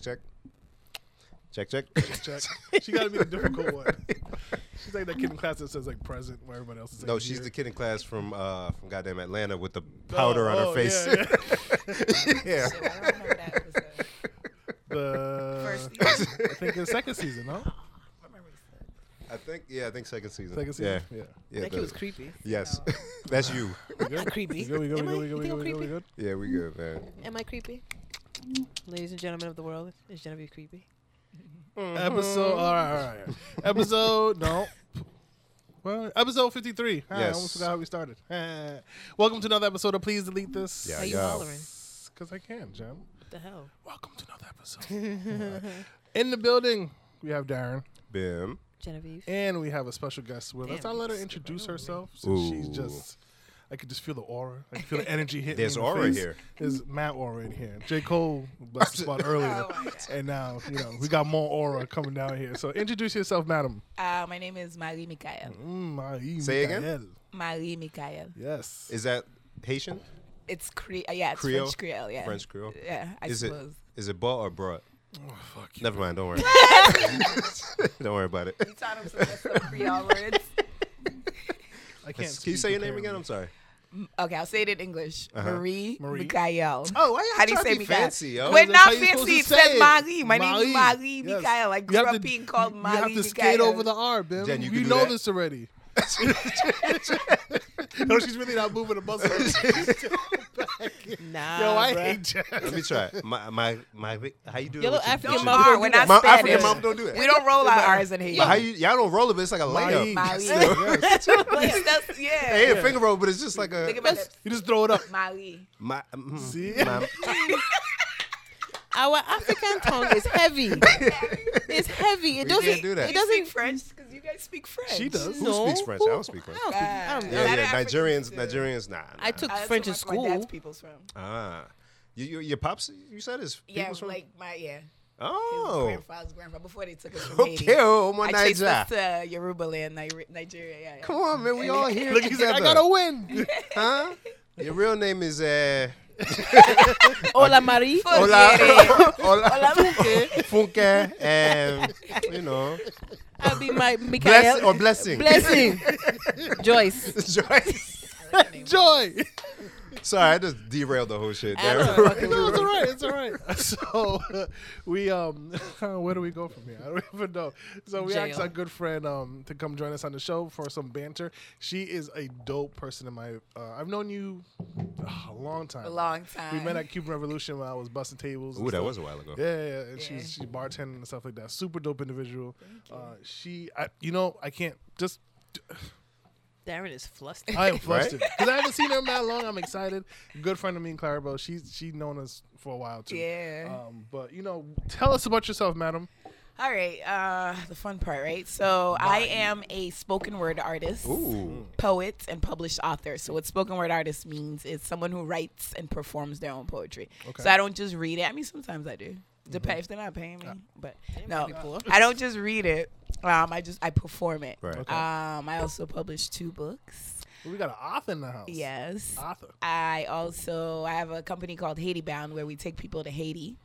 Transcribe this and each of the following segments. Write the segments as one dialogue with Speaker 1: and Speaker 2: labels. Speaker 1: check. Check, check.
Speaker 2: Check. She got to be the difficult one. She's like that kid in class that says like present, where everybody else is. Like
Speaker 1: No, she's
Speaker 2: here.
Speaker 1: the kid in class from uh from goddamn Atlanta with the powder on
Speaker 2: oh,
Speaker 1: her face.
Speaker 2: yeah,
Speaker 1: Yeah.
Speaker 3: So I don't know that was the
Speaker 2: the
Speaker 3: first season.
Speaker 2: I think the second season, no?
Speaker 3: I remember we said.
Speaker 1: I think yeah, I think second season.
Speaker 2: Second season.
Speaker 1: Yeah.
Speaker 2: Yeah.
Speaker 1: Yeah. the-
Speaker 4: That kid was creepy.
Speaker 1: yes.
Speaker 3: No.
Speaker 1: That's you.
Speaker 2: We good?
Speaker 4: I'm creepy.
Speaker 2: We good, we good,
Speaker 4: Am I-
Speaker 2: we
Speaker 4: you
Speaker 2: good, we good,
Speaker 4: think I'm
Speaker 2: we good, we
Speaker 4: creepy?
Speaker 2: good.
Speaker 1: Yeah, we good, man.
Speaker 4: Am I creepy? Ladies and gentlemen of the world, is Genevieve creepy?
Speaker 1: Uh-huh.
Speaker 2: Episode, all right, all right. all right. Episode, no. Well, episode 53. Ah, I
Speaker 1: Yes.
Speaker 2: almost forgot how we started. Ah. Welcome to another episode of Please Delete This.
Speaker 1: Yeah,
Speaker 4: Why you
Speaker 1: yeah.
Speaker 4: hollering?
Speaker 2: Because I can, Jim.
Speaker 4: What the hell?
Speaker 2: Welcome to another episode.
Speaker 4: Mm-hmm.
Speaker 2: In the building, we have Darren,
Speaker 1: Bim.
Speaker 4: Genevieve.
Speaker 1: Eh,
Speaker 2: and we have a special guest with us.
Speaker 4: Damn,
Speaker 2: I'll let her
Speaker 4: you skip
Speaker 2: introduce
Speaker 4: right over me.
Speaker 2: herself. Since she's
Speaker 1: Ooh.
Speaker 2: just, I could just feel the aura. I could feel the energy hitting.
Speaker 1: There's
Speaker 2: me in the
Speaker 1: aura
Speaker 2: face.
Speaker 1: here.
Speaker 2: There's Matt aura in here. J. Cole blessed us about earlier.
Speaker 3: Oh my God.
Speaker 2: And now, you know, we got more aura coming down here. So introduce yourself, madam.
Speaker 3: Uh, my name is Marie Mikael.
Speaker 2: Mm, Marie
Speaker 1: Say again?
Speaker 2: Mikael.
Speaker 3: Marie Mikael.
Speaker 2: Yes.
Speaker 1: Is that Haitian?
Speaker 3: It's Cre- uh, yeah, it's
Speaker 1: Creole?
Speaker 3: French Creole, yeah.
Speaker 1: French Creole?
Speaker 3: Yeah, I
Speaker 1: Is it
Speaker 3: suppose.
Speaker 1: is it ball or broad?
Speaker 2: oh, fuck you.
Speaker 1: Never mind, don't worry. don't worry about it.
Speaker 3: You taught him some, some Creole words.
Speaker 2: I can't.
Speaker 1: Can you
Speaker 2: speak,
Speaker 1: say your name
Speaker 2: apparently.
Speaker 1: again? I'm sorry.
Speaker 3: Okay, I'll say it in English. Marie,
Speaker 2: Uh-huh. Marie.
Speaker 3: Mikael.
Speaker 1: Oh, why you
Speaker 3: How do
Speaker 1: trying to
Speaker 3: you say
Speaker 1: be
Speaker 3: Mikael?
Speaker 1: fancy, yo?
Speaker 3: We're
Speaker 2: That's how
Speaker 3: not
Speaker 2: you're supposed
Speaker 3: fancy. It
Speaker 2: to
Speaker 3: says
Speaker 2: say it.
Speaker 3: Marie. My name is Marie
Speaker 2: Yes.
Speaker 3: Mikael. I grew
Speaker 2: You have
Speaker 3: up
Speaker 2: to-
Speaker 3: being called Marie
Speaker 2: You have to
Speaker 3: Mikael.
Speaker 2: skate over the R, Bill.
Speaker 1: Jen, you can
Speaker 2: you
Speaker 1: do
Speaker 2: know
Speaker 1: that.
Speaker 2: this already. no, she's really not moving a muscle.
Speaker 4: Nah,
Speaker 2: Yo, I
Speaker 4: bruh.
Speaker 2: hate Jen.
Speaker 1: Let me try. My my my how you do that? with
Speaker 4: Your little
Speaker 1: your-
Speaker 4: African
Speaker 1: with your-
Speaker 4: mom
Speaker 3: R.
Speaker 4: don't
Speaker 3: We're
Speaker 4: do
Speaker 3: not
Speaker 1: My
Speaker 3: Spanish.
Speaker 1: African mom don't do that.
Speaker 3: We don't roll our R's in
Speaker 1: But how
Speaker 3: here.
Speaker 1: you y'all don't roll it, but it's like a layup.
Speaker 2: Marie.
Speaker 3: Marie.
Speaker 2: Yes.
Speaker 3: It's just- yeah.
Speaker 1: Hey, a finger roll, but it's just like
Speaker 3: Look
Speaker 1: a
Speaker 3: at my lips.
Speaker 2: You just throw it up.
Speaker 3: Marie.
Speaker 1: my, mm,
Speaker 2: See?
Speaker 1: my-
Speaker 4: Our African tongue is heavy. It's heavy. It
Speaker 1: We
Speaker 4: doesn't.
Speaker 1: can't do that.
Speaker 4: It
Speaker 3: You speak
Speaker 4: doesn't.
Speaker 3: French because you guys speak French. Uh,
Speaker 2: She does.
Speaker 1: Who
Speaker 4: no.
Speaker 1: speaks French? I don't speak French.
Speaker 4: I don't speak- I don't
Speaker 3: Ah.
Speaker 4: know.
Speaker 1: yeah, yeah. Nigerians,
Speaker 3: Africans do.
Speaker 1: Nigerians, nah. nah.
Speaker 4: I took
Speaker 3: Uh, that's
Speaker 4: French in
Speaker 3: where my- My
Speaker 4: school.
Speaker 3: dad's people's from.
Speaker 1: ah. You, you, your pops, you said is
Speaker 3: Yeah,
Speaker 1: people's from-
Speaker 3: like my yeah. His
Speaker 1: oh
Speaker 3: grandfather's grandpa before they took us from Haiti.
Speaker 1: okay, oh my
Speaker 3: I chased
Speaker 1: Niger.
Speaker 3: us to Yoruba land, Ni- Nigeria. Yeah, yeah.
Speaker 1: Come on, man, we all here
Speaker 2: Look, he's
Speaker 1: together.
Speaker 2: like, I gotta win.
Speaker 1: huh? Your real name is uh,
Speaker 4: Hola, Marie.
Speaker 3: Fuck
Speaker 1: Ola,
Speaker 3: yeah.
Speaker 1: Ola, Funke, Funke, um, you know,
Speaker 4: I'll be my
Speaker 1: bless or
Speaker 4: Mikael.
Speaker 1: blessing.
Speaker 4: Blessing. Joyce.
Speaker 1: Joyce.
Speaker 2: Joy.
Speaker 1: Sorry, I just derailed the whole shit.
Speaker 4: I
Speaker 1: There.
Speaker 4: don't fucking
Speaker 2: No, it's all right. It's all right. So uh, we um, where do we go from here? I don't even know. So we asked
Speaker 4: Jail.
Speaker 2: our good friend um to come join us on the show for some banter. She is a dope person in my. Uh, I've known you uh, a long time.
Speaker 3: A long
Speaker 2: We met
Speaker 3: time.
Speaker 2: at Cuban Revolution when I was busting tables. and
Speaker 1: Ooh, that
Speaker 2: stuff.
Speaker 1: was a while ago.
Speaker 2: Yeah, yeah, yeah. And she's she's bartending and stuff like that. Super dope individual. Uh, she, I, you know, I can't just.
Speaker 4: Darren is flustered.
Speaker 2: I am flustered because I haven't seen her in that long. I'm excited. Good friend of me, Clarabelle. She's she's known us for a while too.
Speaker 3: Yeah.
Speaker 2: Um, but you know, tell us about yourself, madam.
Speaker 3: All right. Uh, the fun part, right? So I am a spoken word artist,
Speaker 1: Ooh.
Speaker 3: poet, and published author. So what spoken word artist means is someone who writes and performs their own poetry.
Speaker 2: Okay.
Speaker 3: So I don't just read it. I mean, sometimes I do.
Speaker 1: Mm-hmm.
Speaker 3: Depends if they're not paying
Speaker 1: Uh,
Speaker 3: me, but no,
Speaker 4: might be poor.
Speaker 3: I don't just read it. Um, I just I perform it.
Speaker 1: Right. Okay.
Speaker 3: Um, I also published two books.
Speaker 2: We got an author in the house.
Speaker 3: Yes.
Speaker 2: Author.
Speaker 3: I also I have a company called Haiti Bound where we take people to Haiti.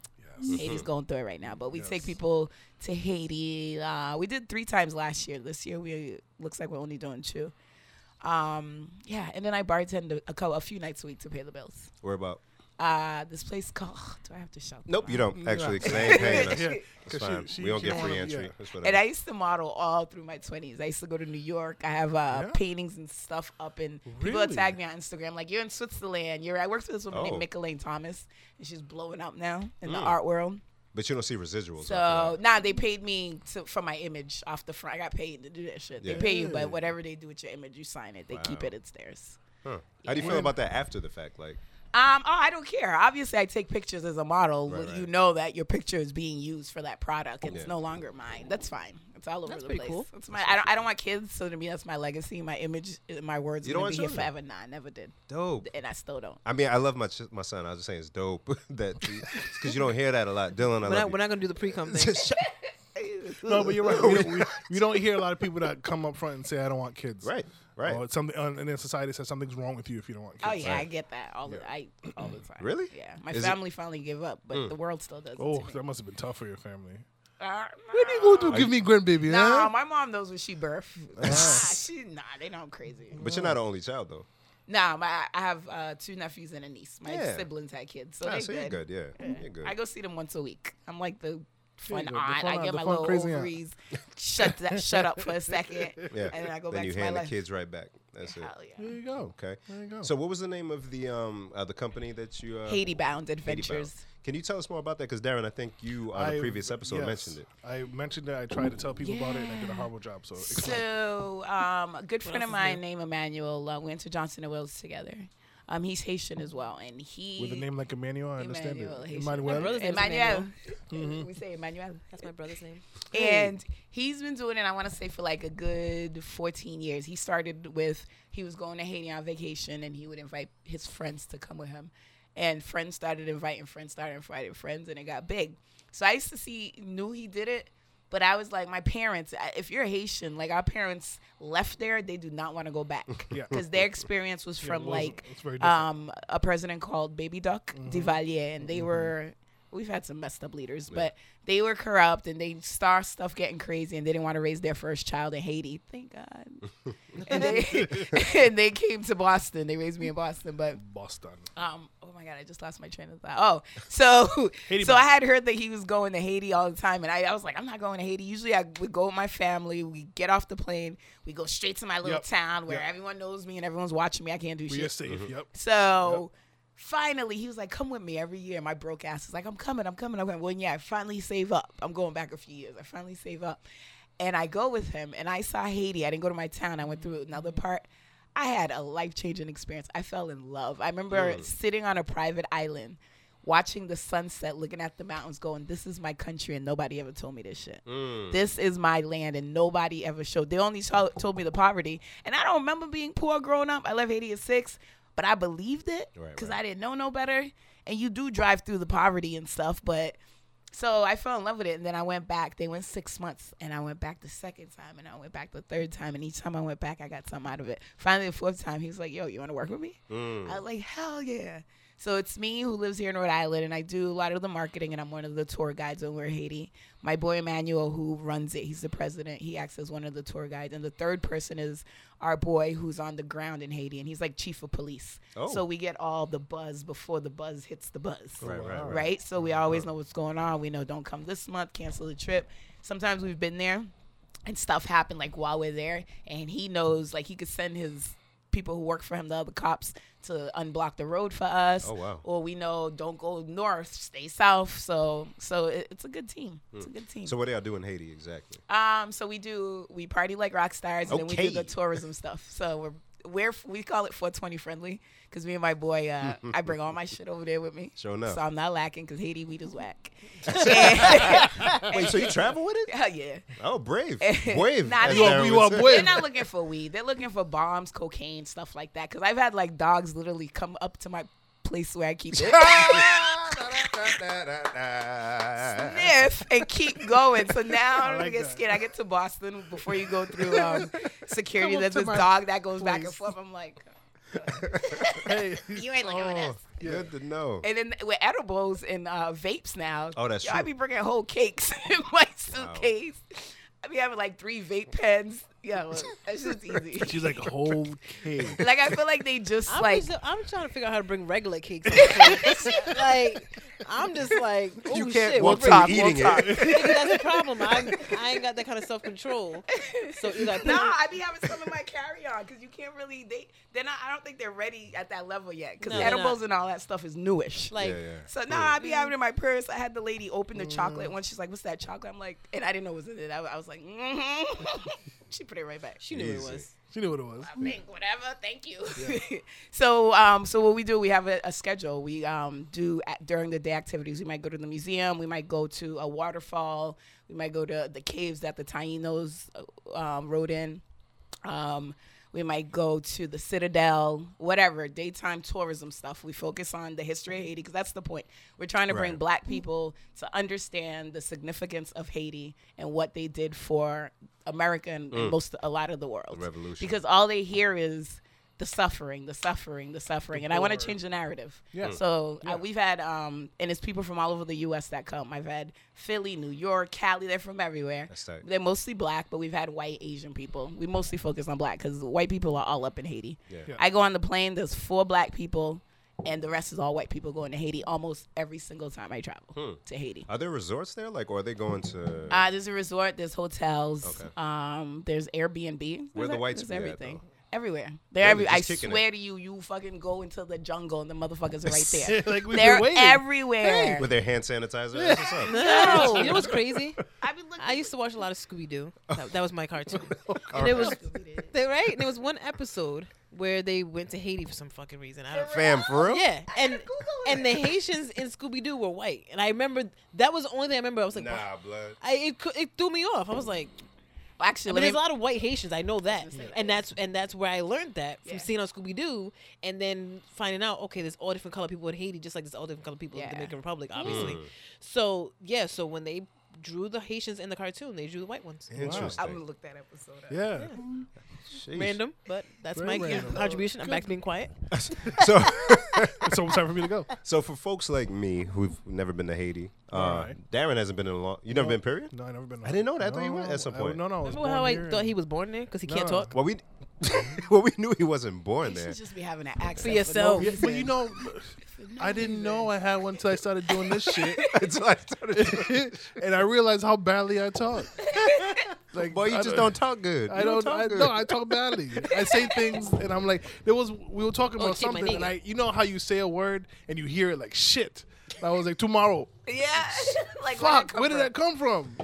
Speaker 2: Yes.
Speaker 3: Haiti's going through it right now, but we
Speaker 2: Mm-hmm. Yes.
Speaker 3: take people to Haiti. Uh, we did three times last year. This year we looks like we're only doing two. Um, yeah, and then I bartend a, a, cou- a few nights a week to pay the bills.
Speaker 1: Worry about.
Speaker 3: Uh, this place called. Do I have to shout? them
Speaker 1: Nope, you
Speaker 3: out?
Speaker 1: don't actually. 'cause they ain't paying us.
Speaker 2: Yeah,
Speaker 1: It's
Speaker 2: 'cause
Speaker 1: fine.
Speaker 2: she-
Speaker 1: we don't
Speaker 2: she
Speaker 1: get
Speaker 2: don't
Speaker 1: free
Speaker 2: wanna-
Speaker 1: entry.
Speaker 2: yeah.
Speaker 1: It's
Speaker 3: And
Speaker 1: whatever.
Speaker 3: I used to model all through my twenties. I used to go to New York. I have uh,
Speaker 2: Yeah.
Speaker 3: paintings and stuff up, and people
Speaker 2: Really?
Speaker 3: would tag me on Instagram like, "You're in Switzerland." You're. I worked with this woman
Speaker 1: Oh.
Speaker 3: named Michelaine Thomas, and she's blowing up now in the art world.
Speaker 1: but you don't see residuals. off of
Speaker 3: So nah, they paid me to, for my image off the front. I got paid to do that shit.
Speaker 1: Yeah.
Speaker 3: They pay you, but whatever they do with your image, you sign it. They keep it. It's theirs.
Speaker 1: that. Huh. How do you feel about that after the fact? Like,
Speaker 3: Um, oh, I don't care. Obviously, I take pictures as a model.
Speaker 1: Right,
Speaker 3: You
Speaker 1: right.
Speaker 3: know that your picture is being used for that product. and
Speaker 1: Yeah.
Speaker 3: It's no longer mine. That's fine. It's all over
Speaker 4: That's
Speaker 3: the
Speaker 4: pretty
Speaker 3: place.
Speaker 4: cool.
Speaker 3: It's my. I don't. I don't want kids. So to me, that's my legacy. My image, uh, my words.
Speaker 1: You
Speaker 3: You
Speaker 1: don't
Speaker 3: gonna
Speaker 1: want
Speaker 3: be here
Speaker 1: children?
Speaker 3: forever. Nah, I never did,
Speaker 1: dope.
Speaker 3: and I still don't.
Speaker 1: I mean, I love my ch- my son. I was just saying it's dope that because you don't hear that a lot. Dylan, I
Speaker 4: We're
Speaker 1: love
Speaker 4: not,
Speaker 1: you.
Speaker 4: we're not gonna do the pre-com thing.
Speaker 1: Shut-
Speaker 2: No, but you're right. We, don't- we, we don't hear a lot of people that come up front and say, "I don't want kids."
Speaker 1: Right, right.
Speaker 2: Or it's something, and then society says something's wrong with you if you don't want kids.
Speaker 3: Oh yeah, I get that all the I all the time.
Speaker 1: Really?
Speaker 3: Yeah, my
Speaker 1: Is it- Hmm.
Speaker 3: family finally gave up, but the world still does.
Speaker 2: Oh,
Speaker 3: it to me.
Speaker 2: that must have been tough for your family.
Speaker 3: Uh,
Speaker 2: What are you gonna do? Give me grandbaby?
Speaker 3: Nah,
Speaker 2: huh?
Speaker 3: my mom knows what she birthed. nah, she nah, they know I'm crazy.
Speaker 1: But you're not an only child though.
Speaker 3: Nah, my I have uh, two nephews and a niece. My
Speaker 1: Yeah.
Speaker 3: siblings had kids, so
Speaker 1: Ah,
Speaker 3: they
Speaker 1: so you're good. Yeah, you're good.
Speaker 3: I go see them once a week. I'm like the
Speaker 2: There you
Speaker 3: fun
Speaker 2: go, the
Speaker 3: aunt.
Speaker 2: fun
Speaker 3: I
Speaker 2: aunt,
Speaker 3: get
Speaker 2: the
Speaker 3: my
Speaker 2: fun
Speaker 3: little
Speaker 2: crazy aunt.
Speaker 3: ovaries shut that shut up for a second,
Speaker 1: yeah.
Speaker 3: and then I go
Speaker 1: then
Speaker 3: back
Speaker 1: you
Speaker 3: to my
Speaker 1: hand the
Speaker 3: life.
Speaker 1: kids Mm. right back. That's it.
Speaker 3: Hell yeah.
Speaker 2: There you go.
Speaker 1: Okay.
Speaker 2: There you go.
Speaker 1: So what was the name of the um uh, the company that you uh,
Speaker 3: Haiti Bound
Speaker 1: Haiti Bound?
Speaker 3: Adventures.
Speaker 1: Can you tell us more about that? Because Darren, I think you on a
Speaker 2: I've-
Speaker 1: previous episode
Speaker 2: yes,
Speaker 1: mentioned it.
Speaker 2: I mentioned it. I tried to tell people about it, and I did a
Speaker 3: Yeah.
Speaker 2: horrible job. So, explain.
Speaker 3: So, um, a good friend
Speaker 4: else
Speaker 3: of
Speaker 4: is
Speaker 3: mine named Emmanuel, uh, we went to Johnson and Wales together. Um, he's Haitian as well, and he
Speaker 2: with a name like Emmanuel, I understand
Speaker 3: Emmanuel,
Speaker 2: it.
Speaker 3: Haitian.
Speaker 4: My
Speaker 2: Emmanuel. Mm-hmm.
Speaker 4: brother's name is
Speaker 3: Emmanuel. We say Emmanuel.
Speaker 4: That's my brother's name.
Speaker 3: And he's been doing it, I want to say, for like a good 14 years. He started with, he was going to Haiti on vacation and he would invite his friends to come with him. And friends started inviting friends, started inviting friends, and it got big. So I used to see, knew he did it, but I was like, my parents, I- if you're Haitian, like our parents left there, they do not want to go back.
Speaker 2: Yeah.
Speaker 3: Because their experience was
Speaker 2: Yeah,
Speaker 3: from
Speaker 2: it wasn't-
Speaker 3: like
Speaker 2: it's very different. Mm-hmm.
Speaker 3: um, a president called Baby Duck Duvalier, and they were we've had some messed up leaders, but they were corrupt and they saw stuff getting crazy, and they didn't want to raise their first child in Haiti. Thank God. and they and they came to Boston. They raised me in Boston, but
Speaker 2: Boston.
Speaker 3: um, oh my god, I just lost my train of thought. Oh, so
Speaker 2: Haiti
Speaker 3: so
Speaker 2: bound.
Speaker 3: I had heard that he was going to Haiti all the time, and I, I was like, I'm not going to Haiti. Usually, I would go with my family. We get off the plane, we go straight to my little
Speaker 2: Yep.
Speaker 3: town where
Speaker 2: Yep.
Speaker 3: everyone knows me and everyone's watching me. I can't do
Speaker 2: We
Speaker 3: shit.
Speaker 2: are safe.
Speaker 1: Mm-hmm.
Speaker 2: Yep.
Speaker 3: So finally, he was like, "Come with me every year." My broke ass is like, "I'm coming, I'm coming." I went, "Well, yeah." I finally save up. I'm going back a few years. I finally save up, and I go with him. And I saw Haiti. I didn't go to my town. I went through another
Speaker 2: Mm-hmm.
Speaker 3: part. I had a life changing experience. I fell in love. I remember
Speaker 2: Mm.
Speaker 3: sitting on a private island. Watching the sunset, looking at the mountains, going, This is my country, and nobody ever told me this shit.
Speaker 1: Mm.
Speaker 3: This is my land, and nobody ever showed. They only saw, told me the poverty. And I don't remember being poor growing up. I left Haiti at six, but I believed it
Speaker 1: Right,
Speaker 3: because
Speaker 1: right.
Speaker 3: I didn't know no better. And you do drive through the poverty and stuff, but so I fell in love with it. And then I went back. They went six months, and I went back the second time, and I went back the third time. And each time I went back, I got something out of it. Finally, the fourth time, he was like, "Yo, you want to work with me?"
Speaker 1: Mm.
Speaker 3: I was like, "Hell yeah!" So it's me who lives here in Rhode Island, and I do a lot of the marketing, and I'm one of the tour guides when we're in Haiti. My boy Emmanuel, who runs it, he's the president. He acts as one of the tour guides, and the third person is our boy who's on the ground in Haiti, and he's like chief of police.
Speaker 1: Oh.
Speaker 3: So we get all the buzz before the buzz hits the buzz
Speaker 1: Right, right, right.
Speaker 3: right? So we always know what's going on. We know don't come this month, cancel the trip. Sometimes we've been there and stuff happened like while we're there and he knows like he could send his people who work for him, the other cops, to unblock the road for us.
Speaker 1: Oh, wow.
Speaker 3: Or we know don't go north, stay south. So so it, it's a good team. It's a good team.
Speaker 1: Hmm. So what do y'all do in Haiti exactly?
Speaker 3: Um, so we do we party like rock stars, and then we
Speaker 1: Okay.
Speaker 3: do the tourism stuff. So we're we're we call it 420 friendly because me and my boy, uh, I bring all my shit over there with me.
Speaker 1: Sure enough.
Speaker 3: So I'm not lacking because Haiti weed is whack.
Speaker 1: Wait, so you travel with it?
Speaker 3: Hell yeah.
Speaker 1: Oh, brave, brave.
Speaker 3: Nah,
Speaker 1: as
Speaker 3: they- You are-
Speaker 1: Darren
Speaker 2: you
Speaker 1: would
Speaker 2: are
Speaker 1: say.
Speaker 2: brave.
Speaker 3: They're not looking for weed. They're looking for bombs, cocaine, stuff like that. Because I've had like dogs literally come up to my place where I keep it. sniff and keep going. So now I don't
Speaker 2: I like
Speaker 3: get
Speaker 2: that.
Speaker 3: scared. I get to Boston before you go through um, security.
Speaker 2: Come up
Speaker 3: There's
Speaker 2: to
Speaker 3: this
Speaker 2: my
Speaker 3: dog that goes back and
Speaker 2: place.
Speaker 3: forth. I'm like,
Speaker 2: Hey. oh."
Speaker 3: you ain't looking at us.
Speaker 1: Good to know.
Speaker 3: And then with edibles and uh, vapes now.
Speaker 1: Oh, that's
Speaker 3: yo, I
Speaker 1: true.
Speaker 3: be bringing whole cakes in my suitcase. I be having like three vape pens. Yeah, well, that's just easy.
Speaker 2: She's like, whole kid.
Speaker 3: like I feel like they just
Speaker 4: I'm,
Speaker 3: like
Speaker 4: just- I'm trying to figure out how to bring regular cakes. on the plate. like, I'm just like, oh
Speaker 1: You can't
Speaker 4: shit.
Speaker 1: walk
Speaker 4: what-
Speaker 1: through
Speaker 3: talk,
Speaker 1: eating
Speaker 3: we'll talk.
Speaker 1: it.
Speaker 4: Nigga, that's the problem. I'm, I ain't got that kind of self control. So either I put
Speaker 3: No,
Speaker 4: it-
Speaker 3: I be having some in my carry on because you can't really. They they're not. I don't think they're ready at that level yet because
Speaker 4: No, they're
Speaker 3: edibles
Speaker 4: not.
Speaker 3: and all that stuff is newish.
Speaker 4: like, mm.
Speaker 1: yeah, yeah.
Speaker 3: So now I be having it in my purse. I had the lady open the chocolate once. She's like, "What's that chocolate?" I'm like, and I didn't know what was in it. I, was- I was like, mm-hmm. she put it right back.
Speaker 4: she knew
Speaker 1: Easy.
Speaker 4: it was.
Speaker 2: She knew what it was.
Speaker 3: I think whatever. Thank you. so, um, so what we do, we have a, a schedule. We um, do at, during the day activities. We might go to the museum. We might go to a waterfall. We might go to the caves that the Tainos uh, um, rode in. Um, we We might go to the Citadel, whatever, daytime tourism stuff. We focus on the history of Haiti because that's the point. We're trying to bring
Speaker 1: Right.
Speaker 3: black people to understand the significance of Haiti and what they did for America and and most a lot of the world.
Speaker 1: Mm. The revolution.
Speaker 3: Because all they hear is the suffering, the suffering, the suffering. and I want to change the narrative.
Speaker 2: Yeah.
Speaker 3: So uh, we've had, um, and it's people from all over the U.S. that come. I've had Philly, New York, Cali. They're from everywhere.
Speaker 1: That's tight.
Speaker 3: They're mostly black, but we've had white Asian people. We mostly focus on black because white people are all up in Haiti.
Speaker 1: Yeah.
Speaker 2: Yeah.
Speaker 3: I go on the plane. There's four black people, and the rest is all white people going to Haiti almost every single time I travel
Speaker 1: Hmm.
Speaker 3: to Haiti.
Speaker 1: Are there resorts there? Like, or are they going to?
Speaker 3: Uh, there's a resort. There's hotels.
Speaker 1: Okay.
Speaker 3: Um, there's Airbnb.
Speaker 1: Where
Speaker 3: There's
Speaker 1: the
Speaker 3: e-
Speaker 1: whites
Speaker 3: there's
Speaker 1: be at,
Speaker 3: everything.
Speaker 1: though?
Speaker 3: Everywhere. They're
Speaker 1: Really,
Speaker 3: every, I
Speaker 1: just kicking
Speaker 3: swear to you, you fucking go into the jungle and the motherfuckers are right there.
Speaker 2: like we've
Speaker 3: They're
Speaker 2: been waiting.
Speaker 3: everywhere.
Speaker 1: with their hand sanitizer? That's what's up.
Speaker 4: No, you know what's crazy?
Speaker 3: I be looking.
Speaker 4: I used to watch a lot of Scooby Doo. That, that was my cartoon. and
Speaker 1: right.
Speaker 4: it was they, right. And there was one episode where they went to Haiti for some fucking reason. I don't.
Speaker 1: Fam, for real?
Speaker 4: Yeah, and
Speaker 3: Google
Speaker 4: and the Haitians in Scooby Doo were white, and I remember that was the only thing I remember. I was like, wow.
Speaker 1: Nah, blood.
Speaker 4: I, it cou- it threw me off. I was like, I
Speaker 3: Actually,
Speaker 4: mean,
Speaker 3: let me-
Speaker 4: there's a lot of white Haitians. I know that,
Speaker 3: gonna say that,
Speaker 4: and
Speaker 3: yeah.
Speaker 4: that's and that's where I learned that from
Speaker 3: Yeah.
Speaker 4: seeing on Scooby Doo, and then finding out okay, there's all different color people in Haiti, just like there's all different color people in
Speaker 3: Yeah.
Speaker 4: the Dominican Republic, obviously. So yeah, so when they drew the Haitians in the cartoon, they drew the white ones.
Speaker 1: Interesting.
Speaker 3: I'm gonna look that episode up.
Speaker 2: Yeah.
Speaker 1: Sheesh.
Speaker 4: Random, but that's
Speaker 2: Very
Speaker 4: my
Speaker 2: random.
Speaker 4: contribution. I'm back to being quiet.
Speaker 1: So,
Speaker 2: It's almost time for me to go.
Speaker 1: so for folks like me who've never been to Haiti, uh,
Speaker 2: Alright.
Speaker 1: Darren hasn't been in a long. You never been? Period.
Speaker 2: No, I never been.
Speaker 1: I didn't know that. I thought you went at some
Speaker 2: I-
Speaker 1: point.
Speaker 2: no, no. I was
Speaker 4: Remember how
Speaker 2: born
Speaker 4: I
Speaker 2: here
Speaker 4: thought
Speaker 2: and-
Speaker 4: he was born there because he can't
Speaker 2: No.
Speaker 4: talk.
Speaker 1: Well, we, well, we knew he wasn't born
Speaker 3: You
Speaker 1: there.
Speaker 3: should just be having an accent for
Speaker 4: yourself.
Speaker 3: no
Speaker 2: Yeah, but you
Speaker 3: reason.
Speaker 2: know, I didn't know I had one until I started doing this shit,
Speaker 1: Until I started.
Speaker 2: and I realized how badly I talk. Like,
Speaker 1: Boy, you
Speaker 2: I
Speaker 1: just don't talk good.
Speaker 2: I
Speaker 1: You
Speaker 2: don't.
Speaker 1: talk
Speaker 2: I,
Speaker 1: good.
Speaker 2: no, I talk badly. I say things, and I'm like, there was. We were talking about
Speaker 4: shit, my
Speaker 2: something, and
Speaker 4: nigga.
Speaker 2: I, you know how you say a word and you hear it like shit. I was like, tomorrow.
Speaker 3: Yeah. like
Speaker 2: Fuck.
Speaker 3: come
Speaker 2: Where did
Speaker 3: from?
Speaker 2: that come from?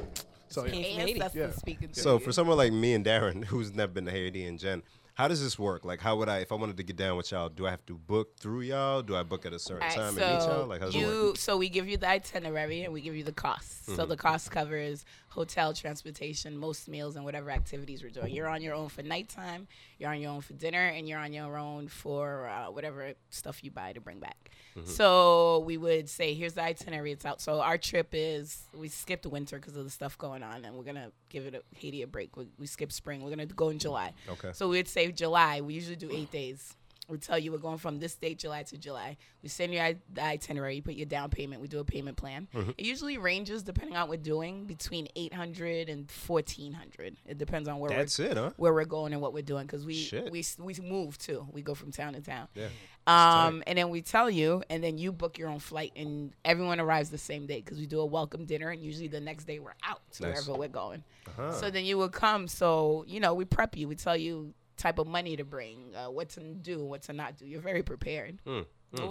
Speaker 2: So yeah.
Speaker 4: Came from Haiti.
Speaker 3: Ancestors
Speaker 2: Yeah.
Speaker 3: speaking to
Speaker 1: So
Speaker 3: you.
Speaker 1: for someone like me and Darren, who's never been to Haiti and Jen, how does this work? Like, how would I, if I wanted to get down with y'all, do I have to book through y'all? Do I book at a certain
Speaker 3: All
Speaker 1: time
Speaker 3: right,
Speaker 1: and meet y'all?
Speaker 3: so
Speaker 1: Like, how does it
Speaker 3: you,
Speaker 1: work? Mm-hmm.
Speaker 3: so we give you the itinerary and we give you the costs. So the cost covers hotel, transportation, most meals, and whatever activities we're doing. You're on your own for nighttime, you're on your own for dinner, and you're on your own for uh, whatever stuff you buy to bring back.
Speaker 1: Mm-hmm.
Speaker 3: So we would say, here's the itinerary. It's out. So our trip is we skipped winter because of the stuff going on, and we're gonna give it a, Haiti a break. We, we skip spring. We're gonna go in July.
Speaker 1: Okay.
Speaker 3: So we'd say July. We usually do eight days. We tell you we're going from this date, July to July. We send you i- the itinerary. You put your down payment. We do a payment plan.
Speaker 1: Mm-hmm.
Speaker 3: It usually ranges depending on what we're doing between 800 and 1400. It depends on where
Speaker 1: That's
Speaker 3: we're
Speaker 1: it, huh?
Speaker 3: where we're going and what we're doing because we,
Speaker 1: Shit.
Speaker 3: we s- we move too. We go from town to town.
Speaker 1: Yeah.
Speaker 3: Um, and then we tell you, and then you book your own flight, and everyone arrives the same day because we do a welcome dinner, and usually the next day we're out to
Speaker 1: Nice.
Speaker 3: wherever we're going.
Speaker 1: Uh-huh.
Speaker 3: So then you would come. So you know, we prep you. We tell you type of money to bring, uh, what to do, what to not do. You're very prepared.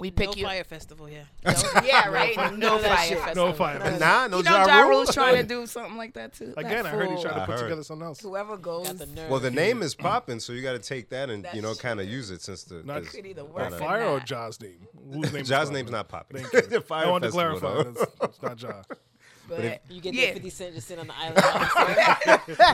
Speaker 3: We pick
Speaker 4: no
Speaker 3: you.
Speaker 4: fire festival. Yeah,
Speaker 3: yeah, right. No,
Speaker 4: that
Speaker 3: fire
Speaker 4: shit.
Speaker 3: festival.
Speaker 2: No fire.
Speaker 1: nah, no
Speaker 3: Uh, You know, Ja
Speaker 1: Rule?
Speaker 3: Rule's trying to do something like that too. That
Speaker 2: Again, I heard
Speaker 3: fool.
Speaker 2: you trying
Speaker 1: I
Speaker 2: to put
Speaker 1: heard.
Speaker 2: together something else.
Speaker 3: Whoever goes.
Speaker 4: got the nerve.
Speaker 1: Well, the name is popping, so you got to take that and you
Speaker 3: That's
Speaker 1: know kind of use it since the
Speaker 2: Not-
Speaker 1: this-
Speaker 3: Could either
Speaker 1: Why
Speaker 3: work
Speaker 1: not?
Speaker 3: or
Speaker 2: Fire or
Speaker 3: not.
Speaker 2: Ja's name? Whose name?
Speaker 1: Ja's name's not popping.
Speaker 2: Thank you.
Speaker 1: Fire
Speaker 2: I want to
Speaker 1: Festival,
Speaker 2: clarify.
Speaker 1: though.
Speaker 2: It's, it's not Ja.
Speaker 3: But,
Speaker 1: if-
Speaker 4: you get
Speaker 3: yeah.
Speaker 4: that fifty cent just sitting on the island.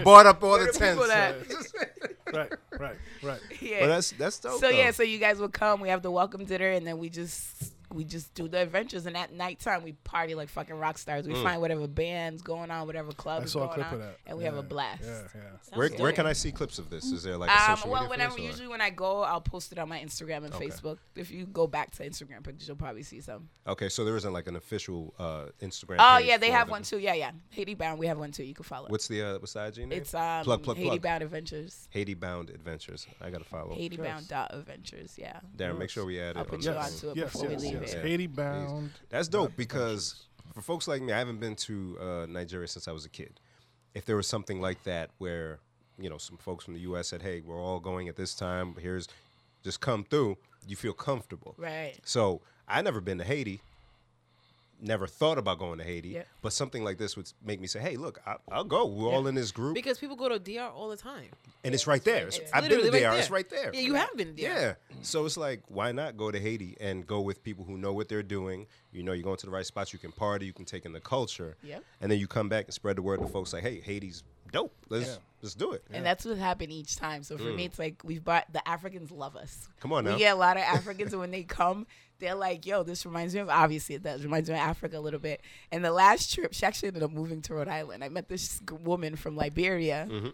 Speaker 1: Bought up all the
Speaker 3: the people
Speaker 1: tents.
Speaker 3: that-
Speaker 2: Right. Right. Right.
Speaker 3: yeah.
Speaker 1: But that's that's dope. though.
Speaker 3: so yeah, so you guys will come. We have the welcome dinner, and then we just we just do the adventures. And at nighttime, we party like fucking rock stars. We find whatever bands going on, whatever
Speaker 2: Mm. I
Speaker 3: clubs
Speaker 2: saw a
Speaker 3: going
Speaker 2: clip
Speaker 3: on,
Speaker 2: of that.
Speaker 3: and we have a
Speaker 2: Yeah,
Speaker 3: blast.
Speaker 2: Yeah. Yeah.
Speaker 1: where,
Speaker 4: Sounds
Speaker 1: where
Speaker 4: dope.
Speaker 1: can I see clips of this? Is there like a
Speaker 3: Um,
Speaker 1: social
Speaker 3: well,
Speaker 1: media for
Speaker 3: whenever
Speaker 1: this, or-
Speaker 3: usually when I go, I'll post it on my Instagram and
Speaker 1: Okay.
Speaker 3: Facebook. If you go back to Instagram pictures, you'll probably see some.
Speaker 1: Okay, so there isn't like an official uh, Instagram.
Speaker 3: Oh
Speaker 1: page
Speaker 3: yeah, they
Speaker 1: for
Speaker 3: have
Speaker 1: the-
Speaker 3: one too. Yeah, yeah. Haiti Bound, we have one too. You can follow.
Speaker 1: What's the uh, what's the IG name?
Speaker 3: it's um,
Speaker 1: plug plug
Speaker 3: Haiti
Speaker 1: plug. Oh,
Speaker 3: Bound Adventures.
Speaker 1: Haiti Bound Adventures. I gotta follow.
Speaker 3: Haiti Bound dot Adventures. Yeah.
Speaker 1: Darren, make sure we add
Speaker 3: I'll
Speaker 1: it. On
Speaker 3: put
Speaker 1: the
Speaker 3: you
Speaker 1: thing.
Speaker 3: onto it
Speaker 2: Yes,
Speaker 3: before
Speaker 2: yes,
Speaker 3: we leave
Speaker 1: yes.
Speaker 3: it.
Speaker 2: Haiti bound.
Speaker 1: That's dope because for folks like me, I haven't been to uh, Nigeria since I was a kid. If there was something like that where you know some folks from the U.S. said, "Hey, we're all going at this time. Here's, just come through," you feel comfortable.
Speaker 3: Right.
Speaker 1: So I never been to Haiti. Never thought about going to Haiti,
Speaker 3: Yeah.
Speaker 1: but something like this would make me say, "Hey, look, I, I'll go. We're all in this group,
Speaker 4: because people go to DR all the time.
Speaker 1: and it's right there. It's- I've been
Speaker 4: Literally
Speaker 1: to
Speaker 4: right
Speaker 1: DR.
Speaker 4: there.
Speaker 1: It's right there.
Speaker 4: Yeah, you have been there.
Speaker 1: Yeah. So it's like, why not go to Haiti and go with people who know what they're doing? You know, you're going to the right spots. You can party. You can take in the culture.
Speaker 3: Yep.
Speaker 1: And then you come back and spread the word to folks like, hey, Haiti's dope. Let's
Speaker 2: Yeah.
Speaker 1: let's do it.
Speaker 3: And that's what happened each time. So for
Speaker 1: Mm.
Speaker 3: me, it's like we've bought the Africans love us.
Speaker 1: Come on now.
Speaker 3: We get a lot of Africans, and when they come, they're like, "Yo, this reminds me of." Obviously, it does reminds me of Africa a little bit. And the last trip, she actually ended up moving to Rhode Island. I met this g- woman from Liberia,
Speaker 1: Mm-hmm.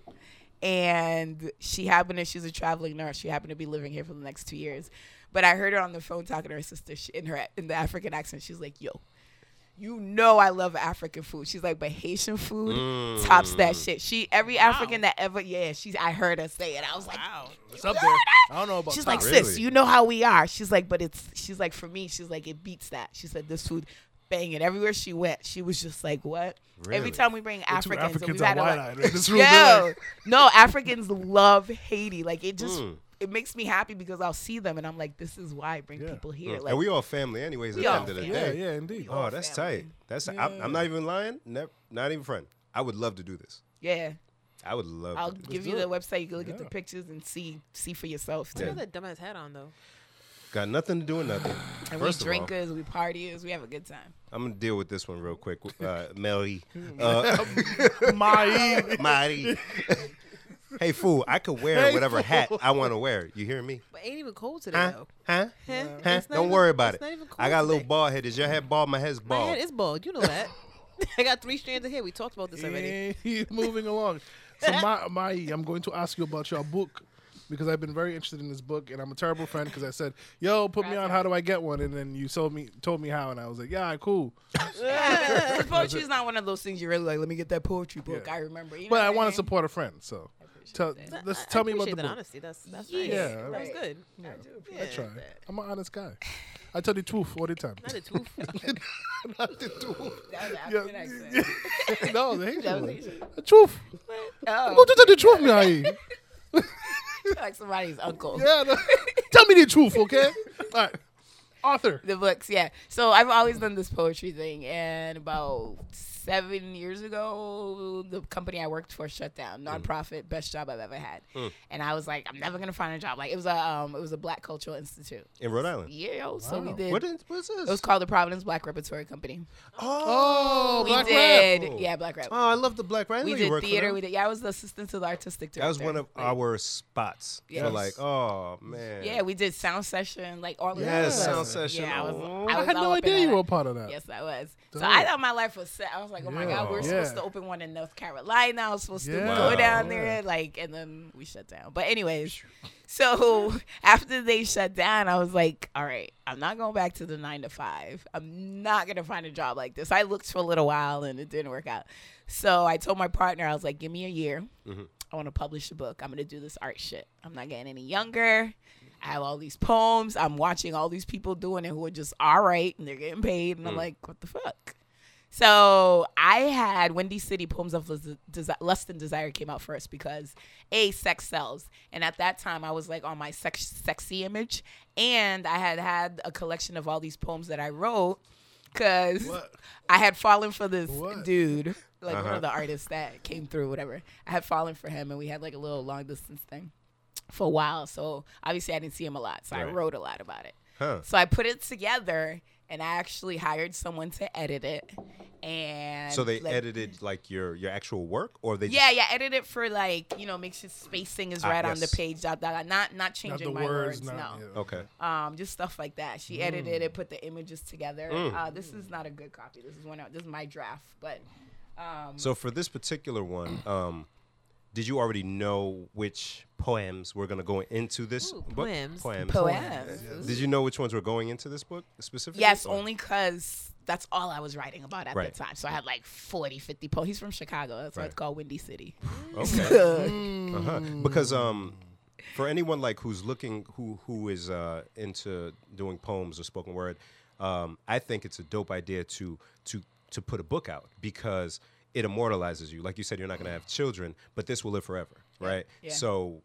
Speaker 3: and she happened to she's a traveling nurse. She happened to be living here for the next two years. But I heard her on the phone talking to her sister she, in her in the African accent. She's like, "Yo." You know I love African food. She's like, but Haitian food tops that
Speaker 1: Mm.
Speaker 3: shit. She every African that ever yeah, she's I heard her say it. I was like,
Speaker 4: Wow.
Speaker 2: It's up there. I don't know about.
Speaker 3: She's
Speaker 2: top.
Speaker 3: like, sis,
Speaker 1: Really?
Speaker 3: you know how we are. She's like, but it's, she's like, for me, she's like, it beats that. She said, this food, bang it. Everywhere she went, she was just like, what? Every
Speaker 1: Really?
Speaker 3: time we bring
Speaker 2: The two
Speaker 3: Africans, and
Speaker 2: Africans
Speaker 3: we've
Speaker 2: are
Speaker 3: had a
Speaker 2: wide
Speaker 3: lot-
Speaker 2: eyed. This room. they're
Speaker 3: Yo,
Speaker 2: like,
Speaker 3: no, Africans love Haiti. Like, it just,
Speaker 1: Mm.
Speaker 3: it makes me happy because I'll see them and I'm like, this is why I bring
Speaker 2: Yeah.
Speaker 3: people here.
Speaker 1: Mm.
Speaker 3: Like,
Speaker 1: and we all family, anyways. At
Speaker 3: We
Speaker 1: the
Speaker 3: all
Speaker 1: end of the
Speaker 3: family.
Speaker 2: Yeah,
Speaker 1: day.
Speaker 2: yeah, indeed.
Speaker 1: Oh, that's
Speaker 3: family.
Speaker 1: tight. That's I, I'm not even lying. Never, not even friend. I would love to do this.
Speaker 3: yeah,
Speaker 1: I would love.
Speaker 3: I'll
Speaker 1: to do
Speaker 3: give
Speaker 2: do
Speaker 3: you the
Speaker 2: it.
Speaker 3: website. You can look at the
Speaker 2: Yeah.
Speaker 3: pictures and see, see for yourself.
Speaker 4: Look
Speaker 3: Too.
Speaker 4: at that dumbass hat on though.
Speaker 1: this. Got nothing to do with nothing.
Speaker 3: And
Speaker 1: First
Speaker 3: we
Speaker 1: of all,
Speaker 3: drinkers, we partiers, we have a good time.
Speaker 1: I'm gonna deal with this one real quick. Uh, Mary, uh,
Speaker 2: My
Speaker 1: Mari. hey fool, I could wear
Speaker 2: Hey,
Speaker 1: whatever hat
Speaker 2: fool.
Speaker 1: I want to wear. You hear me?
Speaker 4: But it ain't even cold today
Speaker 1: Huh?
Speaker 4: though.
Speaker 1: Huh? Huh?
Speaker 4: Huh? It's not
Speaker 1: Don't
Speaker 4: even-
Speaker 1: worry about
Speaker 4: it's
Speaker 1: it.
Speaker 4: not even cold
Speaker 1: I got a little
Speaker 4: today.
Speaker 1: bald head. Is your head bald? My head's
Speaker 4: My
Speaker 1: bald.
Speaker 4: head is bald. You know that. I got three strands of hair. We talked about this already.
Speaker 2: Yeah, he's moving along. So, my, my, I'm going to ask you about your book because I've been very interested in this book, and I'm a terrible friend because I said, "Yo, put me on. How do I get one?" And then you told me told me how, and I was like, "Yeah, all right, cool."
Speaker 3: Because poetry is not one of those things you're really like, let me get that poetry book.
Speaker 2: Yeah.
Speaker 3: I remember. You know
Speaker 2: But I
Speaker 3: what
Speaker 2: want
Speaker 3: mean?
Speaker 2: to support a friend, so tell
Speaker 4: That-
Speaker 2: let's
Speaker 4: I- I
Speaker 2: tell me about the
Speaker 4: appreciate
Speaker 2: book.
Speaker 4: that honesty. That's that's nice.
Speaker 3: Yeah,
Speaker 4: that was
Speaker 3: right.
Speaker 4: good.
Speaker 3: I do
Speaker 4: Yeah.
Speaker 3: appreciate
Speaker 2: I try.
Speaker 3: that.
Speaker 2: I'm an honest guy. I tell the truth all the time.
Speaker 4: Not a tooth.
Speaker 3: That was
Speaker 2: Yeah.
Speaker 3: an African accent.
Speaker 2: no, the Haitian
Speaker 3: That
Speaker 2: one.
Speaker 3: was Asian.
Speaker 2: The truth.
Speaker 3: Oh,
Speaker 2: Don't you tell the truth, me?
Speaker 3: like somebody's uncle.
Speaker 2: Yeah, no. tell me the truth, okay? All right, Arthur.
Speaker 3: The books, yeah. So I've always done this poetry thing, and about seven years ago, the company I worked for shut down.
Speaker 1: Mm.
Speaker 3: Nonprofit, best job I've ever had.
Speaker 1: Hmm.
Speaker 3: And I was like, I'm never gonna find a job. Like it was a um, it was a Black Cultural Institute.
Speaker 1: in Rhode Island.
Speaker 3: Yeah, so we
Speaker 2: Wow.
Speaker 3: did.
Speaker 1: What is what's
Speaker 3: it was
Speaker 1: this?
Speaker 3: called the Providence Black Repertory Company.
Speaker 1: Oh,
Speaker 3: we
Speaker 1: Black
Speaker 3: did,
Speaker 1: Rap.
Speaker 3: yeah, Black Rap.
Speaker 1: Oh, I love the Black Rap. I
Speaker 3: we
Speaker 1: know you
Speaker 3: did
Speaker 1: work for
Speaker 3: theater.
Speaker 1: them.
Speaker 3: We did. Yeah, I was the assistant to the artistic director.
Speaker 1: That was one of
Speaker 3: Like,
Speaker 1: our spots.
Speaker 3: Yes.
Speaker 1: For like, oh man.
Speaker 3: Yeah, we did sound session, like all of that.
Speaker 1: Yes,
Speaker 3: stuff.
Speaker 1: sound session.
Speaker 3: Yeah, I was.
Speaker 1: Oh.
Speaker 3: I,
Speaker 2: I
Speaker 3: was
Speaker 2: had
Speaker 3: all
Speaker 2: no
Speaker 3: up in
Speaker 2: idea you
Speaker 3: that.
Speaker 2: were a part of that.
Speaker 3: Yes, I was. So
Speaker 2: Dope.
Speaker 3: I thought my life was set. I was like, oh my
Speaker 2: Yeah.
Speaker 3: god, we were
Speaker 2: Yeah.
Speaker 3: supposed to open one in North Carolina. I was supposed to
Speaker 2: Yeah.
Speaker 3: go down
Speaker 1: Wow.
Speaker 3: there, like, and then we shut down. But anyways, so after they shut down, I was like, all right, I'm not going back to the nine to five. I'm not gonna find a job like this. I looked for a little while and it didn't work out. So I told my partner, I was like, give me a year. I want to publish a book. I'm going to do this art shit. I'm not getting any younger. I have all these poems. I'm watching all these people doing it who are just all right and they're getting paid. And I'm like, what the fuck? So I had Windy City Poems of Lus- Desi- Lust and Desire came out first because A, sex sells. And at that time, I was like on my sex- sexy image. And I had had a collection of all these poems that I wrote because I had fallen for this
Speaker 2: What?
Speaker 3: dude, like one
Speaker 1: Uh-huh.
Speaker 3: of the artists that came through, whatever. I had fallen for him, and we had like a little long distance thing for a while. So obviously, I didn't see him a lot. So I
Speaker 1: Right.
Speaker 3: wrote a lot about it.
Speaker 1: Huh.
Speaker 3: So I put it together, and I actually hired someone to edit it. And
Speaker 1: So they
Speaker 3: like,
Speaker 1: edited like your your actual work, or they
Speaker 3: Yeah, yeah, edit it for like you know, make sure spacing is
Speaker 1: Ah,
Speaker 3: right on
Speaker 1: yes.
Speaker 3: the page. Dot, dot, dot. Not not
Speaker 2: Not
Speaker 3: changing
Speaker 2: the
Speaker 3: my
Speaker 2: words,
Speaker 3: words.
Speaker 2: not.
Speaker 3: no
Speaker 2: yeah. Mm.
Speaker 1: Just, okay.
Speaker 3: um, just stuff like that. She edited it, put the images together.
Speaker 1: Mm.
Speaker 3: Uh, this is not a good copy. This is one. Out, this is my draft, but um,
Speaker 1: So for this particular one, um, did you already know which poems were going to go into this
Speaker 4: Ooh,
Speaker 1: book?
Speaker 4: poems.
Speaker 1: Poems.
Speaker 3: poems.
Speaker 1: Did you know which ones were going into this book specifically?
Speaker 3: Yes,
Speaker 1: Or-
Speaker 3: only because that's all I was writing about at
Speaker 1: Right.
Speaker 3: the time. So I had like 40, 50 poems. He's from Chicago. That's why it's
Speaker 1: Right.
Speaker 3: called Windy City.
Speaker 1: Okay. uh-huh. Because um, for anyone like who's looking who who is uh, into doing poems or spoken word, um, I think it's a dope idea to to to put a book out because it immortalizes you. Like you said, you're not going to have children, but this will live forever, right?
Speaker 3: Yeah.
Speaker 1: So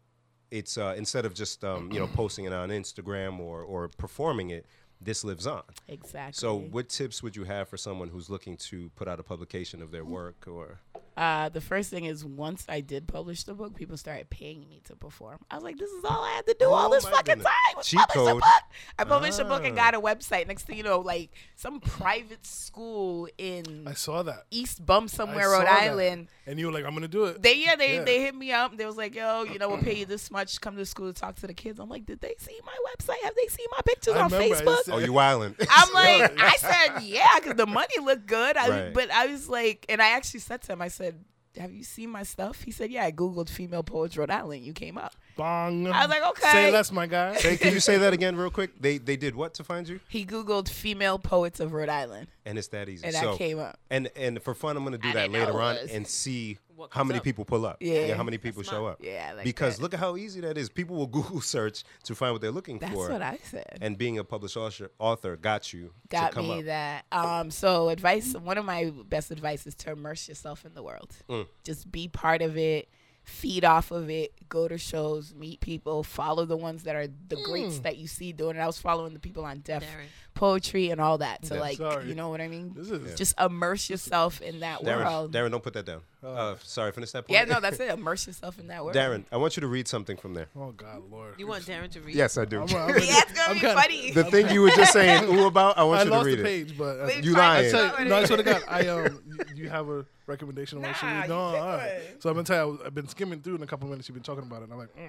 Speaker 1: it's uh, instead of just um, you know posting it on Instagram or or performing it, this lives on.
Speaker 3: Exactly.
Speaker 1: So, what tips would you have for someone who's looking to put out a publication of their work or
Speaker 3: Uh, the first thing is once I did publish the book, people started paying me to perform. I was like, this is all I had to do all
Speaker 1: Oh
Speaker 3: this
Speaker 1: my
Speaker 3: fucking
Speaker 1: goodness.
Speaker 3: time was
Speaker 1: Cheat
Speaker 3: publish a
Speaker 1: code.
Speaker 3: book. I published a book and
Speaker 1: Ah.
Speaker 3: got a website. Next thing you know, like some private school in
Speaker 2: I saw that.
Speaker 3: East Bum
Speaker 2: I
Speaker 3: somewhere, Rhode
Speaker 2: saw that.
Speaker 3: Island.
Speaker 2: and you were like, "I'm gonna do it."
Speaker 3: They yeah they
Speaker 2: Yeah.
Speaker 3: they hit me up. They was like, yo, you know, we'll pay you this much. Come to school to talk to the kids. I'm like, did they see my website? Have they seen my pictures
Speaker 2: I
Speaker 3: on
Speaker 2: remember I
Speaker 3: Facebook?
Speaker 2: used to-
Speaker 1: Oh, you wildin'.
Speaker 3: I'm like, I said, yeah, because the money looked good. I,
Speaker 1: Right.
Speaker 3: But I was like, and I actually said to him, I said, have you seen my stuff? He said, yeah, I Googled female poets Rhode Island. You came up.
Speaker 2: Bong.
Speaker 3: I was like, okay.
Speaker 2: Say less, my guy.
Speaker 1: Hey, can you say that again real quick? They they did what to find you?
Speaker 3: He Googled female poets of Rhode Island,
Speaker 1: And it's that easy.
Speaker 3: and
Speaker 1: so,
Speaker 3: I came up.
Speaker 1: and and for fun, I'm gonna do
Speaker 4: I
Speaker 1: that
Speaker 4: didn't know
Speaker 1: later
Speaker 4: it
Speaker 1: on
Speaker 4: was.
Speaker 1: and see
Speaker 4: What
Speaker 1: how
Speaker 4: comes
Speaker 1: many
Speaker 4: up.
Speaker 1: people pull up.
Speaker 3: Yeah.
Speaker 1: how many people show up.
Speaker 3: Yeah, I like
Speaker 1: because
Speaker 3: that.
Speaker 1: look at how easy that is. People will Google search to find what they're looking
Speaker 3: that's
Speaker 1: for.
Speaker 3: what I said.
Speaker 1: and being a published author, author got you to
Speaker 3: Got
Speaker 1: come
Speaker 3: me
Speaker 1: up.
Speaker 3: that. Um, so advice. One of my best advice is to immerse yourself in the world.
Speaker 1: Mm.
Speaker 3: Just be part of it. Feed off of it. Go to shows. Meet people. Follow the ones that are the greats
Speaker 1: Mm.
Speaker 3: that you see doing it. I was following the people on deaf
Speaker 4: Darren.
Speaker 3: poetry and all that. So
Speaker 1: Yeah.
Speaker 3: like,
Speaker 2: Sorry.
Speaker 3: you know what I mean?
Speaker 2: This is
Speaker 3: Just immerse yourself in that
Speaker 1: Darren,
Speaker 3: world.
Speaker 1: Darren, don't put that down. Uh, sorry, finish that point.
Speaker 3: Yeah, no, that's it. Immerse yourself in that world.
Speaker 1: Darren, I want you to read something from there.
Speaker 2: Oh God, Lord.
Speaker 4: You want Darren to read?
Speaker 1: Yes, I do.
Speaker 2: I'm, I'm,
Speaker 3: Yeah, it's gonna
Speaker 2: I'm
Speaker 3: be
Speaker 2: kinda-
Speaker 3: funny.
Speaker 1: the thing you were just saying ooh about, I want
Speaker 2: I
Speaker 1: you to
Speaker 2: lost
Speaker 1: read
Speaker 2: the
Speaker 1: it.
Speaker 2: page, but uh,
Speaker 3: Wait,
Speaker 1: You
Speaker 3: Frank,
Speaker 1: lying.
Speaker 3: it's
Speaker 2: tell
Speaker 3: not
Speaker 2: you,
Speaker 3: what
Speaker 2: no, I
Speaker 3: it
Speaker 2: swear to God,
Speaker 3: is.
Speaker 2: I um, you, you have a recommendation on what she
Speaker 3: Nah,
Speaker 2: read?
Speaker 3: you
Speaker 2: No,
Speaker 3: pick
Speaker 2: all right.
Speaker 3: one.
Speaker 2: So I'm gonna tell you, I've been skimming through in a couple minutes. You've been talking about it, and I'm like, mm.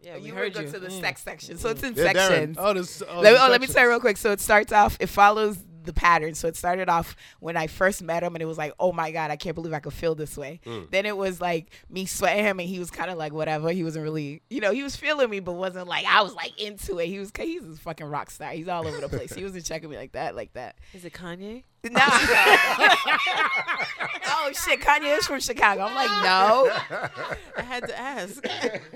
Speaker 4: Yeah, we
Speaker 3: you were
Speaker 4: heard
Speaker 3: go
Speaker 4: you.
Speaker 3: to the sex section. So it's in
Speaker 1: Yeah, Darren.
Speaker 3: sections.
Speaker 2: oh, this. Oh,
Speaker 3: let me,
Speaker 2: this
Speaker 3: oh, let me
Speaker 2: section.
Speaker 3: tell you real quick. So it starts off, it follows the pattern. So it started off when I first met him, and it was like, oh my God, I can't believe I could feel this way. Then it was like me sweating him, and he was kind of like, whatever. He wasn't really, you know, he was feeling me, but wasn't like, I was like into it. He was, he's a fucking rock star. He's all over the place. he wasn't checking me like that, like that.
Speaker 4: Is it Kanye?
Speaker 3: No. oh shit, Kanye is from Chicago. I'm like, no,
Speaker 4: I had to ask.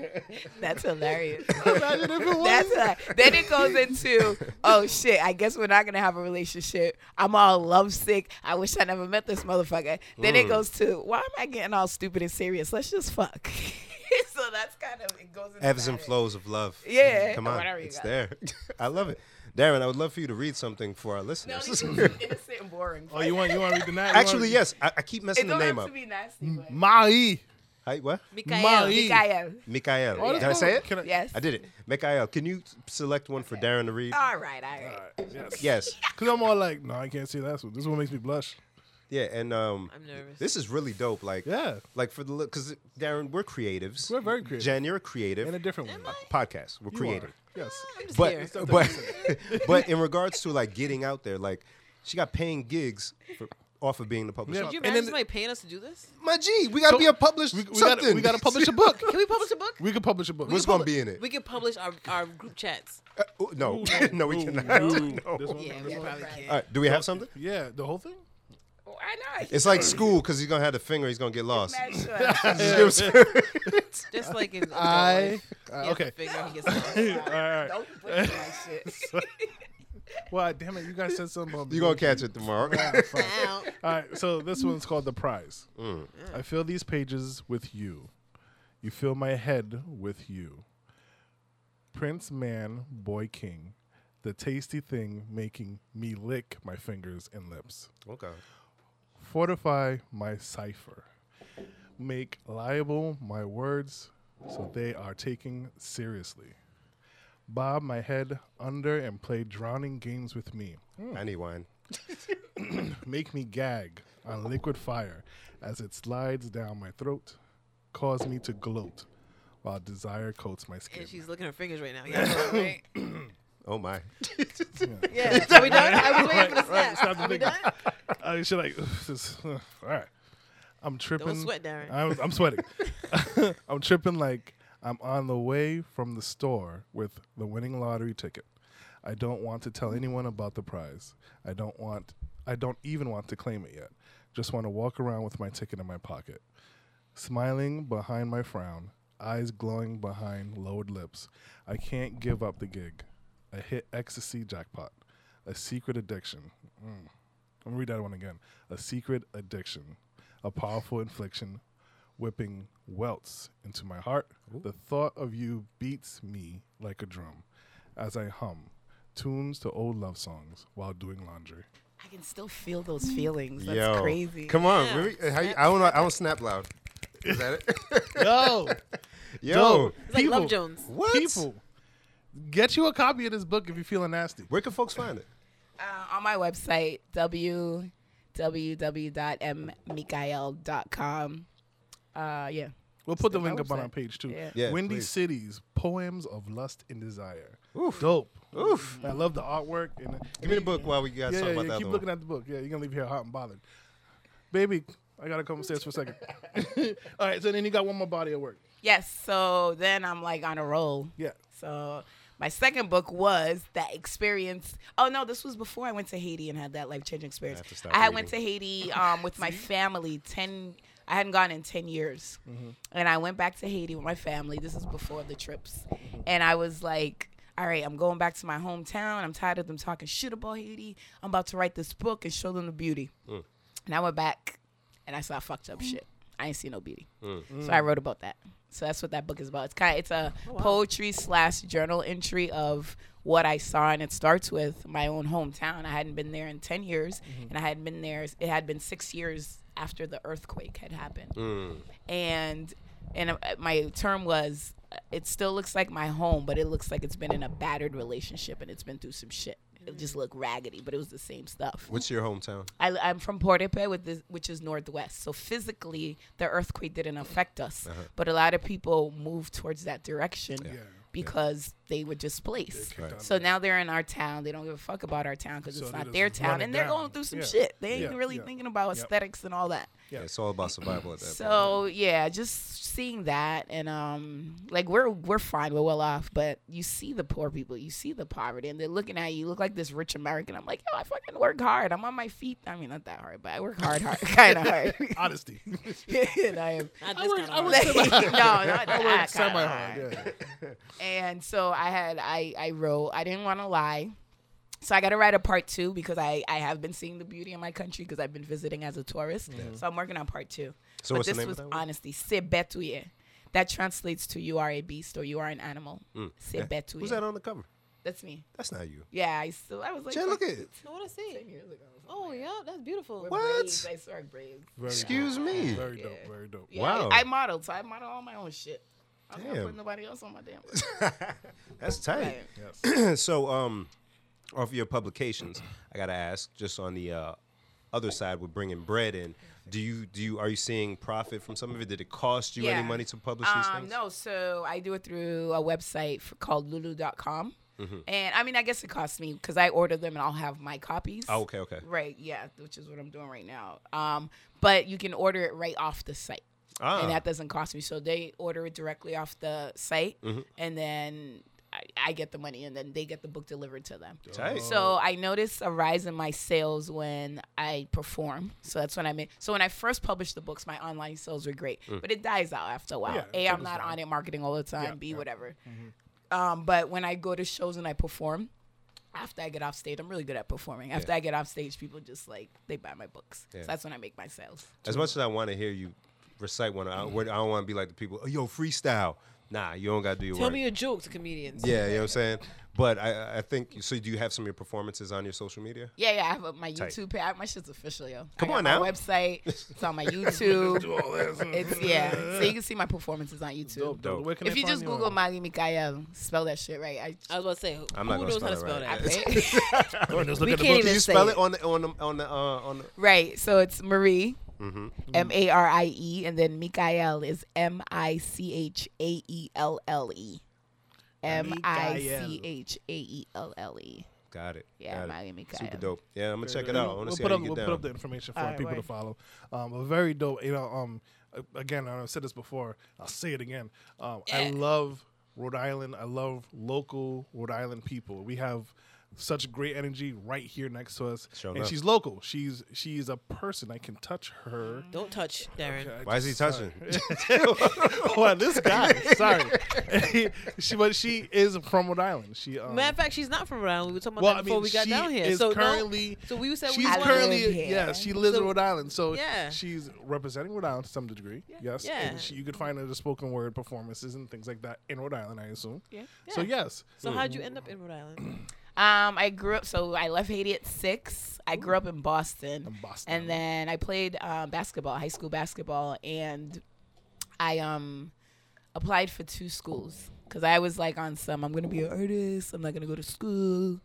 Speaker 3: that's hilarious.
Speaker 2: Imagine if it was.
Speaker 3: That's a, then it goes into oh shit. I guess we're not gonna have a relationship. I'm all lovesick. I wish I never met this motherfucker. Then
Speaker 2: Mm.
Speaker 3: it goes to why am I getting all stupid and serious? Let's just fuck. so that's kind of it goes. Into
Speaker 1: Ebbs
Speaker 3: that.
Speaker 1: and flows of love.
Speaker 3: Yeah.
Speaker 1: Come
Speaker 3: Or
Speaker 1: on.
Speaker 3: whatever you
Speaker 1: It's
Speaker 3: got.
Speaker 1: there. I love it. Darren, I would love for you to read something for our
Speaker 3: No,
Speaker 1: listeners.
Speaker 3: these are innocent and boring.
Speaker 2: Oh, you want you want to read the night?
Speaker 1: Actually, yes. I, I keep
Speaker 3: It
Speaker 1: messing the
Speaker 3: don't
Speaker 1: name
Speaker 3: have
Speaker 1: up.
Speaker 3: to be nasty.
Speaker 2: Mm.
Speaker 3: But.
Speaker 2: Mai.
Speaker 1: Hi, what?
Speaker 4: Mikael.
Speaker 2: Molly.
Speaker 3: Mikael.
Speaker 1: Mikael.
Speaker 2: Oh,
Speaker 1: Did I say it?
Speaker 2: Can I,
Speaker 3: Yes. Ah.
Speaker 1: I did it. Mikael, can you select one for Darren to read?
Speaker 3: All right. All
Speaker 2: Uh,
Speaker 3: right.
Speaker 2: Yes.
Speaker 1: Yes.
Speaker 2: Cause I'm all like, no, I can't see that one. This one makes me blush.
Speaker 1: Yeah, and um,
Speaker 4: I'm nervous.
Speaker 1: This is really dope. Like,
Speaker 2: Yeah.
Speaker 1: like for the look, because Darren, we're creatives.
Speaker 2: We're very creative.
Speaker 1: Jen, you're a creative.
Speaker 2: In a different way.
Speaker 1: podcast, we're
Speaker 2: You
Speaker 1: creative.
Speaker 2: are. Yes.
Speaker 1: But but but in regards to like getting out there, like she got paying gigs for, off of being the publisher.
Speaker 4: Did you
Speaker 2: And
Speaker 4: imagine
Speaker 2: then-
Speaker 4: somebody paying us to do this?
Speaker 1: My G, we gotta
Speaker 2: So
Speaker 1: be a published
Speaker 2: We, we
Speaker 1: something.
Speaker 2: gotta we gotta publish a book.
Speaker 4: Can we publish a book?
Speaker 2: we could publish a book.
Speaker 1: What's gonna be in it?
Speaker 4: We can publish our, our group chats.
Speaker 1: Uh, oh, no, no, we cannot.
Speaker 2: Ooh,
Speaker 1: No.
Speaker 2: This one,
Speaker 4: Yeah,
Speaker 2: this
Speaker 4: we
Speaker 2: one.
Speaker 4: probably
Speaker 1: All
Speaker 4: can.
Speaker 1: right, do we have something?
Speaker 2: Yeah, the whole thing.
Speaker 3: Why not?
Speaker 1: It's like school because he's gonna have the finger. He's gonna get lost.
Speaker 3: Mad sure.
Speaker 1: Just give us-
Speaker 4: Just like in
Speaker 2: I
Speaker 4: He
Speaker 2: uh,
Speaker 4: has
Speaker 2: okay.
Speaker 4: to figure he gets it.
Speaker 2: all right.
Speaker 3: Don't bring my shit.
Speaker 2: Well, damn it, you guys said something. About
Speaker 1: you gonna catch it tomorrow.
Speaker 2: Fine. All right, so this one's called The Prize. I fill these pages with you. You fill my head with you. Prince man, boy king. The tasty thing making me lick my fingers and lips.
Speaker 1: okay.
Speaker 2: Fortify my cipher. Make liable my words so they are taken seriously. Bob my head under and play drowning games with me.
Speaker 1: I need wine.
Speaker 2: Make me gag on liquid fire as it slides down my throat. Cause me to gloat while desire coats my skin.
Speaker 4: And she's looking at her fingers right now. Yeah. right?
Speaker 1: Oh my.
Speaker 4: yeah. Are we done? I was waiting for the
Speaker 2: Right,
Speaker 4: snap.
Speaker 2: stop the
Speaker 4: Are we
Speaker 2: thing.
Speaker 4: done?
Speaker 2: I mean, she like, this is- all right. I'm tripping.
Speaker 4: sweat, Darren.
Speaker 2: I'm, I'm sweating. I'm tripping like I'm on the way from the store with the winning lottery ticket. I don't want to tell anyone about the prize. I don't want. I don't even want to claim it yet. Just want to walk around with my ticket in my pocket, smiling behind my frown, eyes glowing behind lowered lips. I can't give up the gig. I hit ecstasy jackpot, a secret addiction. Mm. I'm gonna read that one again. A secret addiction, a powerful infliction, whipping welts into my heart. The thought of you beats me like a drum as I hum tunes to old love songs while doing laundry.
Speaker 3: I can still feel those feelings. That's
Speaker 1: Yo,
Speaker 3: crazy.
Speaker 1: Come on,
Speaker 4: Yeah.
Speaker 1: really? How you- I don't know. I don't snap loud. Is that it?
Speaker 2: Yo,
Speaker 1: Yo,
Speaker 2: dope.
Speaker 4: It's like Love
Speaker 2: People.
Speaker 4: Jones.
Speaker 1: what?
Speaker 2: people, get you a copy of this book if you're feeling nasty.
Speaker 1: Where can folks find it?
Speaker 3: uh, on my website www.mmikael.com. Uh, yeah.
Speaker 2: We'll put the
Speaker 3: Still
Speaker 2: link up on
Speaker 3: website.
Speaker 2: our page too.
Speaker 3: Yeah.
Speaker 1: Yeah,
Speaker 2: Windy
Speaker 1: please.
Speaker 2: Cities, Poems of Lust and Desire.
Speaker 1: Oof.
Speaker 2: Dope.
Speaker 1: Oof.
Speaker 2: I love the artwork. And
Speaker 1: Give me the book while we guys
Speaker 2: Yeah,
Speaker 1: talk
Speaker 2: yeah,
Speaker 1: about
Speaker 2: yeah,
Speaker 1: that.
Speaker 2: keep
Speaker 1: one.
Speaker 2: looking at the book. Yeah, you're gonna leave here hot and bothered. Baby, I gotta come upstairs for a second. All right, so then you got one more body of work.
Speaker 3: Yes. So then I'm like on a roll.
Speaker 2: Yeah.
Speaker 3: So my second book was that experience. Oh no, this was before I went to Haiti and had that life changing experience.
Speaker 1: have to stop
Speaker 3: I, had went to
Speaker 1: reading.
Speaker 3: Haiti um, with my family ten. I hadn't gone in ten years,
Speaker 1: Mm-hmm.
Speaker 3: and I went back to Haiti with my family. This is before the trips,
Speaker 1: Mm-hmm.
Speaker 3: and I was like. All right, I'm going back to my hometown. I'm tired of them talking shit about Haiti. I'm about to write this book and show them the beauty.
Speaker 1: Mm.
Speaker 3: And I went back and I saw fucked up shit. I ain't see no beauty. So I wrote about that. So that's what that book is about. It's kind of, it's a poetry slash journal entry of what I saw, and it starts with my own hometown. I hadn't been there in ten years, and I hadn't been there. It had been six years after the earthquake had happened, and and uh, my term was, uh, it still looks like my home, but it looks like it's been in a battered relationship, and it's been through some shit. It just looked raggedy, but it was the same stuff.
Speaker 1: What's your hometown?
Speaker 3: I, I'm from Port-au-Prince, with this, which is northwest. So physically, the earthquake didn't affect us, but a lot of people moved towards that direction
Speaker 2: Yeah.
Speaker 3: because they were displaced.
Speaker 1: Right. out
Speaker 3: So now they're in our town. They don't give a fuck about our town because
Speaker 2: So
Speaker 3: it's
Speaker 2: they
Speaker 3: not
Speaker 2: just
Speaker 3: their
Speaker 2: run
Speaker 3: town,
Speaker 2: it
Speaker 3: and they're
Speaker 2: down.
Speaker 3: going through some
Speaker 2: Yeah.
Speaker 3: shit. They ain't
Speaker 2: Yeah.
Speaker 3: really
Speaker 2: Yeah.
Speaker 3: thinking about
Speaker 2: Yep.
Speaker 3: aesthetics and all that.
Speaker 2: Yeah.
Speaker 1: It's all about survival at that point.
Speaker 3: So yeah, just seeing that, and um, like we're we're fine, we're well off, but you see the poor people, you see the poverty, and they're looking at you, you look like this rich American. I'm like, yo, I fucking work hard. I'm on my feet. I mean, not that hard, but I work hard, hard, kind of hard.
Speaker 2: Honesty.
Speaker 3: and I am.
Speaker 4: Not this kind of
Speaker 3: no,
Speaker 4: hard.
Speaker 3: not that
Speaker 2: I work
Speaker 3: kinda
Speaker 2: semi hard. Yeah.
Speaker 3: and so I had I I wrote I didn't want to lie. So I got to write a part two because I, I have been seeing the beauty in my country because I've been visiting as a tourist. So I'm working on part two.
Speaker 1: So
Speaker 3: but
Speaker 1: what's the
Speaker 3: this
Speaker 1: name of
Speaker 3: was
Speaker 1: that one?
Speaker 3: honestly se betuye. That translates to you are a beast or you are an animal. Se betuye.
Speaker 1: Mm, Who's that on the cover?
Speaker 3: That's me.
Speaker 1: That's not you.
Speaker 3: Yeah, I still I was like,
Speaker 1: Jen, look at
Speaker 3: fuck,
Speaker 1: it.
Speaker 4: No, what I see.
Speaker 3: years ago. I was
Speaker 4: Oh yeah, that's beautiful.
Speaker 3: like,
Speaker 1: What?
Speaker 3: braids. I started braids.
Speaker 2: Very
Speaker 1: Excuse
Speaker 2: dope.
Speaker 1: me.
Speaker 2: Very dope.
Speaker 3: Yeah.
Speaker 2: Very dope.
Speaker 3: Yeah,
Speaker 1: Wow.
Speaker 3: I, I modeled, so I modeled all my own shit. I'm not
Speaker 1: Damn.
Speaker 3: putting nobody else on my damn.
Speaker 1: That's tight.
Speaker 3: Right.
Speaker 1: so, um, off your publications, I gotta ask, just on the uh, other side with bringing bread in, do you do you are you seeing profit from some of it? Did it cost you
Speaker 3: Yeah.
Speaker 1: any money to publish these
Speaker 3: Um,
Speaker 1: things?
Speaker 3: no, so I do it through a website for, called lulu.com.
Speaker 1: Mm-hmm.
Speaker 3: And I mean, I guess it costs me because I order them and I'll have my copies.
Speaker 1: Oh, okay, okay.
Speaker 3: Right, yeah, which is what I'm doing right now. Um, but you can order it right off the site.
Speaker 1: Ah,
Speaker 3: And that doesn't cost me. So they order it directly off the site
Speaker 2: Mm-hmm.
Speaker 3: and then I, I get the money and then they get the book delivered to them.
Speaker 1: tight.
Speaker 3: So I noticed a rise in my sales when I perform. So that's when I made. So when I first published the books, my online sales were great, but it dies out after a while.
Speaker 2: Mm. Yeah,
Speaker 3: a,
Speaker 2: it
Speaker 3: I'm
Speaker 2: goes
Speaker 3: not
Speaker 2: down.
Speaker 3: on it marketing all the time. B,
Speaker 2: yeah. Mm-hmm.
Speaker 3: whatever. Um, but when I go to shows and I perform, after I get off stage, I'm really good at performing. After I get off stage, people just like they buy my books.
Speaker 1: Yeah.
Speaker 3: So that's when I make my sales.
Speaker 1: as much as I want to hear you recite one, I, I don't want to be like the people. Oh, yo, freestyle. Nah, you don't gotta do your
Speaker 4: Tell
Speaker 1: work.
Speaker 4: me your joke to comedians.
Speaker 1: yeah, you know what I'm saying. But I, I think so. Do you have some of your performances on your social media?
Speaker 3: Yeah, yeah. I have uh, my
Speaker 1: Tight.
Speaker 3: YouTube page. My shit's official, yo.
Speaker 1: Come
Speaker 3: I got
Speaker 1: on
Speaker 3: my
Speaker 1: now.
Speaker 3: website. It's on my YouTube.
Speaker 2: All that's-
Speaker 3: it's yeah. So you can see my performances on YouTube.
Speaker 2: dope, dope.
Speaker 1: Dope.
Speaker 2: Where can
Speaker 3: If
Speaker 2: they
Speaker 3: you
Speaker 2: find
Speaker 3: just Google
Speaker 2: on?
Speaker 3: Mali Mikael, spell that shit right. I,
Speaker 4: I was about to say, who
Speaker 1: I'm not
Speaker 4: knows
Speaker 1: gonna
Speaker 4: how to
Speaker 1: spell
Speaker 4: spell
Speaker 1: it
Speaker 4: that?
Speaker 1: right.
Speaker 3: right?
Speaker 2: Let's look
Speaker 4: We
Speaker 2: at the book.
Speaker 4: can't
Speaker 1: Can
Speaker 4: even
Speaker 1: you
Speaker 4: say
Speaker 1: spell
Speaker 4: it.
Speaker 1: it on the on the on the uh, on the
Speaker 3: right. So it's Marie,
Speaker 1: Mm-hmm.
Speaker 3: M A R I E, and then Mikael is M I C H A E L L E. M I C H A E L L E.
Speaker 1: Got it.
Speaker 3: Yeah,
Speaker 1: got
Speaker 3: Miami
Speaker 1: it.
Speaker 3: Mikael.
Speaker 1: Super dope. Yeah, I'm gonna check it
Speaker 2: Yeah,
Speaker 1: out. I
Speaker 2: We'll,
Speaker 1: wanna
Speaker 2: we'll
Speaker 1: see
Speaker 2: put
Speaker 1: how
Speaker 2: up,
Speaker 1: you
Speaker 2: we'll
Speaker 1: get
Speaker 2: put
Speaker 1: down.
Speaker 2: up the information for
Speaker 3: All right,
Speaker 2: people to
Speaker 3: word.
Speaker 2: follow. Um, a very dope, you know. Um, a- again, I've said this before. I'll say it again. Um, I
Speaker 4: Yeah.
Speaker 2: love Rhode Island. I love local Rhode Island people. We have such great energy right here next to us,
Speaker 1: Sure
Speaker 2: and
Speaker 1: enough.
Speaker 2: she's local. She's she's a person. I can touch her.
Speaker 4: Don't touch, Darren.
Speaker 1: Why is he touching?
Speaker 2: Well, this guy. Sorry, she but she is from Rhode Island. She um,
Speaker 4: Matter of fact, she's not from Rhode Island. We were talking about
Speaker 2: well, I
Speaker 4: that before
Speaker 2: mean,
Speaker 4: we got
Speaker 2: she
Speaker 4: down here.
Speaker 2: is
Speaker 4: So no-
Speaker 2: currently-
Speaker 4: so we said we
Speaker 2: She's
Speaker 3: I
Speaker 4: wanted-
Speaker 3: live
Speaker 2: currently
Speaker 3: here.
Speaker 2: yeah, she lives
Speaker 4: So-
Speaker 2: in Rhode Island, so
Speaker 4: Yeah.
Speaker 2: she's representing Rhode Island to some degree. Yes,
Speaker 4: Yeah.
Speaker 2: and she, you could find her at the spoken word performances and things like that in Rhode Island, I assume.
Speaker 4: Yeah.
Speaker 2: So
Speaker 4: Yeah.
Speaker 2: yes,
Speaker 1: Mm.
Speaker 4: So how'd you end up in Rhode Island?
Speaker 3: Um, I grew up, so I left Haiti at six. I grew up in Boston.
Speaker 2: In Boston.
Speaker 3: And then I played um, basketball, high school basketball, and I um, applied for two schools because I was like on some, I'm going to be an artist, I'm not going to go to school.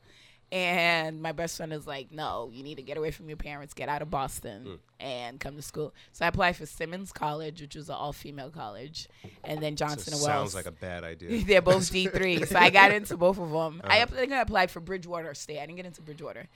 Speaker 3: And my best friend is like, no, you need to get away from your parents, get out of Boston,
Speaker 1: Hmm.
Speaker 3: and come to school. So I applied for Simmons College, which was an all female college, and then Johnson
Speaker 1: It
Speaker 3: and Wells.
Speaker 1: sounds like a bad idea.
Speaker 3: They're both D three, so I got into both of them. I app- I think I applied for Bridgewater State. I didn't get into Bridgewater,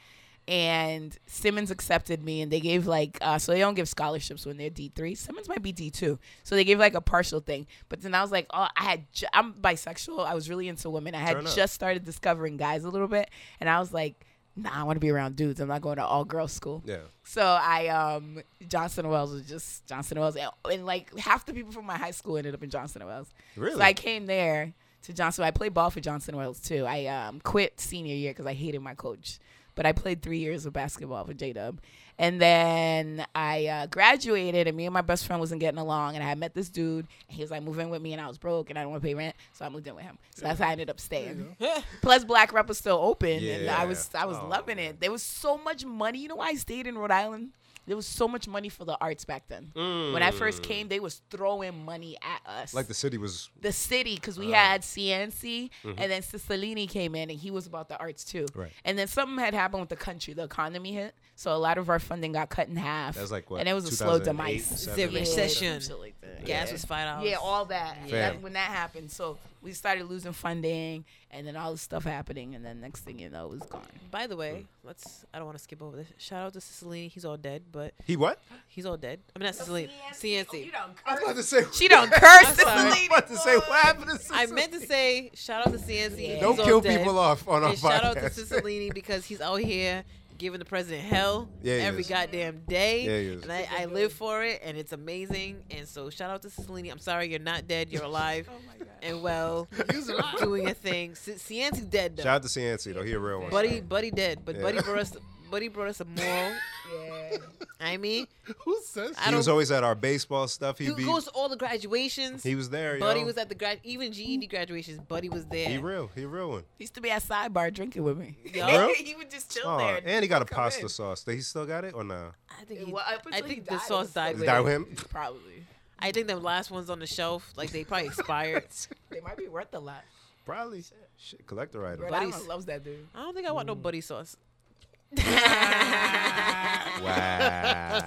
Speaker 3: and Simmons accepted me, and they gave like uh, so they don't give scholarships when they're D three. Simmons might be D two, so they gave like a partial thing. But then I was like, oh, I had ju- I'm bisexual. I was really into women. I had
Speaker 1: Turn up.
Speaker 3: just started discovering guys a little bit, and I was like, nah, I want to be around dudes. I'm not going to all girls school.
Speaker 1: Yeah.
Speaker 3: So I um Johnson and Wells was just Johnson and Wells and, and, like half the people from my high school ended up in Johnson and Wells.
Speaker 1: Really?
Speaker 3: So I came there to Johnson. I played ball for Johnson and Wells too. I um quit senior year because I hated my coach, but I played three years of basketball for J Dub, and then I uh, graduated. And me and my best friend wasn't getting along, and I had met this dude, and he was like, "Move in with me," and I was broke, and I don't want to pay rent, so I moved in with him. So that's how I ended up staying. Plus, Black Rep was still open, and I
Speaker 1: Yeah.
Speaker 3: was I was
Speaker 1: Oh,
Speaker 3: loving it. There was so much money. You know why I stayed in Rhode Island? There was so much money for the arts back then. When I first came, they was throwing money at us.
Speaker 1: Like the Uh. city was
Speaker 3: the city, because we had CNC, and then Cicilline came in, and he was about the arts too.
Speaker 1: Right.
Speaker 3: And then something had happened with the country. The economy hit, so a lot of our funding got cut in half.
Speaker 1: That was like, what,
Speaker 3: And it was a slow
Speaker 1: 2008,
Speaker 3: demise.
Speaker 1: seven,
Speaker 4: The
Speaker 1: eight,
Speaker 4: recession.
Speaker 3: Some shit like that.
Speaker 4: Gas
Speaker 3: Yeah.
Speaker 4: was five dollars.
Speaker 3: Yeah, all that.
Speaker 1: Fair.
Speaker 3: That- when that happened, so we started losing funding, and then all this stuff happening, and then next thing you know, it was gone.
Speaker 4: By the
Speaker 1: Mm.
Speaker 4: way, let's. I don't want to skip over this. Shout out to Cicilline. He's all dead, but
Speaker 1: He what?
Speaker 4: he's all dead. I mean, not Cicilline.
Speaker 3: oh,
Speaker 4: CNC.
Speaker 1: I was about to say.
Speaker 3: She don't curse
Speaker 4: sorry.
Speaker 1: I was
Speaker 3: Cicilline.
Speaker 1: about to say what happened to
Speaker 4: I meant to
Speaker 1: Sicily?
Speaker 4: say shout out to CNC. He's
Speaker 1: Don't
Speaker 4: all
Speaker 1: kill
Speaker 4: dead.
Speaker 1: people off on our
Speaker 4: And shout out to
Speaker 1: podcast.
Speaker 4: Cicilline because he's out here giving the president hell
Speaker 1: Yeah, he
Speaker 4: every
Speaker 1: is.
Speaker 4: goddamn day.
Speaker 1: Yeah, he is.
Speaker 4: And I, I live for it, and it's amazing. And so shout out to Cicilline. I'm sorry you're not dead. You're alive
Speaker 1: Oh
Speaker 4: and well, doing your thing. C- Cianci dead though.
Speaker 1: Shout out to CNC though. He a real one.
Speaker 4: Buddy, Buddy dead, but
Speaker 1: Yeah.
Speaker 4: Buddy brought us. Buddy brought us a moral.
Speaker 3: Yeah.
Speaker 4: I mean,
Speaker 2: Who says?
Speaker 4: I
Speaker 1: He
Speaker 4: don't-
Speaker 1: was always at our baseball stuff. He'd
Speaker 4: he
Speaker 1: be.
Speaker 4: goes to all the graduations.
Speaker 1: he was there.
Speaker 4: Buddy
Speaker 1: yo.
Speaker 4: was at the grad, even GED graduations. Buddy was there.
Speaker 1: He real. He real one.
Speaker 3: He used to be at sidebar drinking with me.
Speaker 1: Yo.
Speaker 3: he would just chill
Speaker 1: Oh,
Speaker 3: there.
Speaker 1: and he got a
Speaker 3: come
Speaker 1: pasta
Speaker 3: in.
Speaker 1: sauce. He still got it or no?
Speaker 4: I think, he,
Speaker 3: Well, up
Speaker 4: I
Speaker 3: until he
Speaker 4: think the
Speaker 3: died, it
Speaker 4: sauce
Speaker 3: was still
Speaker 4: died.
Speaker 3: there.
Speaker 1: Is
Speaker 4: with
Speaker 1: that
Speaker 4: it.
Speaker 1: him?
Speaker 3: Probably.
Speaker 4: I think the last ones on the shelf, like they probably expired.
Speaker 3: They might be worth a lot.
Speaker 1: Probably. Shit, collector item.
Speaker 3: Rhode
Speaker 4: Buddies.
Speaker 3: Island loves that dude.
Speaker 4: I don't think I want no
Speaker 1: Mm.
Speaker 4: buddy sauce.
Speaker 1: Wow.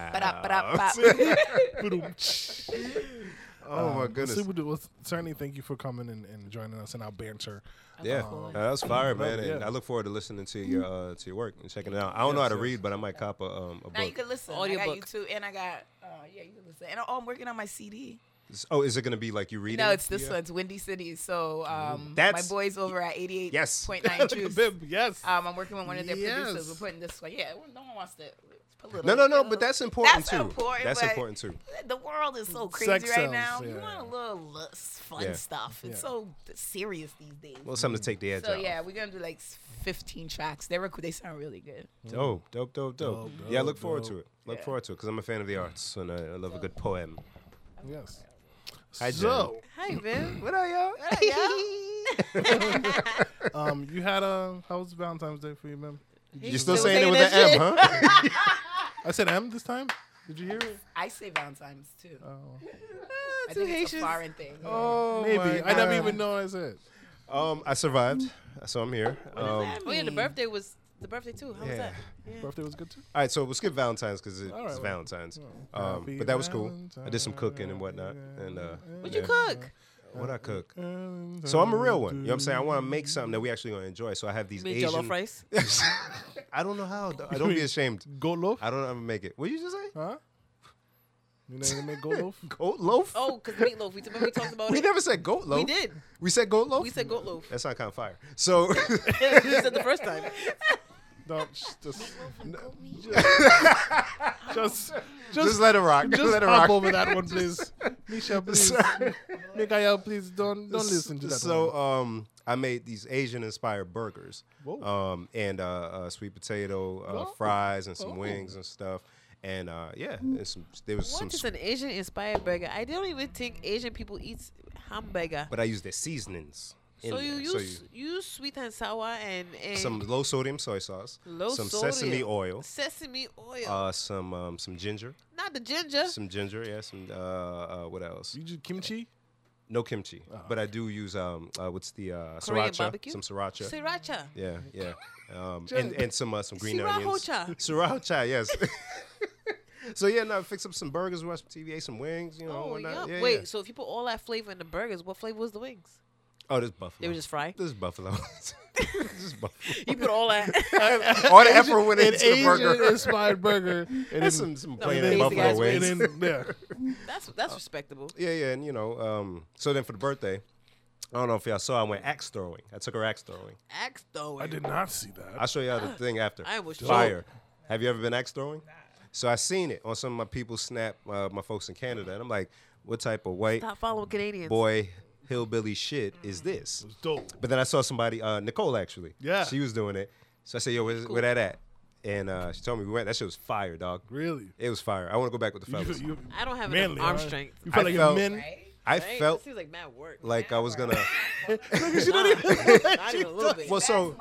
Speaker 1: oh my goodness.
Speaker 2: Super Dude, well, certainly thank you for coming and, and joining us in our banter.
Speaker 1: Yeah, uh, that was fire, man. And
Speaker 2: yeah.
Speaker 1: I look forward to listening to your uh, to your work and checking it out. I don't know how to
Speaker 2: Yes, yes.
Speaker 1: read, but I might cop a, um, a
Speaker 3: Now you
Speaker 1: book.
Speaker 3: can listen. I got
Speaker 4: Audiobook.
Speaker 3: YouTube and I got uh, yeah, you can listen. And oh, I'm working on my CD.
Speaker 1: S- Oh, is it gonna be like you reading?
Speaker 3: No, it's this
Speaker 1: Yeah.
Speaker 3: one. It's Windy City. So um, my
Speaker 1: That's-
Speaker 3: boys over at 88.9
Speaker 1: Yes.
Speaker 3: Juice.
Speaker 2: Bib, yes.
Speaker 3: Um, I'm working with one of their
Speaker 2: Yes.
Speaker 3: producers. We're putting this one. Yeah, no one wants to. put a little-
Speaker 1: No, no, no.
Speaker 3: a
Speaker 1: But
Speaker 3: little-
Speaker 1: that's important
Speaker 3: That's
Speaker 1: too.
Speaker 3: important,
Speaker 1: that's
Speaker 3: but-
Speaker 1: important too.
Speaker 3: the world is so crazy
Speaker 2: Sex
Speaker 3: right
Speaker 2: sells,
Speaker 3: now.
Speaker 2: yeah.
Speaker 3: You want a little less fun
Speaker 1: Yeah.
Speaker 3: stuff. It's
Speaker 2: Yeah.
Speaker 3: so serious these days.
Speaker 1: Well, something to take the edge
Speaker 3: so
Speaker 1: off.
Speaker 3: yeah, we're gonna do like 15 tracks. They rec- they sound really good.
Speaker 1: Dope, dope, dope, dope.
Speaker 2: Dope,
Speaker 1: Yeah, I look
Speaker 2: dope,
Speaker 1: forward to
Speaker 2: dope.
Speaker 1: it. Look
Speaker 3: Yeah.
Speaker 1: forward to it because I'm a fan of the arts and I, I love a good poem.
Speaker 2: yes.
Speaker 1: Hi,
Speaker 2: so,
Speaker 4: Hi, Vin.
Speaker 1: What are y'all?
Speaker 2: um, you had a how was Valentine's Day for you, man?
Speaker 1: You're still,
Speaker 4: still
Speaker 1: saying it with
Speaker 4: saying that
Speaker 1: an M, huh?
Speaker 2: I said M this time. Did you hear it?
Speaker 3: I say Valentine's too.
Speaker 2: Oh.
Speaker 3: I
Speaker 4: Two
Speaker 3: think it's a
Speaker 4: Haitians.
Speaker 3: foreign thing.
Speaker 1: oh,
Speaker 2: Maybe
Speaker 1: my
Speaker 2: I never
Speaker 1: God.
Speaker 2: even know what I said.
Speaker 1: Um, I survived, so I'm here. Um,
Speaker 3: that
Speaker 4: Oh yeah, the
Speaker 3: mean?
Speaker 4: birthday was the birthday too. How was
Speaker 1: Yeah.
Speaker 4: that?
Speaker 2: Birthday was good too.
Speaker 1: All right, so we'll skip Valentine's because it's
Speaker 2: All right, well,
Speaker 1: Valentine's.
Speaker 2: well,
Speaker 1: Um,
Speaker 2: happy
Speaker 1: but that was cool. I did some cooking and whatnot. And uh,
Speaker 4: What'd
Speaker 1: yeah.
Speaker 4: you cook?
Speaker 1: What I cook? So I'm a real one. You know what I'm saying? I want to make something that we actually gonna enjoy. So I have these
Speaker 4: Made
Speaker 1: Asian.
Speaker 4: jollof rice.
Speaker 1: I don't know how. though. I don't be ashamed.
Speaker 2: Goat loaf?
Speaker 1: I don't ever make it. What did you just say?
Speaker 2: Huh? You know you make goat loaf?
Speaker 1: Goat loaf?
Speaker 4: Oh, cause meatloaf. We, remember we talked about
Speaker 1: we
Speaker 4: it.
Speaker 1: never said goat loaf.
Speaker 4: We did.
Speaker 1: We said goat loaf.
Speaker 4: We said goat loaf.
Speaker 1: That's not kind of fire. So
Speaker 4: you said the first time.
Speaker 2: Don't just just just,
Speaker 1: just
Speaker 2: just,
Speaker 1: let it rock.
Speaker 2: just
Speaker 1: let it
Speaker 2: hop
Speaker 1: rock.
Speaker 2: over that one, please. Misha, please.
Speaker 1: Sorry.
Speaker 2: Mikhail, please don't don't listen to that.
Speaker 1: So
Speaker 2: one.
Speaker 1: um, I made these Asian-inspired burgers,
Speaker 2: Whoa.
Speaker 1: um, and uh, uh, sweet potato uh,
Speaker 2: Oh.
Speaker 1: fries and some
Speaker 2: Oh.
Speaker 1: wings and stuff. And uh, yeah, and some, there was some,
Speaker 4: What is
Speaker 1: sp-
Speaker 4: an Asian inspired burger? I don't even think Asian people eat hamburger.
Speaker 1: but I used the seasonings. in
Speaker 4: So you
Speaker 1: there.
Speaker 4: use use sweet and sour and, and
Speaker 1: some low sodium soy sauce,
Speaker 4: low
Speaker 1: some
Speaker 4: sodium.
Speaker 1: sesame oil,
Speaker 4: sesame oil,
Speaker 1: uh, some um, some ginger,
Speaker 4: not the ginger.
Speaker 1: some ginger, yeah, some uh, uh, what else?
Speaker 2: You just kimchi?
Speaker 1: No kimchi, but I do use um, uh, what's the uh,
Speaker 4: Korean
Speaker 1: sriracha,
Speaker 4: barbecue?
Speaker 1: some sriracha,
Speaker 4: Sriracha.
Speaker 1: yeah, yeah, um, and and some uh, some green onions,
Speaker 4: Sriracha.
Speaker 1: sriracha, yes. so yeah, now fix up some burgers, watch TVA, some wings, you know,
Speaker 4: Oh,
Speaker 1: whatnot.
Speaker 4: yum.
Speaker 1: yeah,
Speaker 4: Wait,
Speaker 1: yeah.
Speaker 4: so if you put all that flavor in the burgers, what flavor was the wings?
Speaker 1: oh, this buffalo,
Speaker 4: They were just fried.
Speaker 1: this buffalo, this buffalo.
Speaker 4: You put all that.
Speaker 1: All the effort went
Speaker 2: An
Speaker 1: into the burger.
Speaker 2: Asian-inspired burger. And
Speaker 1: That's some, some plain
Speaker 4: basic
Speaker 1: buffalo
Speaker 4: ass
Speaker 1: wings.
Speaker 2: And then, yeah.
Speaker 4: that's that's respectable.
Speaker 1: Yeah, yeah, and you know, um, so then for the birthday, I don't know if y'all saw, I went axe throwing. I took her axe throwing.
Speaker 4: Axe throwing.
Speaker 2: I did not see that.
Speaker 1: I'll show y'all the thing after.
Speaker 4: I was
Speaker 1: fire. Have you ever been axe throwing? So I seen it on some of my people snap, uh, my folks in Canada, and I'm like, what type of white
Speaker 4: Stop Mm. following Canadians.
Speaker 1: boy hillbilly shit is this?
Speaker 2: Dope.
Speaker 1: But then I saw somebody, uh, Nicole actually.
Speaker 2: Yeah.
Speaker 1: She was doing it. So I said, yo, where's, where that at? And uh, she told me we went. That shit was fire, dog.
Speaker 2: Really?
Speaker 1: It was fire. I want to go back with the
Speaker 2: You,
Speaker 1: fellas.
Speaker 2: you,
Speaker 4: I don't have
Speaker 2: manly.
Speaker 4: enough arm
Speaker 2: huh?
Speaker 4: strength.
Speaker 2: You feel
Speaker 1: I
Speaker 2: like
Speaker 1: felt-
Speaker 2: a man.
Speaker 3: Right?
Speaker 1: I
Speaker 4: Right?
Speaker 1: felt
Speaker 4: That seems like mad work.
Speaker 1: like I was gonna.
Speaker 4: Not even a little bit.
Speaker 1: Well, so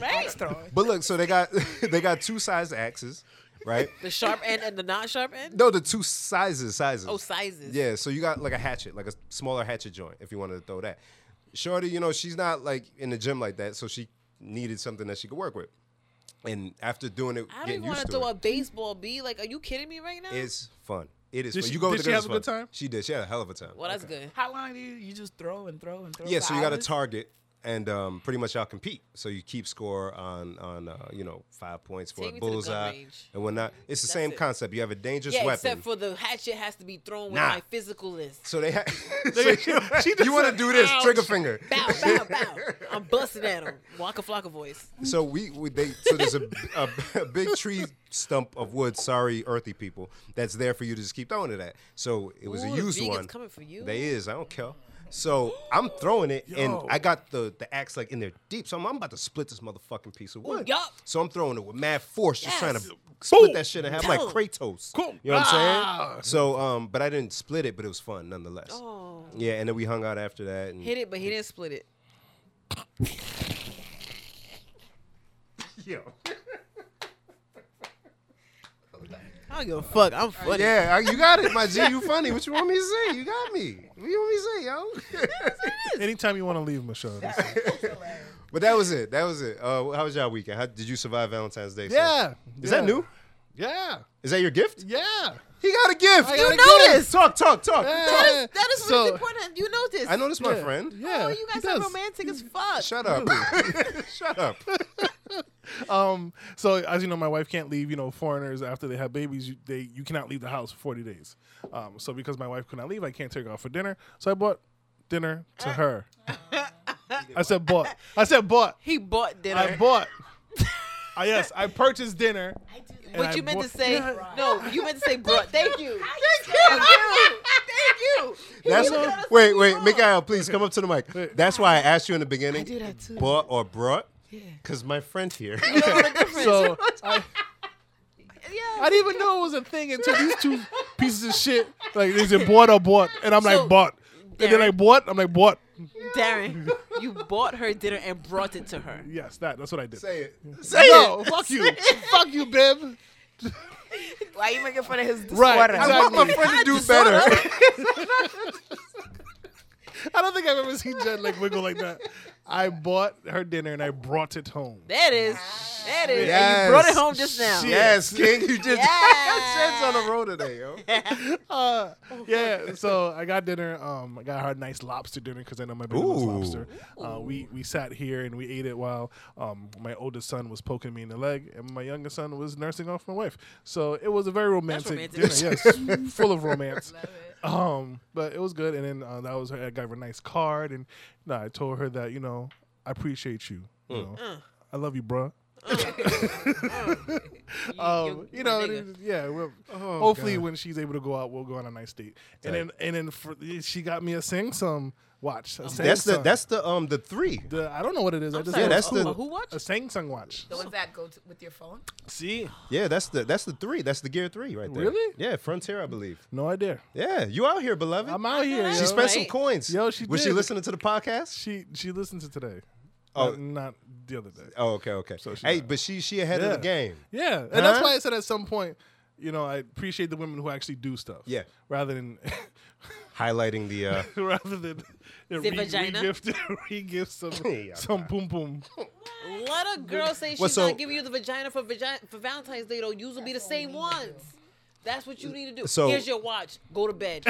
Speaker 4: Right?
Speaker 1: But look, so they got they got two sized axes, right?
Speaker 4: The sharp end and the not sharp end.
Speaker 1: No, the two sizes, sizes.
Speaker 4: Oh, sizes.
Speaker 1: Yeah, so you got like a hatchet, like a smaller hatchet joint, if you wanted to throw that. Shorty, you know, she's not like in the gym like that, so she needed something that she could work with. And after doing it,
Speaker 4: I don't
Speaker 1: getting
Speaker 4: even want
Speaker 1: used
Speaker 4: to
Speaker 1: to
Speaker 4: throw
Speaker 1: it,
Speaker 4: a baseball B. Like, are you kidding me right now?
Speaker 1: it's fun. It is.
Speaker 2: Did
Speaker 1: fun.
Speaker 2: she-
Speaker 1: you go
Speaker 2: did
Speaker 1: with
Speaker 2: she
Speaker 1: the
Speaker 2: have a
Speaker 1: girls, it's
Speaker 2: good
Speaker 1: fun.
Speaker 2: time?
Speaker 1: She did. She had a hell of a time.
Speaker 4: well, that's good.
Speaker 3: How long do you, you just throw and throw and throw?
Speaker 1: Yeah, so you got a
Speaker 3: hours?
Speaker 1: target, and um, pretty much y'all compete. So you keep score on on uh, you know five points for
Speaker 4: Take
Speaker 1: a
Speaker 4: me to the gun
Speaker 1: bullseye
Speaker 4: range.
Speaker 1: and whatnot. It's the same
Speaker 4: it.
Speaker 1: concept. You have a dangerous
Speaker 4: Yeah,
Speaker 1: weapon.
Speaker 4: except for the hatchet has to be thrown with
Speaker 1: Nah.
Speaker 4: my physicalness.
Speaker 1: so they had. you want to do this?
Speaker 4: ouch.
Speaker 1: Trigger finger.
Speaker 4: Bow, bow, bow. I'm busting at him. Waka flocka voice.
Speaker 1: So we, we they so there's a, a, a big tree stump of wood. Sorry, earthy people. That's there for you to just keep throwing it at. So it was a
Speaker 4: Ooh, the
Speaker 1: used
Speaker 4: vegans
Speaker 1: one.
Speaker 4: coming for you.
Speaker 1: They is. I don't care. So I'm throwing it,
Speaker 2: Yo.
Speaker 1: and I got the the axe like in there deep. So I'm, I'm about to split this motherfucking piece of wood.
Speaker 4: yup.
Speaker 1: So I'm throwing it with mad force, just trying
Speaker 4: Yes.
Speaker 1: to split
Speaker 2: Boom.
Speaker 1: that shit in half like
Speaker 4: Boom.
Speaker 1: Kratos.
Speaker 2: Boom.
Speaker 1: You know what I'm
Speaker 2: Ah.
Speaker 1: saying? So um, but I didn't split it, but it was fun nonetheless.
Speaker 4: Oh.
Speaker 1: Yeah, and then we hung out after that. And
Speaker 4: Hit it, but he didn't split it.
Speaker 1: Yo.
Speaker 4: I don't give a fuck. I'm funny.
Speaker 1: Yeah, I- you got it, my G. You funny. What you want me to say? You got me. What you want me to say, yo?
Speaker 2: Anytime you want to leave, Michelle. this-
Speaker 1: but that was it. That was it. Uh, how was y'all weekend? How did you survive Valentine's Day? sir?
Speaker 2: Yeah.
Speaker 1: Is
Speaker 2: yeah.
Speaker 1: that new?
Speaker 2: Yeah.
Speaker 1: Is that your gift?
Speaker 2: Yeah.
Speaker 1: He got a gift.
Speaker 2: I got a
Speaker 1: noticed. Talk, talk, talk.
Speaker 2: Yeah.
Speaker 1: talk.
Speaker 4: That is
Speaker 2: So-
Speaker 4: really important. You know this.
Speaker 1: I know this, my
Speaker 2: Yeah.
Speaker 1: friend.
Speaker 2: Yeah.
Speaker 4: Oh, you
Speaker 2: he
Speaker 4: guys are
Speaker 2: does.
Speaker 4: romantic as fuck.
Speaker 1: Shut up. Shut up.
Speaker 2: Um, so as you know, my wife can't leave. You know, foreigners after they have babies, you, they you cannot leave the house for forty days. Um, so because my wife could not leave, I can't take her out for dinner. So I bought dinner to her. I said bought. I said bought.
Speaker 4: He bought dinner.
Speaker 2: I bought.
Speaker 1: Ah,
Speaker 2: I yes, I purchased dinner.
Speaker 3: I do that.
Speaker 4: But
Speaker 2: I
Speaker 4: you meant
Speaker 2: bought-
Speaker 4: to say
Speaker 2: Yeah.
Speaker 4: no. You meant to say bro. Thank you.
Speaker 3: Thank you.
Speaker 4: Thank you. Thank you.
Speaker 1: That's
Speaker 4: You got us
Speaker 1: wait,
Speaker 4: so
Speaker 1: wait,
Speaker 4: wrong.
Speaker 1: Mikael, please come up to the mic. That's why I asked you in the beginning.
Speaker 3: I do that too.
Speaker 1: Bought or brought? Yeah. Cause my friend here.
Speaker 2: So I,
Speaker 4: Yeah.
Speaker 2: I didn't even know it was a thing until these two pieces of shit like is it bought or bought? And I'm
Speaker 4: So,
Speaker 2: like bought. And then I
Speaker 4: Darren-
Speaker 2: bought. I'm like bought.
Speaker 4: Darren, you bought her dinner and brought it to her.
Speaker 2: Yes, that. That's what I did.
Speaker 1: Say it. Say
Speaker 2: no,
Speaker 1: it.
Speaker 2: fuck you, fuck you, Bib.
Speaker 3: Why are you making fun of his
Speaker 2: Right,
Speaker 3: disorder?
Speaker 1: I want my friend to do better.
Speaker 2: I don't think I've ever seen Jen like wiggle like that. I bought her dinner and I brought it home.
Speaker 4: That is. That is. And
Speaker 1: Yes.
Speaker 4: you brought it home just now.
Speaker 2: Shit.
Speaker 1: Yes, King, you just
Speaker 4: Yeah.
Speaker 1: Jen's on the road today, yo.
Speaker 2: Uh,
Speaker 4: Oh,
Speaker 2: yeah, so I got dinner. Um, I got her a nice lobster dinner because I know my baby loves
Speaker 1: Ooh.
Speaker 2: lobster. Uh, we we sat here and we ate it while um my oldest son was poking me in the leg and my youngest son was nursing off my wife. So it was a very romantic,
Speaker 4: romantic.
Speaker 2: dinner. Yes, full of romance. Um, but it was good. And then uh, that was her. I got her a nice
Speaker 4: Mm.
Speaker 2: card and nah, I told her that you know I appreciate you. You know, I love you, bruh. um,
Speaker 4: you
Speaker 2: you know,
Speaker 4: my
Speaker 2: it
Speaker 4: nigga.
Speaker 2: is- yeah. We'll, hopefully,
Speaker 1: Oh, God.
Speaker 2: when she's able to go out, we'll go on a nice date.
Speaker 1: Tight.
Speaker 2: And then, and then for, she got me a sing some watch.
Speaker 4: Oh,
Speaker 2: A sing
Speaker 1: That's the that's the um the three.
Speaker 2: the I don't know what it is. I just
Speaker 4: sorry,
Speaker 1: Yeah, that's
Speaker 2: know it's
Speaker 1: the-
Speaker 2: cool.
Speaker 4: who watch?
Speaker 2: a sing sung watch.
Speaker 3: The ones that go to, with your phone.
Speaker 2: See,
Speaker 1: Yeah, that's the that's the three. That's the gear three right there.
Speaker 2: Really?
Speaker 1: Yeah, Frontier, I believe.
Speaker 2: no idea.
Speaker 1: Yeah, you out here, beloved.
Speaker 2: I'm out here.
Speaker 4: She
Speaker 2: yo.
Speaker 1: she spent some
Speaker 4: Right.
Speaker 1: coins.
Speaker 2: Yo, she
Speaker 1: was she
Speaker 2: did.
Speaker 1: listening to the podcast?
Speaker 2: She she listened to today.
Speaker 1: Oh.
Speaker 2: Not- not the other day.
Speaker 1: Oh, okay, okay.
Speaker 2: she
Speaker 1: hey,
Speaker 2: not.
Speaker 1: but she she ahead of the
Speaker 2: Yeah.
Speaker 1: game.
Speaker 2: Yeah, and that's
Speaker 1: Huh?
Speaker 2: why I said at some point, you know, I appreciate the women who actually do stuff.
Speaker 1: Yeah.
Speaker 2: rather than
Speaker 1: Highlighting the uh,
Speaker 2: rather than re-
Speaker 4: vagina?
Speaker 2: re-gift re-gift some
Speaker 1: Yeah,
Speaker 2: some boom boom.
Speaker 4: Let a girl say she's
Speaker 1: Well, so-
Speaker 4: not giving you the vagina for vagina for Valentine's Day though. You'll be the same ones. That's what you need to do.
Speaker 1: So-
Speaker 4: Here's your watch. Go to bed.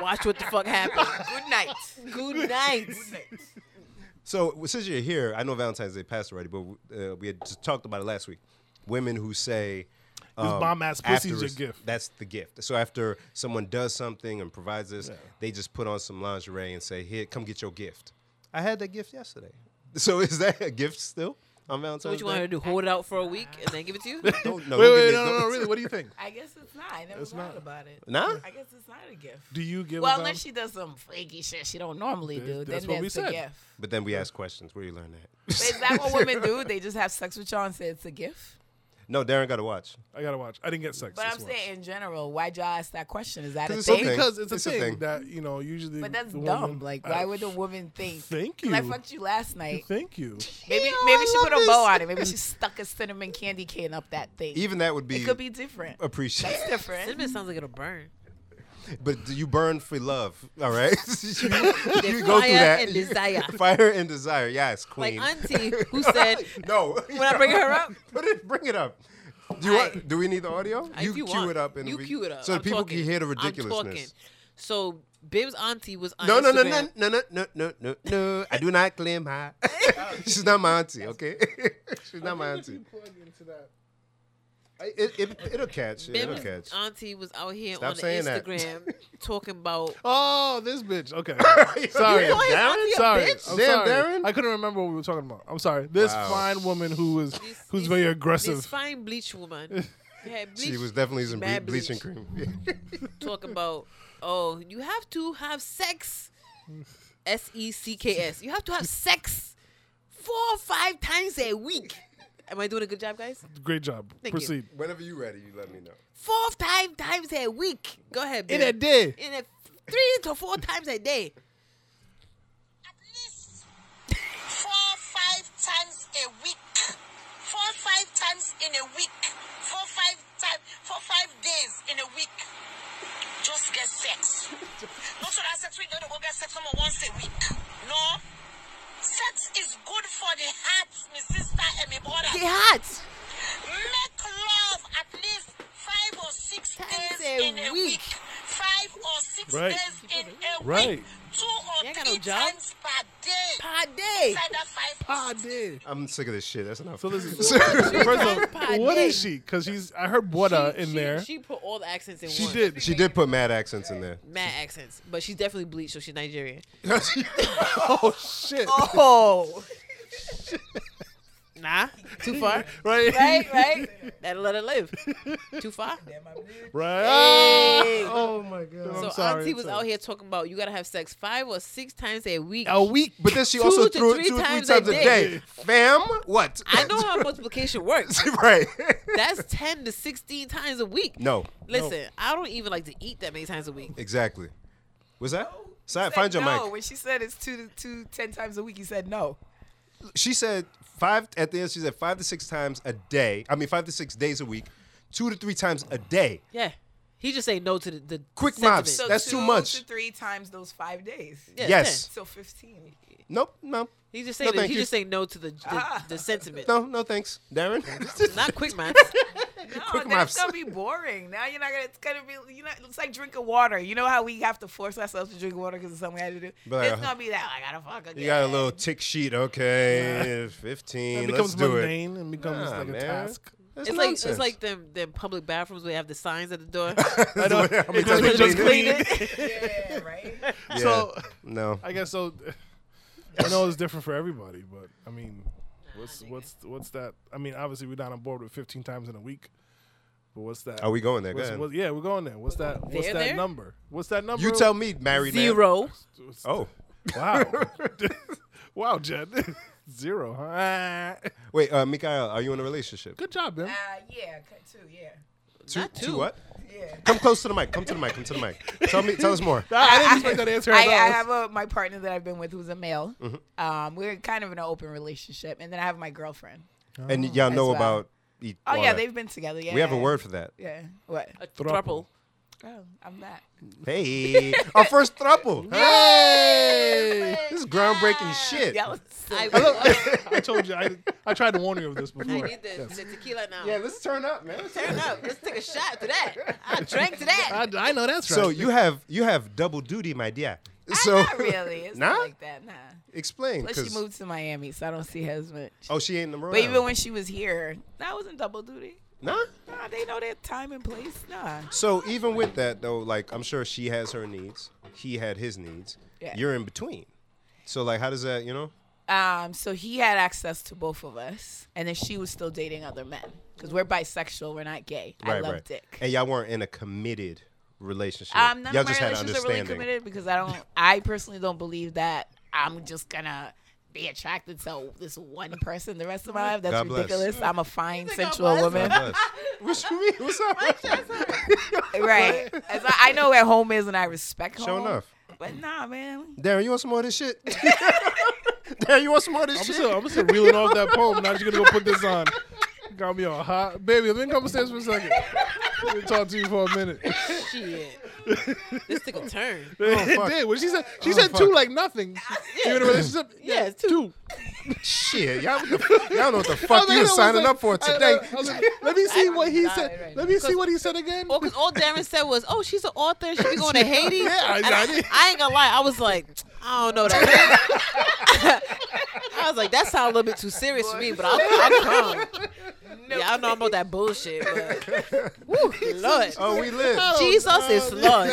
Speaker 4: Watch what the fuck happens.
Speaker 3: Good night.
Speaker 4: Good night.
Speaker 1: So well, since you're here, I know Valentine's Day passed already, but uh, we had just talked about it last week. Women who say um,
Speaker 2: bomb-ass pussy's
Speaker 1: after
Speaker 2: your
Speaker 1: rec-
Speaker 2: gift.
Speaker 1: That's the gift. So after someone does something and provides this, they just put on some lingerie and say, "Here, come get your gift." I had that gift yesterday. So is that a gift still on Valentine's
Speaker 4: So what you want
Speaker 1: Day?
Speaker 4: her to do? Hold it out for a week and then give it to you?
Speaker 1: Don't, no,
Speaker 2: wait,
Speaker 1: don't give
Speaker 2: wait,
Speaker 1: me-
Speaker 2: no, no,
Speaker 1: don't-
Speaker 2: no, really. What do you think?
Speaker 3: I guess it's not. I never
Speaker 2: It's
Speaker 3: thought
Speaker 2: not.
Speaker 3: about it.
Speaker 1: Nah?
Speaker 3: I guess it's not a gift.
Speaker 2: Do you give?
Speaker 3: well,
Speaker 2: a
Speaker 3: unless
Speaker 2: Valent-
Speaker 3: she does some flaky shit she don't normally
Speaker 2: Th-
Speaker 3: do,
Speaker 2: that's
Speaker 3: then
Speaker 2: what we
Speaker 3: that's a
Speaker 2: said.
Speaker 3: gift.
Speaker 1: But then we ask questions. Where you learn that?
Speaker 3: But is that what women do? They just have sex with y'all and say it's a gift?
Speaker 1: No, Darren got to watch.
Speaker 2: I gotta watch. I didn't get sex.
Speaker 3: But
Speaker 2: this
Speaker 3: I'm
Speaker 2: watch.
Speaker 3: saying in general, why'd y'all ask that question? Is that a
Speaker 1: Because it's
Speaker 3: thing?
Speaker 1: a thing.
Speaker 2: because it's a,
Speaker 1: It's a
Speaker 2: thing,
Speaker 1: thing.
Speaker 2: that you know usually.
Speaker 3: But that's
Speaker 2: the
Speaker 3: dumb.
Speaker 2: woman-
Speaker 3: like,
Speaker 2: I-
Speaker 3: why would a woman think?
Speaker 2: Thank
Speaker 3: 'Cause I
Speaker 2: you.
Speaker 3: fucked you last night.
Speaker 2: Thank you.
Speaker 3: Maybe
Speaker 1: Yo,
Speaker 3: maybe
Speaker 1: I
Speaker 3: she put
Speaker 1: love
Speaker 3: a bow
Speaker 1: this.
Speaker 3: on it. Maybe she stuck a cinnamon candy cane up that thing.
Speaker 1: Even that would be,
Speaker 3: it could be different.
Speaker 1: appreciated.
Speaker 3: It's different.
Speaker 4: Cinnamon sounds like it'll burn.
Speaker 1: But do you burn for love? All right, you, you go
Speaker 4: fire
Speaker 1: through that.
Speaker 4: and desire.
Speaker 1: Fire and desire. Yes,
Speaker 4: Like
Speaker 1: queen.
Speaker 4: auntie who said
Speaker 1: no.
Speaker 4: when I bring her up,
Speaker 1: Put it, bring it up. Do you
Speaker 4: I-
Speaker 1: want, do we need the audio?
Speaker 4: I- if you
Speaker 1: cue
Speaker 4: want,
Speaker 1: it up and
Speaker 4: you
Speaker 1: we-
Speaker 4: cue it up.
Speaker 1: so
Speaker 4: I'm
Speaker 1: that people
Speaker 4: talking.
Speaker 1: can hear the
Speaker 4: I'm talking.
Speaker 1: ridiculousness.
Speaker 4: So Bib's auntie was on
Speaker 1: No, no, no,
Speaker 4: Instagram.
Speaker 1: no, no, no, no, no, no, no. I do not claim her. She's not my auntie. Okay, she's not my auntie. I- It, it, it'll catch. Yeah, it'll
Speaker 4: Bim's
Speaker 1: catch.
Speaker 4: auntie was out here
Speaker 1: Stop
Speaker 4: on the
Speaker 1: saying that.
Speaker 4: Instagram talking about
Speaker 2: Oh, this bitch. Okay.
Speaker 1: You
Speaker 2: Sorry.
Speaker 1: call his auntie a
Speaker 2: sorry.
Speaker 1: bitch?
Speaker 2: I'm
Speaker 1: Damn,
Speaker 2: sorry.
Speaker 1: Darren.
Speaker 2: I couldn't remember what we were talking about. I'm sorry. This
Speaker 1: Wow.
Speaker 2: fine woman who is
Speaker 4: this,
Speaker 2: who's
Speaker 4: this-
Speaker 2: very
Speaker 4: This
Speaker 2: aggressive.
Speaker 4: fine bleach woman. Yeah,
Speaker 1: She
Speaker 4: bleach-
Speaker 1: was definitely using ble-
Speaker 4: mad bleach.
Speaker 1: bleaching cream.
Speaker 4: talk about oh you have to have sex s e c k s you have to have sex four or five times a week am i doing a good job guys
Speaker 2: Great job.
Speaker 4: Thank you.
Speaker 2: Proceed.
Speaker 1: Whenever you ready, you let me know.
Speaker 4: four or five times a week go ahead
Speaker 2: In
Speaker 4: babe.
Speaker 2: a day.
Speaker 4: in a three to four times a day
Speaker 5: at least four, five times a week. Four, five times in a week. Four, five times, four, five days in a week. Just get sex. No, so that's sex. We don't go get sex number once a week. No. Sex is good for the heart, my sister and my brother.
Speaker 4: the heart
Speaker 5: Make love at least five or six
Speaker 4: Times
Speaker 5: days
Speaker 4: a
Speaker 5: in a
Speaker 4: week.
Speaker 5: week. Five or six
Speaker 2: Right.
Speaker 5: days in a
Speaker 2: Right.
Speaker 5: week. Two or
Speaker 4: You ain't got no
Speaker 5: three
Speaker 4: job.
Speaker 5: times per day.
Speaker 4: per day
Speaker 5: Inside that five
Speaker 2: Ah, day.
Speaker 1: I'm sick of this shit. That's enough.
Speaker 2: So this is first of all,
Speaker 4: times
Speaker 2: what
Speaker 4: per
Speaker 2: is she? Because she's I heard Buddha uh, in
Speaker 4: she,
Speaker 2: there.
Speaker 4: she put all the accents in
Speaker 2: She
Speaker 4: one
Speaker 2: did.
Speaker 1: she did put mad accents in there.
Speaker 4: mad accents but she's definitely bleached so she's nigerian
Speaker 2: Oh shit.
Speaker 3: Oh,
Speaker 4: nah too far
Speaker 2: Right.
Speaker 3: right, right.
Speaker 4: that'll let her live too far
Speaker 2: Right.
Speaker 4: Hey.
Speaker 2: Oh my god.
Speaker 4: So
Speaker 2: I'm sorry.
Speaker 4: auntie was
Speaker 2: Sorry.
Speaker 4: out here talking about you gotta have sex five or six times a week.
Speaker 2: a week.
Speaker 1: But then she
Speaker 4: Two
Speaker 1: also
Speaker 4: to
Speaker 1: threw
Speaker 4: three
Speaker 1: it two or three
Speaker 4: times
Speaker 1: times,
Speaker 4: a
Speaker 1: a
Speaker 4: day.
Speaker 1: day. Fam, what?
Speaker 4: I know how multiplication works.
Speaker 1: right.
Speaker 4: That's ten to sixteen times a week.
Speaker 1: no,
Speaker 4: Listen, I don't even like to eat that many times a week.
Speaker 1: exactly. Was that? Si-
Speaker 3: Said
Speaker 1: find your
Speaker 3: no.
Speaker 1: mic.
Speaker 3: When she said it's two, two, ten times a week, he said no.
Speaker 1: She said five at the end. She said five to six times a day. I mean, five to six days a week, two to three times a day.
Speaker 4: Yeah. He just say no to the, the
Speaker 1: Quick
Speaker 4: sentiment.
Speaker 1: mobs.
Speaker 3: So
Speaker 1: That's
Speaker 3: two
Speaker 1: too much.
Speaker 3: To three times those five days.
Speaker 4: Yeah,
Speaker 1: yes.
Speaker 3: So fifteen.
Speaker 1: Nope. No.
Speaker 4: yeah. He just say
Speaker 1: No,
Speaker 4: that,
Speaker 1: thank
Speaker 4: he
Speaker 1: you.
Speaker 4: just say no to the the, the sentiment.
Speaker 1: No. No. Thanks, Darren.
Speaker 4: Not quick man.
Speaker 3: No,
Speaker 1: Quick
Speaker 3: then
Speaker 1: maths.
Speaker 3: it's gonna be boring. Now you're not gonna. It's gonna be. You know, it's like drinking water. You know how we have to force ourselves to drink water because it's something we had to do.
Speaker 1: But,
Speaker 3: it's
Speaker 1: uh,
Speaker 3: gonna be that. I gotta fuck again.
Speaker 1: you got a little tick sheet. Okay, fifteen.
Speaker 2: It
Speaker 1: Let's
Speaker 2: becomes
Speaker 1: do it.
Speaker 2: mundane and becomes
Speaker 1: Nah,
Speaker 2: like a
Speaker 1: man.
Speaker 2: task.
Speaker 1: That's
Speaker 4: It's like
Speaker 1: nonsense.
Speaker 4: it's like them them public bathrooms where they have the signs at the door.
Speaker 2: I know.
Speaker 1: How many times
Speaker 2: It just
Speaker 1: they
Speaker 4: They just
Speaker 1: cleaned it?
Speaker 4: clean it.
Speaker 3: Yeah, right.
Speaker 1: Yeah.
Speaker 2: So
Speaker 1: no.
Speaker 2: I guess so. I know it's different for everybody, but I mean, What's what's what's that? I mean, obviously we're not on board with 15 times in a week, but what's that?
Speaker 1: Are we going there? Go
Speaker 2: What's,
Speaker 1: ahead.
Speaker 2: what's- yeah, we're going there. What's that? What's
Speaker 4: There,
Speaker 2: that
Speaker 4: there?
Speaker 2: number? What's that number?
Speaker 1: You tell me, married man.
Speaker 4: Zero.
Speaker 1: Oh,
Speaker 2: Wow. wow, Jed. Zero, huh?
Speaker 1: wait, uh, Mikael, are you in a relationship?
Speaker 2: Good job, man.
Speaker 3: Uh,
Speaker 1: Ah.
Speaker 3: yeah, cut two, yeah.
Speaker 1: Two,
Speaker 4: Not
Speaker 1: two
Speaker 4: two.
Speaker 1: what?
Speaker 3: Yeah.
Speaker 1: Come close to the mic. Come to the mic. Come to the mic. Tell me. Tell us more.
Speaker 2: I didn't expect that answer.
Speaker 3: I, I
Speaker 2: at all.
Speaker 3: have a, my partner that I've been with who's a male.
Speaker 1: Mm-hmm.
Speaker 3: Um, we're kind of in an open relationship, and then I have my girlfriend.
Speaker 1: And y'all know
Speaker 3: well.
Speaker 1: about. e-
Speaker 3: Oh
Speaker 1: all
Speaker 3: yeah,
Speaker 1: that.
Speaker 3: they've been together. Yeah,
Speaker 1: We have a word for that.
Speaker 3: Yeah. What?
Speaker 4: A
Speaker 2: Throuple.
Speaker 4: throuple.
Speaker 3: Oh, I'm that.
Speaker 1: Hey, our first throuple. Hey, this is groundbreaking shit.
Speaker 3: Yeah, I was
Speaker 4: I,
Speaker 2: I told you. I, I tried to warn you of this
Speaker 4: I
Speaker 2: before.
Speaker 4: need the, the tequila now.
Speaker 1: Yeah, let's turn up, man. Let's turn
Speaker 4: Turn up. Let's take a shot to that. I drank to that.
Speaker 2: I, I know that's right.
Speaker 1: So you have you have double duty, my dear. So
Speaker 3: not really. It's
Speaker 1: Nah?
Speaker 3: not like that. Nah.
Speaker 1: explain.
Speaker 3: Plus,
Speaker 1: 'cause-
Speaker 3: she moved to Miami, so I don't see her as much.
Speaker 1: Oh, she ain't number
Speaker 3: but even when she was here, that wasn't double duty.
Speaker 1: nah.
Speaker 3: Nah, they know their time and place. Nah.
Speaker 1: So even with that though, like I'm sure she has her needs. He had his needs.
Speaker 3: Yeah.
Speaker 1: You're in between. So like, how does that? You know?
Speaker 3: Um, so he had access to both of us, and then she was still dating other men because we're bisexual. We're not gay. I love dick.
Speaker 1: And y'all weren't in a committed relationship.
Speaker 3: Um, none
Speaker 1: y'all
Speaker 3: of my
Speaker 1: just had
Speaker 3: relationships are really
Speaker 1: understanding.
Speaker 3: committed because I don't. I personally don't believe that I'm just gonna be attracted to this one person the rest of my life. That's
Speaker 1: God bless.
Speaker 3: ridiculous. I'm a fine,
Speaker 4: God
Speaker 3: sensual
Speaker 4: bless?
Speaker 3: woman,
Speaker 1: God bless. what you mean? What's up?
Speaker 3: right? As I, I know where home is, and I respect home.
Speaker 1: Sure enough.
Speaker 3: But nah, man.
Speaker 1: Darren, you want some more of this shit? Darren, you want some more of this
Speaker 2: I'm
Speaker 1: shit?
Speaker 2: still, I'm still reeling off that poem. Now she's gonna go put this on. Got me all hot, baby. Let me come upstairs for a second. Let me talk to you for a minute. Oh,
Speaker 4: Shit. This took a turn.
Speaker 2: it did. What she said? She said
Speaker 1: fuck.
Speaker 2: two like nothing. You in a relationship?
Speaker 4: Yeah, it's two.
Speaker 1: Shit, y'all, what the- y'all know what the fuck
Speaker 2: I
Speaker 1: you
Speaker 2: was like,
Speaker 1: signing
Speaker 2: I
Speaker 1: up for
Speaker 2: was like-
Speaker 1: today.
Speaker 2: I was like, Let me see what he
Speaker 3: dying
Speaker 2: said.
Speaker 3: right
Speaker 2: Let me see what he said again.
Speaker 4: Well, because all Darren said was, "Oh, she's an author. and She be going to Haiti."
Speaker 2: Yeah, I-
Speaker 4: And
Speaker 2: I did.
Speaker 4: I ain't gonna lie. I was like, I don't know that. I was like, that sounds a little bit too serious for me, but I'll, I'll come. yeah, I don't know about that bullshit, but Woo, Lord,
Speaker 1: Oh, we lit.
Speaker 4: Jesus is Lord.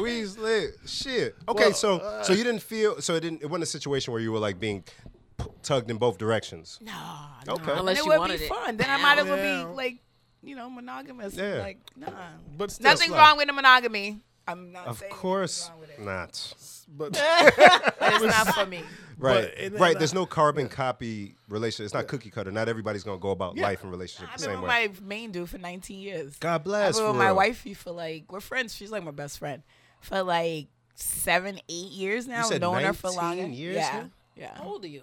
Speaker 1: we lit. Shit. Okay, so
Speaker 3: uh,
Speaker 1: so you didn't feel so it didn't it wasn't a situation where you were like being p- tugged in both directions.
Speaker 3: Nah.
Speaker 1: Okay.
Speaker 3: And
Speaker 4: Unless
Speaker 3: it
Speaker 4: you
Speaker 3: would be
Speaker 4: wanted it.
Speaker 3: fun. Then I might as well
Speaker 2: Yeah.
Speaker 3: be like, you know, monogamous.
Speaker 1: Yeah.
Speaker 3: Like, nah.
Speaker 2: But still,
Speaker 3: Nothing wrong with the monogamy. I'm not
Speaker 1: of
Speaker 3: saying
Speaker 1: course
Speaker 3: nothing's wrong with it.
Speaker 1: not.
Speaker 2: But
Speaker 3: But it's not for me.
Speaker 1: Right.
Speaker 2: and then
Speaker 1: right.
Speaker 2: I-
Speaker 1: There's no carbon copy relationship. It's not cookie cutter. Not everybody's gonna go about life and relationship
Speaker 3: I've
Speaker 1: the
Speaker 3: been
Speaker 1: same
Speaker 3: with
Speaker 1: way.
Speaker 3: my main dude for 19 years.
Speaker 1: God
Speaker 3: I've
Speaker 1: bless.
Speaker 3: been
Speaker 1: for
Speaker 3: with my
Speaker 1: real.
Speaker 3: wifey for like we're friends. She's like my best friend for like seven, eight years now.
Speaker 1: said
Speaker 3: Known her for
Speaker 1: 19
Speaker 3: longer.
Speaker 1: years
Speaker 3: yeah,
Speaker 1: now? Oh.
Speaker 3: yeah.
Speaker 4: How old are you?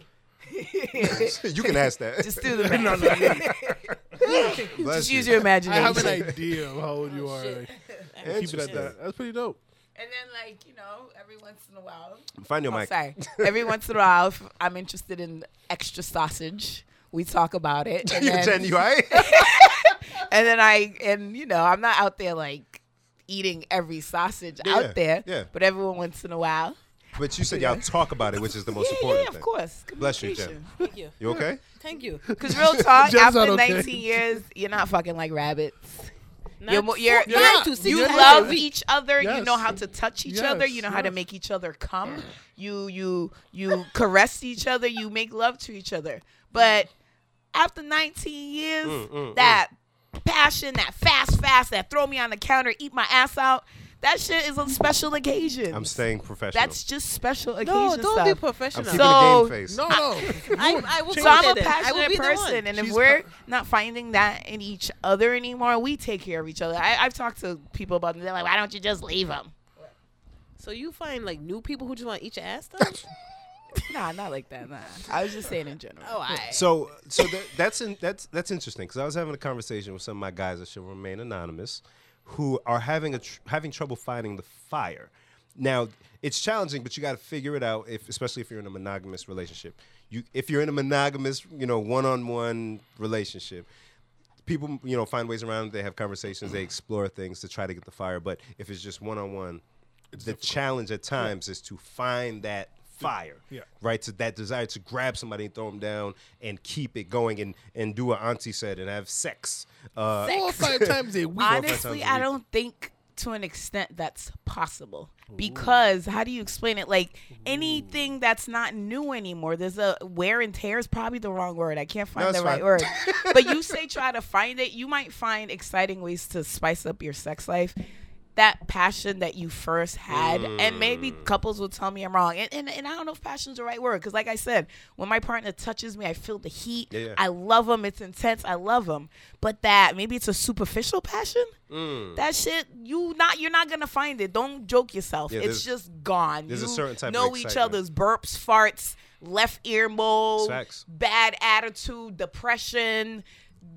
Speaker 1: you can ask that.
Speaker 3: Just do the math.
Speaker 1: Bless
Speaker 3: Just use
Speaker 1: you.
Speaker 3: your
Speaker 2: I have an
Speaker 3: imagination.
Speaker 2: idea of how old you are. Like, keep it at
Speaker 1: Interesting.
Speaker 2: that. That's pretty dope.
Speaker 3: And then like you know, every once in a while,
Speaker 1: Find your
Speaker 3: oh,
Speaker 1: mic.
Speaker 3: sorry, every once in a while, if I'm interested in extra sausage. We talk about it, and then,
Speaker 1: Jen, you all right?
Speaker 3: and then I and you know I'm not out there like eating every sausage
Speaker 1: Yeah,
Speaker 3: out there,
Speaker 1: yeah.
Speaker 3: but every once in a while,
Speaker 1: But you said y'all talk about it, which is the most
Speaker 3: yeah,
Speaker 1: important
Speaker 3: yeah,
Speaker 1: thing.
Speaker 3: of course,
Speaker 1: Bless you,
Speaker 3: communication.
Speaker 1: Jen.
Speaker 4: Thank you.
Speaker 1: You okay?
Speaker 4: Thank you.
Speaker 3: Because real talk,
Speaker 2: Jen's
Speaker 3: after
Speaker 2: not okay.
Speaker 3: 19 years, you're not fucking like rabbits.
Speaker 4: Not
Speaker 3: You're, mo- you're,
Speaker 4: four-
Speaker 3: you're,
Speaker 4: nine
Speaker 2: Yeah.
Speaker 4: to six
Speaker 3: you
Speaker 4: times a
Speaker 3: love
Speaker 4: week.
Speaker 3: each other. You
Speaker 2: Yes.
Speaker 3: know how to touch each other. You know
Speaker 2: Yes,
Speaker 3: how to
Speaker 2: yes.
Speaker 3: make each other come. You you you caress each other. You make love to each other. But after 19 years, that passion, that fast, fast, that throw me on the counter, eat my ass out, that shit is on special occasion.
Speaker 1: I'm staying professional.
Speaker 3: That's just special occasion
Speaker 4: No, don't
Speaker 3: stuff.
Speaker 4: be
Speaker 1: I'm
Speaker 4: professional.
Speaker 1: keeping
Speaker 3: So-
Speaker 1: the game face.
Speaker 2: No, no.
Speaker 4: I, I will
Speaker 3: So I'm
Speaker 4: say
Speaker 3: a
Speaker 4: that. I will
Speaker 3: passionate
Speaker 4: be the one.
Speaker 3: person, and if
Speaker 2: She's
Speaker 3: we're not finding that in each other anymore, we take care of each other. I, I've talked to people about it. They're like, "Why don't you just leave them?"
Speaker 4: So you find like new people who just want to eat your ass stuff?
Speaker 3: Nah, not like that. Nah, I was just saying in general.
Speaker 4: Oh, I.
Speaker 1: So, so that, that's in, that's that's interesting because I was having a conversation with some of my guys that should remain anonymous, who are having a tr- having trouble finding the fire. Now, it's challenging, but you got to figure it out. If especially if you're in a monogamous relationship, you if you're in a monogamous, you know, one-on-one relationship, people you know find ways around. it. They have conversations, they explore things to try to get the fire. But if it's just one-on-one, the challenge at times is to find that fire
Speaker 2: Yeah.
Speaker 1: right? To that desire to grab somebody and throw them down and keep it going and and do what Auntie said and have sex. Uh,
Speaker 2: Four or five times a week.
Speaker 1: times
Speaker 3: Honestly,
Speaker 1: a
Speaker 3: I
Speaker 1: week.
Speaker 3: don't think to an extent that's possible because how do you explain it like anything that's not new anymore there's a wear and tear is probably the wrong word i can't find
Speaker 1: it's
Speaker 3: the right
Speaker 1: fine.
Speaker 3: word but you say try to find it you might find exciting ways to spice up your sex life that passion that you first had and maybe
Speaker 1: Mm.
Speaker 3: couples will tell me i'm wrong and, and, and i don't know if passion's the right word because like i said when my partner touches me i feel the heat
Speaker 1: Yeah, yeah.
Speaker 3: i love them it's intense i love them but that maybe it's a superficial passion
Speaker 1: Mm.
Speaker 3: that shit you not you're not gonna find it don't joke yourself
Speaker 1: Yeah,
Speaker 3: it's
Speaker 1: there's-
Speaker 3: just gone
Speaker 1: there's a
Speaker 3: You
Speaker 1: certain type of
Speaker 3: know each
Speaker 1: excitement.
Speaker 3: other's burps farts left ear mold
Speaker 1: Facts.
Speaker 3: bad attitude depression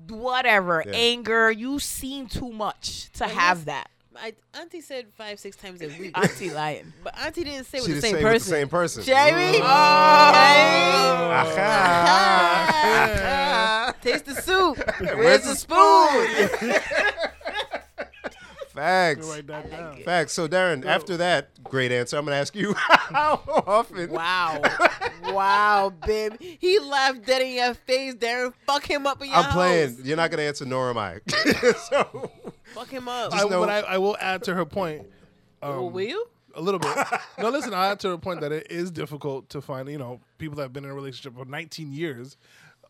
Speaker 3: whatever
Speaker 1: Yeah.
Speaker 3: anger you seen too much to
Speaker 4: But
Speaker 3: have
Speaker 4: here's-
Speaker 3: that
Speaker 4: I, auntie said five, six times a week.
Speaker 3: auntie lying
Speaker 4: but auntie didn't say with
Speaker 1: She
Speaker 4: the
Speaker 1: the
Speaker 4: same
Speaker 1: same
Speaker 4: person.
Speaker 1: with the same person.
Speaker 4: Jerry.
Speaker 3: Oh.
Speaker 1: Aha.
Speaker 4: Taste the soup. Where's,
Speaker 1: the
Speaker 4: the spoon?
Speaker 1: Facts.
Speaker 2: Write that down.
Speaker 1: Facts. So Darren, after that great answer, I'm gonna ask you how often.
Speaker 4: Wow. wow, baby. He laughed dead in your face, Darren. Fuck him up in your
Speaker 1: I'm
Speaker 4: house.
Speaker 1: playing. You're not gonna answer, nor am I. so
Speaker 4: Fuck him up.
Speaker 2: I,
Speaker 1: know-
Speaker 2: but I, I will add to her point um,
Speaker 4: Well, will you?
Speaker 2: a little bit. no, listen, I add to her point that it is difficult to find, you know, people that have been in a relationship for 19 years.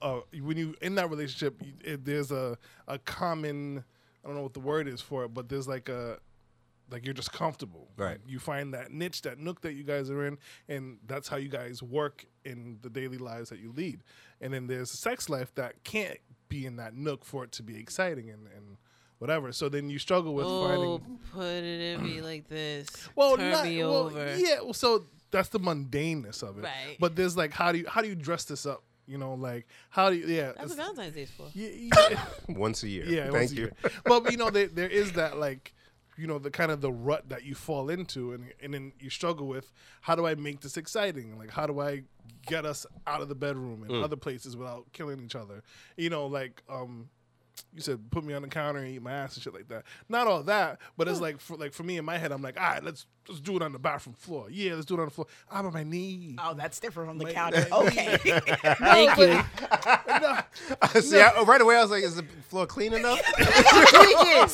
Speaker 2: Uh, when you in that relationship, you, it, there's a a common, I don't know what the word is for it, but there's like a like you're just comfortable.
Speaker 1: Right.
Speaker 2: You find that niche, that nook that you guys are in, and that's how you guys work in the daily lives that you lead. And then there's a sex life that can't be in that nook for it to be exciting and, and whatever. So then you struggle with
Speaker 4: Oh,
Speaker 2: finding
Speaker 4: put it in me like this.
Speaker 2: well,
Speaker 4: Turn
Speaker 2: not,
Speaker 4: me
Speaker 2: well,
Speaker 4: over.
Speaker 2: Yeah, well, so that's the mundaneness of it.
Speaker 4: Right.
Speaker 2: But there's like, how do you how do you dress this up? You know, like how do you? Yeah.
Speaker 4: That's what
Speaker 2: it's-
Speaker 4: Valentine's Day's for.
Speaker 2: yeah, yeah,
Speaker 1: once a year.
Speaker 2: yeah,
Speaker 1: Thank
Speaker 2: once a
Speaker 1: you.
Speaker 2: year. But you know, there, there is that like, you know, the kind of the rut that you fall into, and and then you struggle with how do I make this exciting? Like, how do I get us out of the bedroom
Speaker 1: Mm.
Speaker 2: and other places without killing each other? You know, like um, you said put me on the counter and eat my ass and shit like that. Not all that, but it's like for like for me in my head, I'm like, all right, let's let's do it on the bathroom floor. Yeah, let's do it on the floor. I'm on my knee.
Speaker 3: oh that's different from the
Speaker 2: My-
Speaker 3: counter
Speaker 2: my-
Speaker 3: okay
Speaker 4: Thank you.
Speaker 1: See, I, right away I was like, is the floor clean enough?
Speaker 3: mine is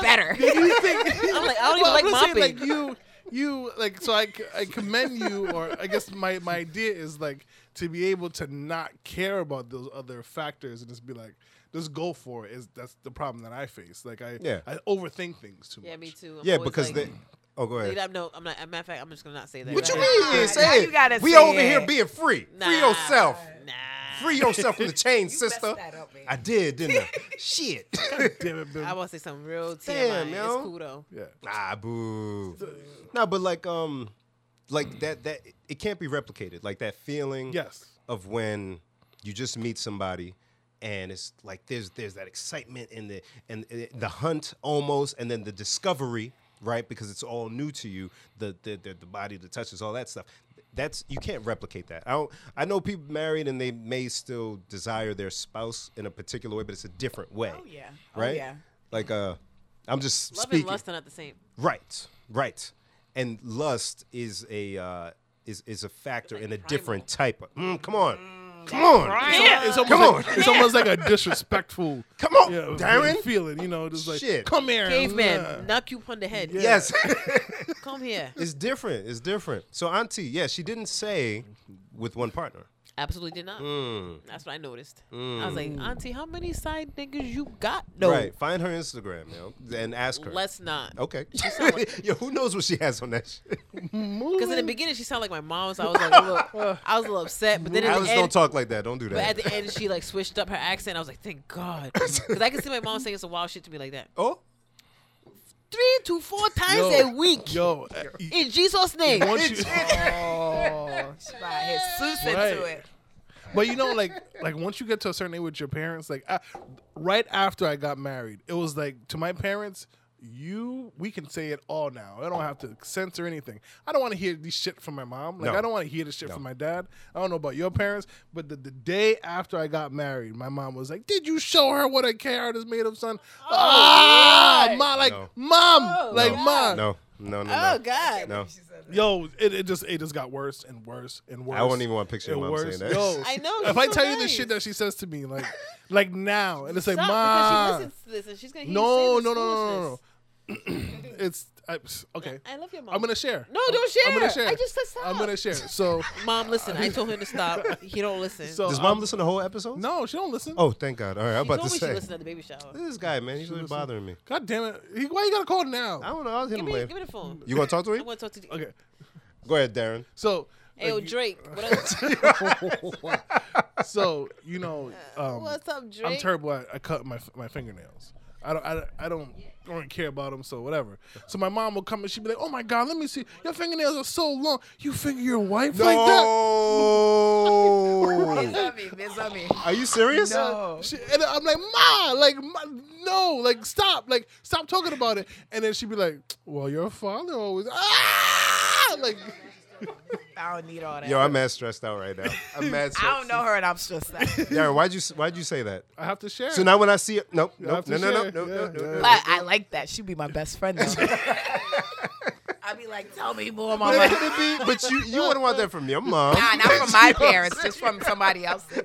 Speaker 3: better
Speaker 4: I'm like, I don't
Speaker 2: Well,
Speaker 4: even
Speaker 2: I'm
Speaker 4: like
Speaker 2: just
Speaker 4: mopping.
Speaker 2: saying, like you, you like. So I, c- I commend you, or I guess my my idea is like to be able to not care about those other factors and just be like, just go for it. Is that's the problem that I face? Like I,
Speaker 1: Yeah.
Speaker 2: I overthink things too much.
Speaker 4: yeah, me too. I'm
Speaker 1: yeah,
Speaker 4: always
Speaker 1: because
Speaker 4: like,
Speaker 1: they. Oh, go ahead.
Speaker 4: I'm, no, I'm not. Matter of fact, I'm just gonna not say that.
Speaker 1: What
Speaker 4: Go
Speaker 1: you
Speaker 4: ahead.
Speaker 1: mean?
Speaker 3: Now
Speaker 1: Say
Speaker 3: you gotta
Speaker 1: it. We
Speaker 3: say
Speaker 1: over
Speaker 3: it.
Speaker 1: here being free.
Speaker 4: Nah.
Speaker 1: Free yourself.
Speaker 4: Nah.
Speaker 1: Free yourself from the chain, sister.
Speaker 3: that up, man.
Speaker 1: I did, didn't I? Shit.
Speaker 2: Damn it, Bill.
Speaker 4: I want to say something real TMI.
Speaker 1: Damn,
Speaker 4: it's
Speaker 1: yo.
Speaker 4: cool though.
Speaker 2: yeah.
Speaker 1: Ah, boo. No, but like, um, like that, that it can't be replicated. Like that feeling
Speaker 2: Yes.
Speaker 1: of when you just meet somebody and it's like there's there's that excitement and the and uh, the hunt almost and then the discovery right because it's all new to you the the the, the body the touches all that stuff that's you can't replicate that i don't i know people married and they may still desire their spouse in a particular way but it's a different way
Speaker 3: oh yeah oh,
Speaker 1: right
Speaker 3: yeah
Speaker 1: like uh i'm just
Speaker 4: Love
Speaker 1: speaking
Speaker 4: and lust are not the same.
Speaker 1: Right, right. And lust is a uh, is is a factor in a different type of. Mm, come on, come on,
Speaker 2: It's almost
Speaker 1: Come
Speaker 2: like, It's almost like a disrespectful.
Speaker 1: come on,
Speaker 2: Yeah,
Speaker 1: Darren.
Speaker 2: feeling, you know, just like
Speaker 1: Shit.
Speaker 2: come here,
Speaker 4: Caveman,
Speaker 2: nah.
Speaker 4: knock you upon the head.
Speaker 1: Yes,
Speaker 4: Come here.
Speaker 1: it's different. It's different. So Auntie, yeah, she didn't say with one partner.
Speaker 4: Absolutely did not.
Speaker 1: Mm.
Speaker 4: That's what I noticed. I was like, Auntie, how many side niggas you got? No.
Speaker 1: Right. Find her Instagram, yo, and ask her.
Speaker 4: Let's not.
Speaker 1: okay.
Speaker 4: sound like-
Speaker 1: yo, who knows what she has on that shit?
Speaker 4: Because in the beginning, she sounded like my mom, so I was like, a little, I was a little upset. But then at
Speaker 1: Alice,
Speaker 4: the
Speaker 1: don't
Speaker 4: end,
Speaker 1: talk like that. Don't do
Speaker 4: but at
Speaker 1: that.
Speaker 4: the end, she like switched up her accent. I was like, thank God, because I could see my mom saying some wild shit to me like that.
Speaker 1: oh,
Speaker 4: Three to four times
Speaker 2: Yo.
Speaker 4: a week.
Speaker 2: Yo, uh, you-
Speaker 4: In Jesus' name.
Speaker 2: once you,
Speaker 3: oh she brought Jesus into
Speaker 2: Right.
Speaker 3: it
Speaker 2: But you know, like like once you get to a certain age with your parents, like I, right after I got married, it was like to my parents, you we can say it all now. I don't have to censor anything. I don't want to hear this shit from my mom. Like
Speaker 1: No.
Speaker 2: I don't want to hear this shit from my dad. I don't know about your parents, but the, the day after I got married, my mom was like, "Did you show her what a carrot is made of, son?" ah, ma, like
Speaker 1: No.
Speaker 2: mom, like
Speaker 1: No.
Speaker 2: mom.
Speaker 1: no, no, no, no.
Speaker 4: Oh God.
Speaker 1: No.
Speaker 2: Yo, it, it just it just got worse and worse and worse.
Speaker 1: I won't even want to picture
Speaker 2: and
Speaker 1: your mom
Speaker 2: worse.
Speaker 1: saying that.
Speaker 2: Yo,
Speaker 4: I know.
Speaker 2: if
Speaker 4: she's
Speaker 2: I
Speaker 4: so
Speaker 2: tell you the
Speaker 4: nice.
Speaker 2: shit that she says to me, like, like now, and it's like,
Speaker 4: Stop,
Speaker 2: ma,
Speaker 4: because she listens to this and she's gonna hear you
Speaker 2: no,
Speaker 4: say this
Speaker 2: no, no, no, no, no.
Speaker 4: foolishness.
Speaker 2: it's I, okay.
Speaker 4: I love your mom.
Speaker 2: I'm gonna share.
Speaker 4: No, don't share.
Speaker 2: I'm gonna share.
Speaker 4: I just said stop.
Speaker 2: I'm gonna share. So
Speaker 4: Mom, listen. I told him to stop. He don't listen.
Speaker 2: so
Speaker 1: Does
Speaker 2: I'm-
Speaker 1: mom listen to whole episodes?
Speaker 2: No, she don't listen.
Speaker 1: Oh, thank God. All right, I'm
Speaker 4: he
Speaker 1: about to
Speaker 4: told me she
Speaker 1: say.
Speaker 4: listened at the baby shower.
Speaker 1: This guy, man, he's really bothering me.
Speaker 2: God damn it! He, why you gotta call now?
Speaker 1: I don't know. I'll hit
Speaker 4: Give
Speaker 1: him
Speaker 4: me,
Speaker 1: later.
Speaker 4: give me the phone.
Speaker 1: You want to talk to
Speaker 4: I
Speaker 1: him?
Speaker 4: want to talk to you.
Speaker 2: Okay.
Speaker 1: Go ahead, Darren.
Speaker 2: So
Speaker 4: Hey, yo,
Speaker 2: like,
Speaker 4: Drake. What up?
Speaker 2: so you know, um,
Speaker 4: What's up, Drake?
Speaker 2: I'm terrible. at I cut my my fingernails. I don't, I, don't- I don't I don't care about them. So whatever. So my mom will come and she'd be like, "Oh my God, let me see. Your fingernails are so long. You finger your wife like that?"
Speaker 1: No.
Speaker 3: It's on me. It's on me.
Speaker 1: Oh. Are you serious?
Speaker 3: No.
Speaker 2: She, and I'm like, Ma, like, Ma, no, like, stop, like, stop talking about it. And then she'd be like, Well, your father always, ah, like,
Speaker 3: I don't need all that.
Speaker 1: Yo, I'm mad stressed out right now. I'm mad stressed.
Speaker 3: I don't know her, and I'm stressed out.
Speaker 1: Darren, why'd you why'd you say that?
Speaker 2: I have to share.
Speaker 1: So now when I see it, nope,
Speaker 2: I have
Speaker 1: nope, no,
Speaker 2: to
Speaker 1: no, no,
Speaker 2: share.
Speaker 1: no, no,
Speaker 2: Yeah,
Speaker 1: no,
Speaker 2: yeah.
Speaker 1: no.
Speaker 3: But I like that. She'd be my best friend. Though. I'd be like, tell me more, mama.
Speaker 1: But it could be- But you you wouldn't want that from your mom.
Speaker 3: Nah, not from my parents, just from somebody else's.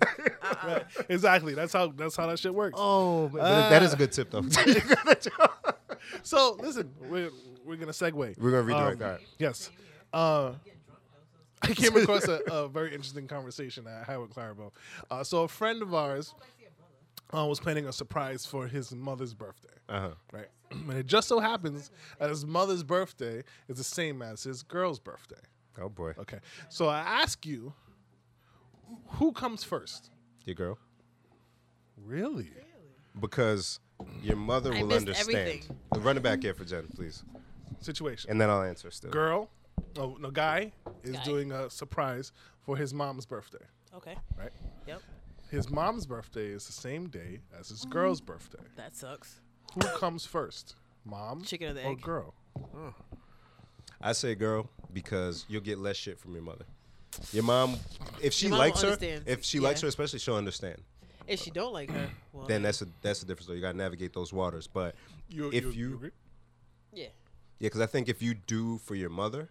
Speaker 2: exactly. That's how that's how that shit works.
Speaker 1: Oh, man. But that is a good tip though.
Speaker 2: So listen, we're we're gonna segue.
Speaker 1: We're gonna redirect,
Speaker 2: Um,
Speaker 1: all right.
Speaker 2: Yes. Uh, I came across a, a very interesting conversation I had with Clarabelle. Uh, so a friend of ours uh, was planning a surprise for his mother's birthday.
Speaker 1: Uh-huh.
Speaker 2: Right. And it just so happens that his mother's birthday is the same as his girl's birthday.
Speaker 1: Oh boy,
Speaker 2: Okay. So I ask you, who comes first?
Speaker 1: your girl.
Speaker 2: Really?
Speaker 1: Because your mother
Speaker 4: I
Speaker 1: will
Speaker 4: missed
Speaker 1: understand.
Speaker 4: everything.
Speaker 1: Run it back here for Jen, please,
Speaker 2: Situation.
Speaker 1: and then I'll answer still.
Speaker 2: girl, no, no guy is
Speaker 4: Guy.
Speaker 2: doing a surprise for his mom's birthday,
Speaker 4: Okay.
Speaker 2: right?
Speaker 4: Yep.
Speaker 2: His mom's birthday is the same day as
Speaker 4: Mm-hmm.
Speaker 2: his girl's birthday.
Speaker 4: That sucks.
Speaker 2: Who comes first, mom
Speaker 4: Chicken or the egg?
Speaker 2: girl?
Speaker 1: I say girl because you'll get less shit from your mother. Your mom, if she
Speaker 4: Your mom
Speaker 1: likes
Speaker 4: will
Speaker 1: her,
Speaker 4: understand.
Speaker 1: if she
Speaker 4: Yeah.
Speaker 1: likes her, especially, she'll understand.
Speaker 4: If she don't like her, well,
Speaker 1: Then that's a that's the difference. So you gotta navigate those waters. But
Speaker 2: You,
Speaker 1: if you,
Speaker 2: agree?
Speaker 4: yeah.
Speaker 1: yeah, because I think if you do for your mother,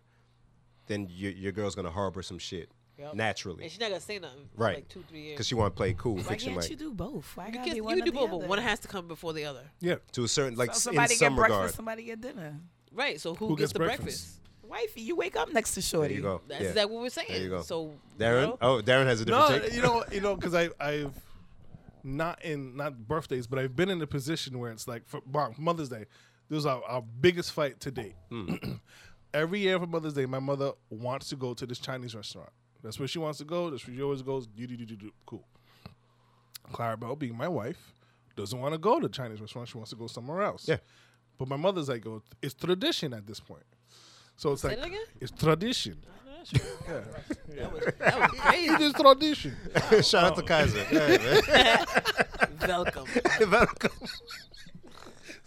Speaker 1: then your your girl's gonna harbor some shit
Speaker 4: Yup.
Speaker 1: naturally,
Speaker 4: And she's not gonna say nothing. For
Speaker 1: Right.
Speaker 4: Like two, three years.
Speaker 1: because she want to play cool,
Speaker 3: Why
Speaker 1: fiction
Speaker 3: can't you
Speaker 1: like
Speaker 3: do both? Why
Speaker 4: Because
Speaker 3: gotta be
Speaker 4: you
Speaker 3: one
Speaker 4: can
Speaker 3: or
Speaker 4: do
Speaker 3: the
Speaker 4: both, but
Speaker 3: other?
Speaker 4: one has to come before the other.
Speaker 2: yeah.
Speaker 1: to a certain like s- in
Speaker 3: somebody get
Speaker 1: some
Speaker 3: breakfast,
Speaker 1: regard.
Speaker 3: somebody get dinner.
Speaker 4: Right. So who,
Speaker 2: Who gets
Speaker 4: gets, the breakfast?
Speaker 2: breakfast?
Speaker 3: Wifey, you wake up next to
Speaker 1: There
Speaker 3: Shorty.
Speaker 1: you go.
Speaker 4: That's
Speaker 1: yeah.
Speaker 4: exactly what we're saying.
Speaker 1: you go.
Speaker 4: So
Speaker 1: Darren.
Speaker 4: girl,
Speaker 1: Oh, Darren has a different
Speaker 2: No,
Speaker 1: take.
Speaker 2: you know, you know, because I, I've not in not birthdays, but I've been in a position where it's like for mom, Mother's Day. This was our, our biggest fight to date.
Speaker 1: Hmm.
Speaker 2: Every year for Mother's Day, my mother wants to go to this Chinese restaurant. That's where she wants to go. That's where she always goes. Do do do do do. Cool. Clarabelle, being my wife, doesn't want to go to Chinese restaurant. She wants to go somewhere else.
Speaker 1: Yeah.
Speaker 2: But my mother's like, oh, it's tradition at this point. So it's
Speaker 4: Say
Speaker 2: like
Speaker 4: it again?
Speaker 2: it's tradition.
Speaker 4: that was, that was crazy.
Speaker 2: It is tradition.
Speaker 1: Shout out to Kaiser. Yeah, man. Oh.
Speaker 4: Welcome.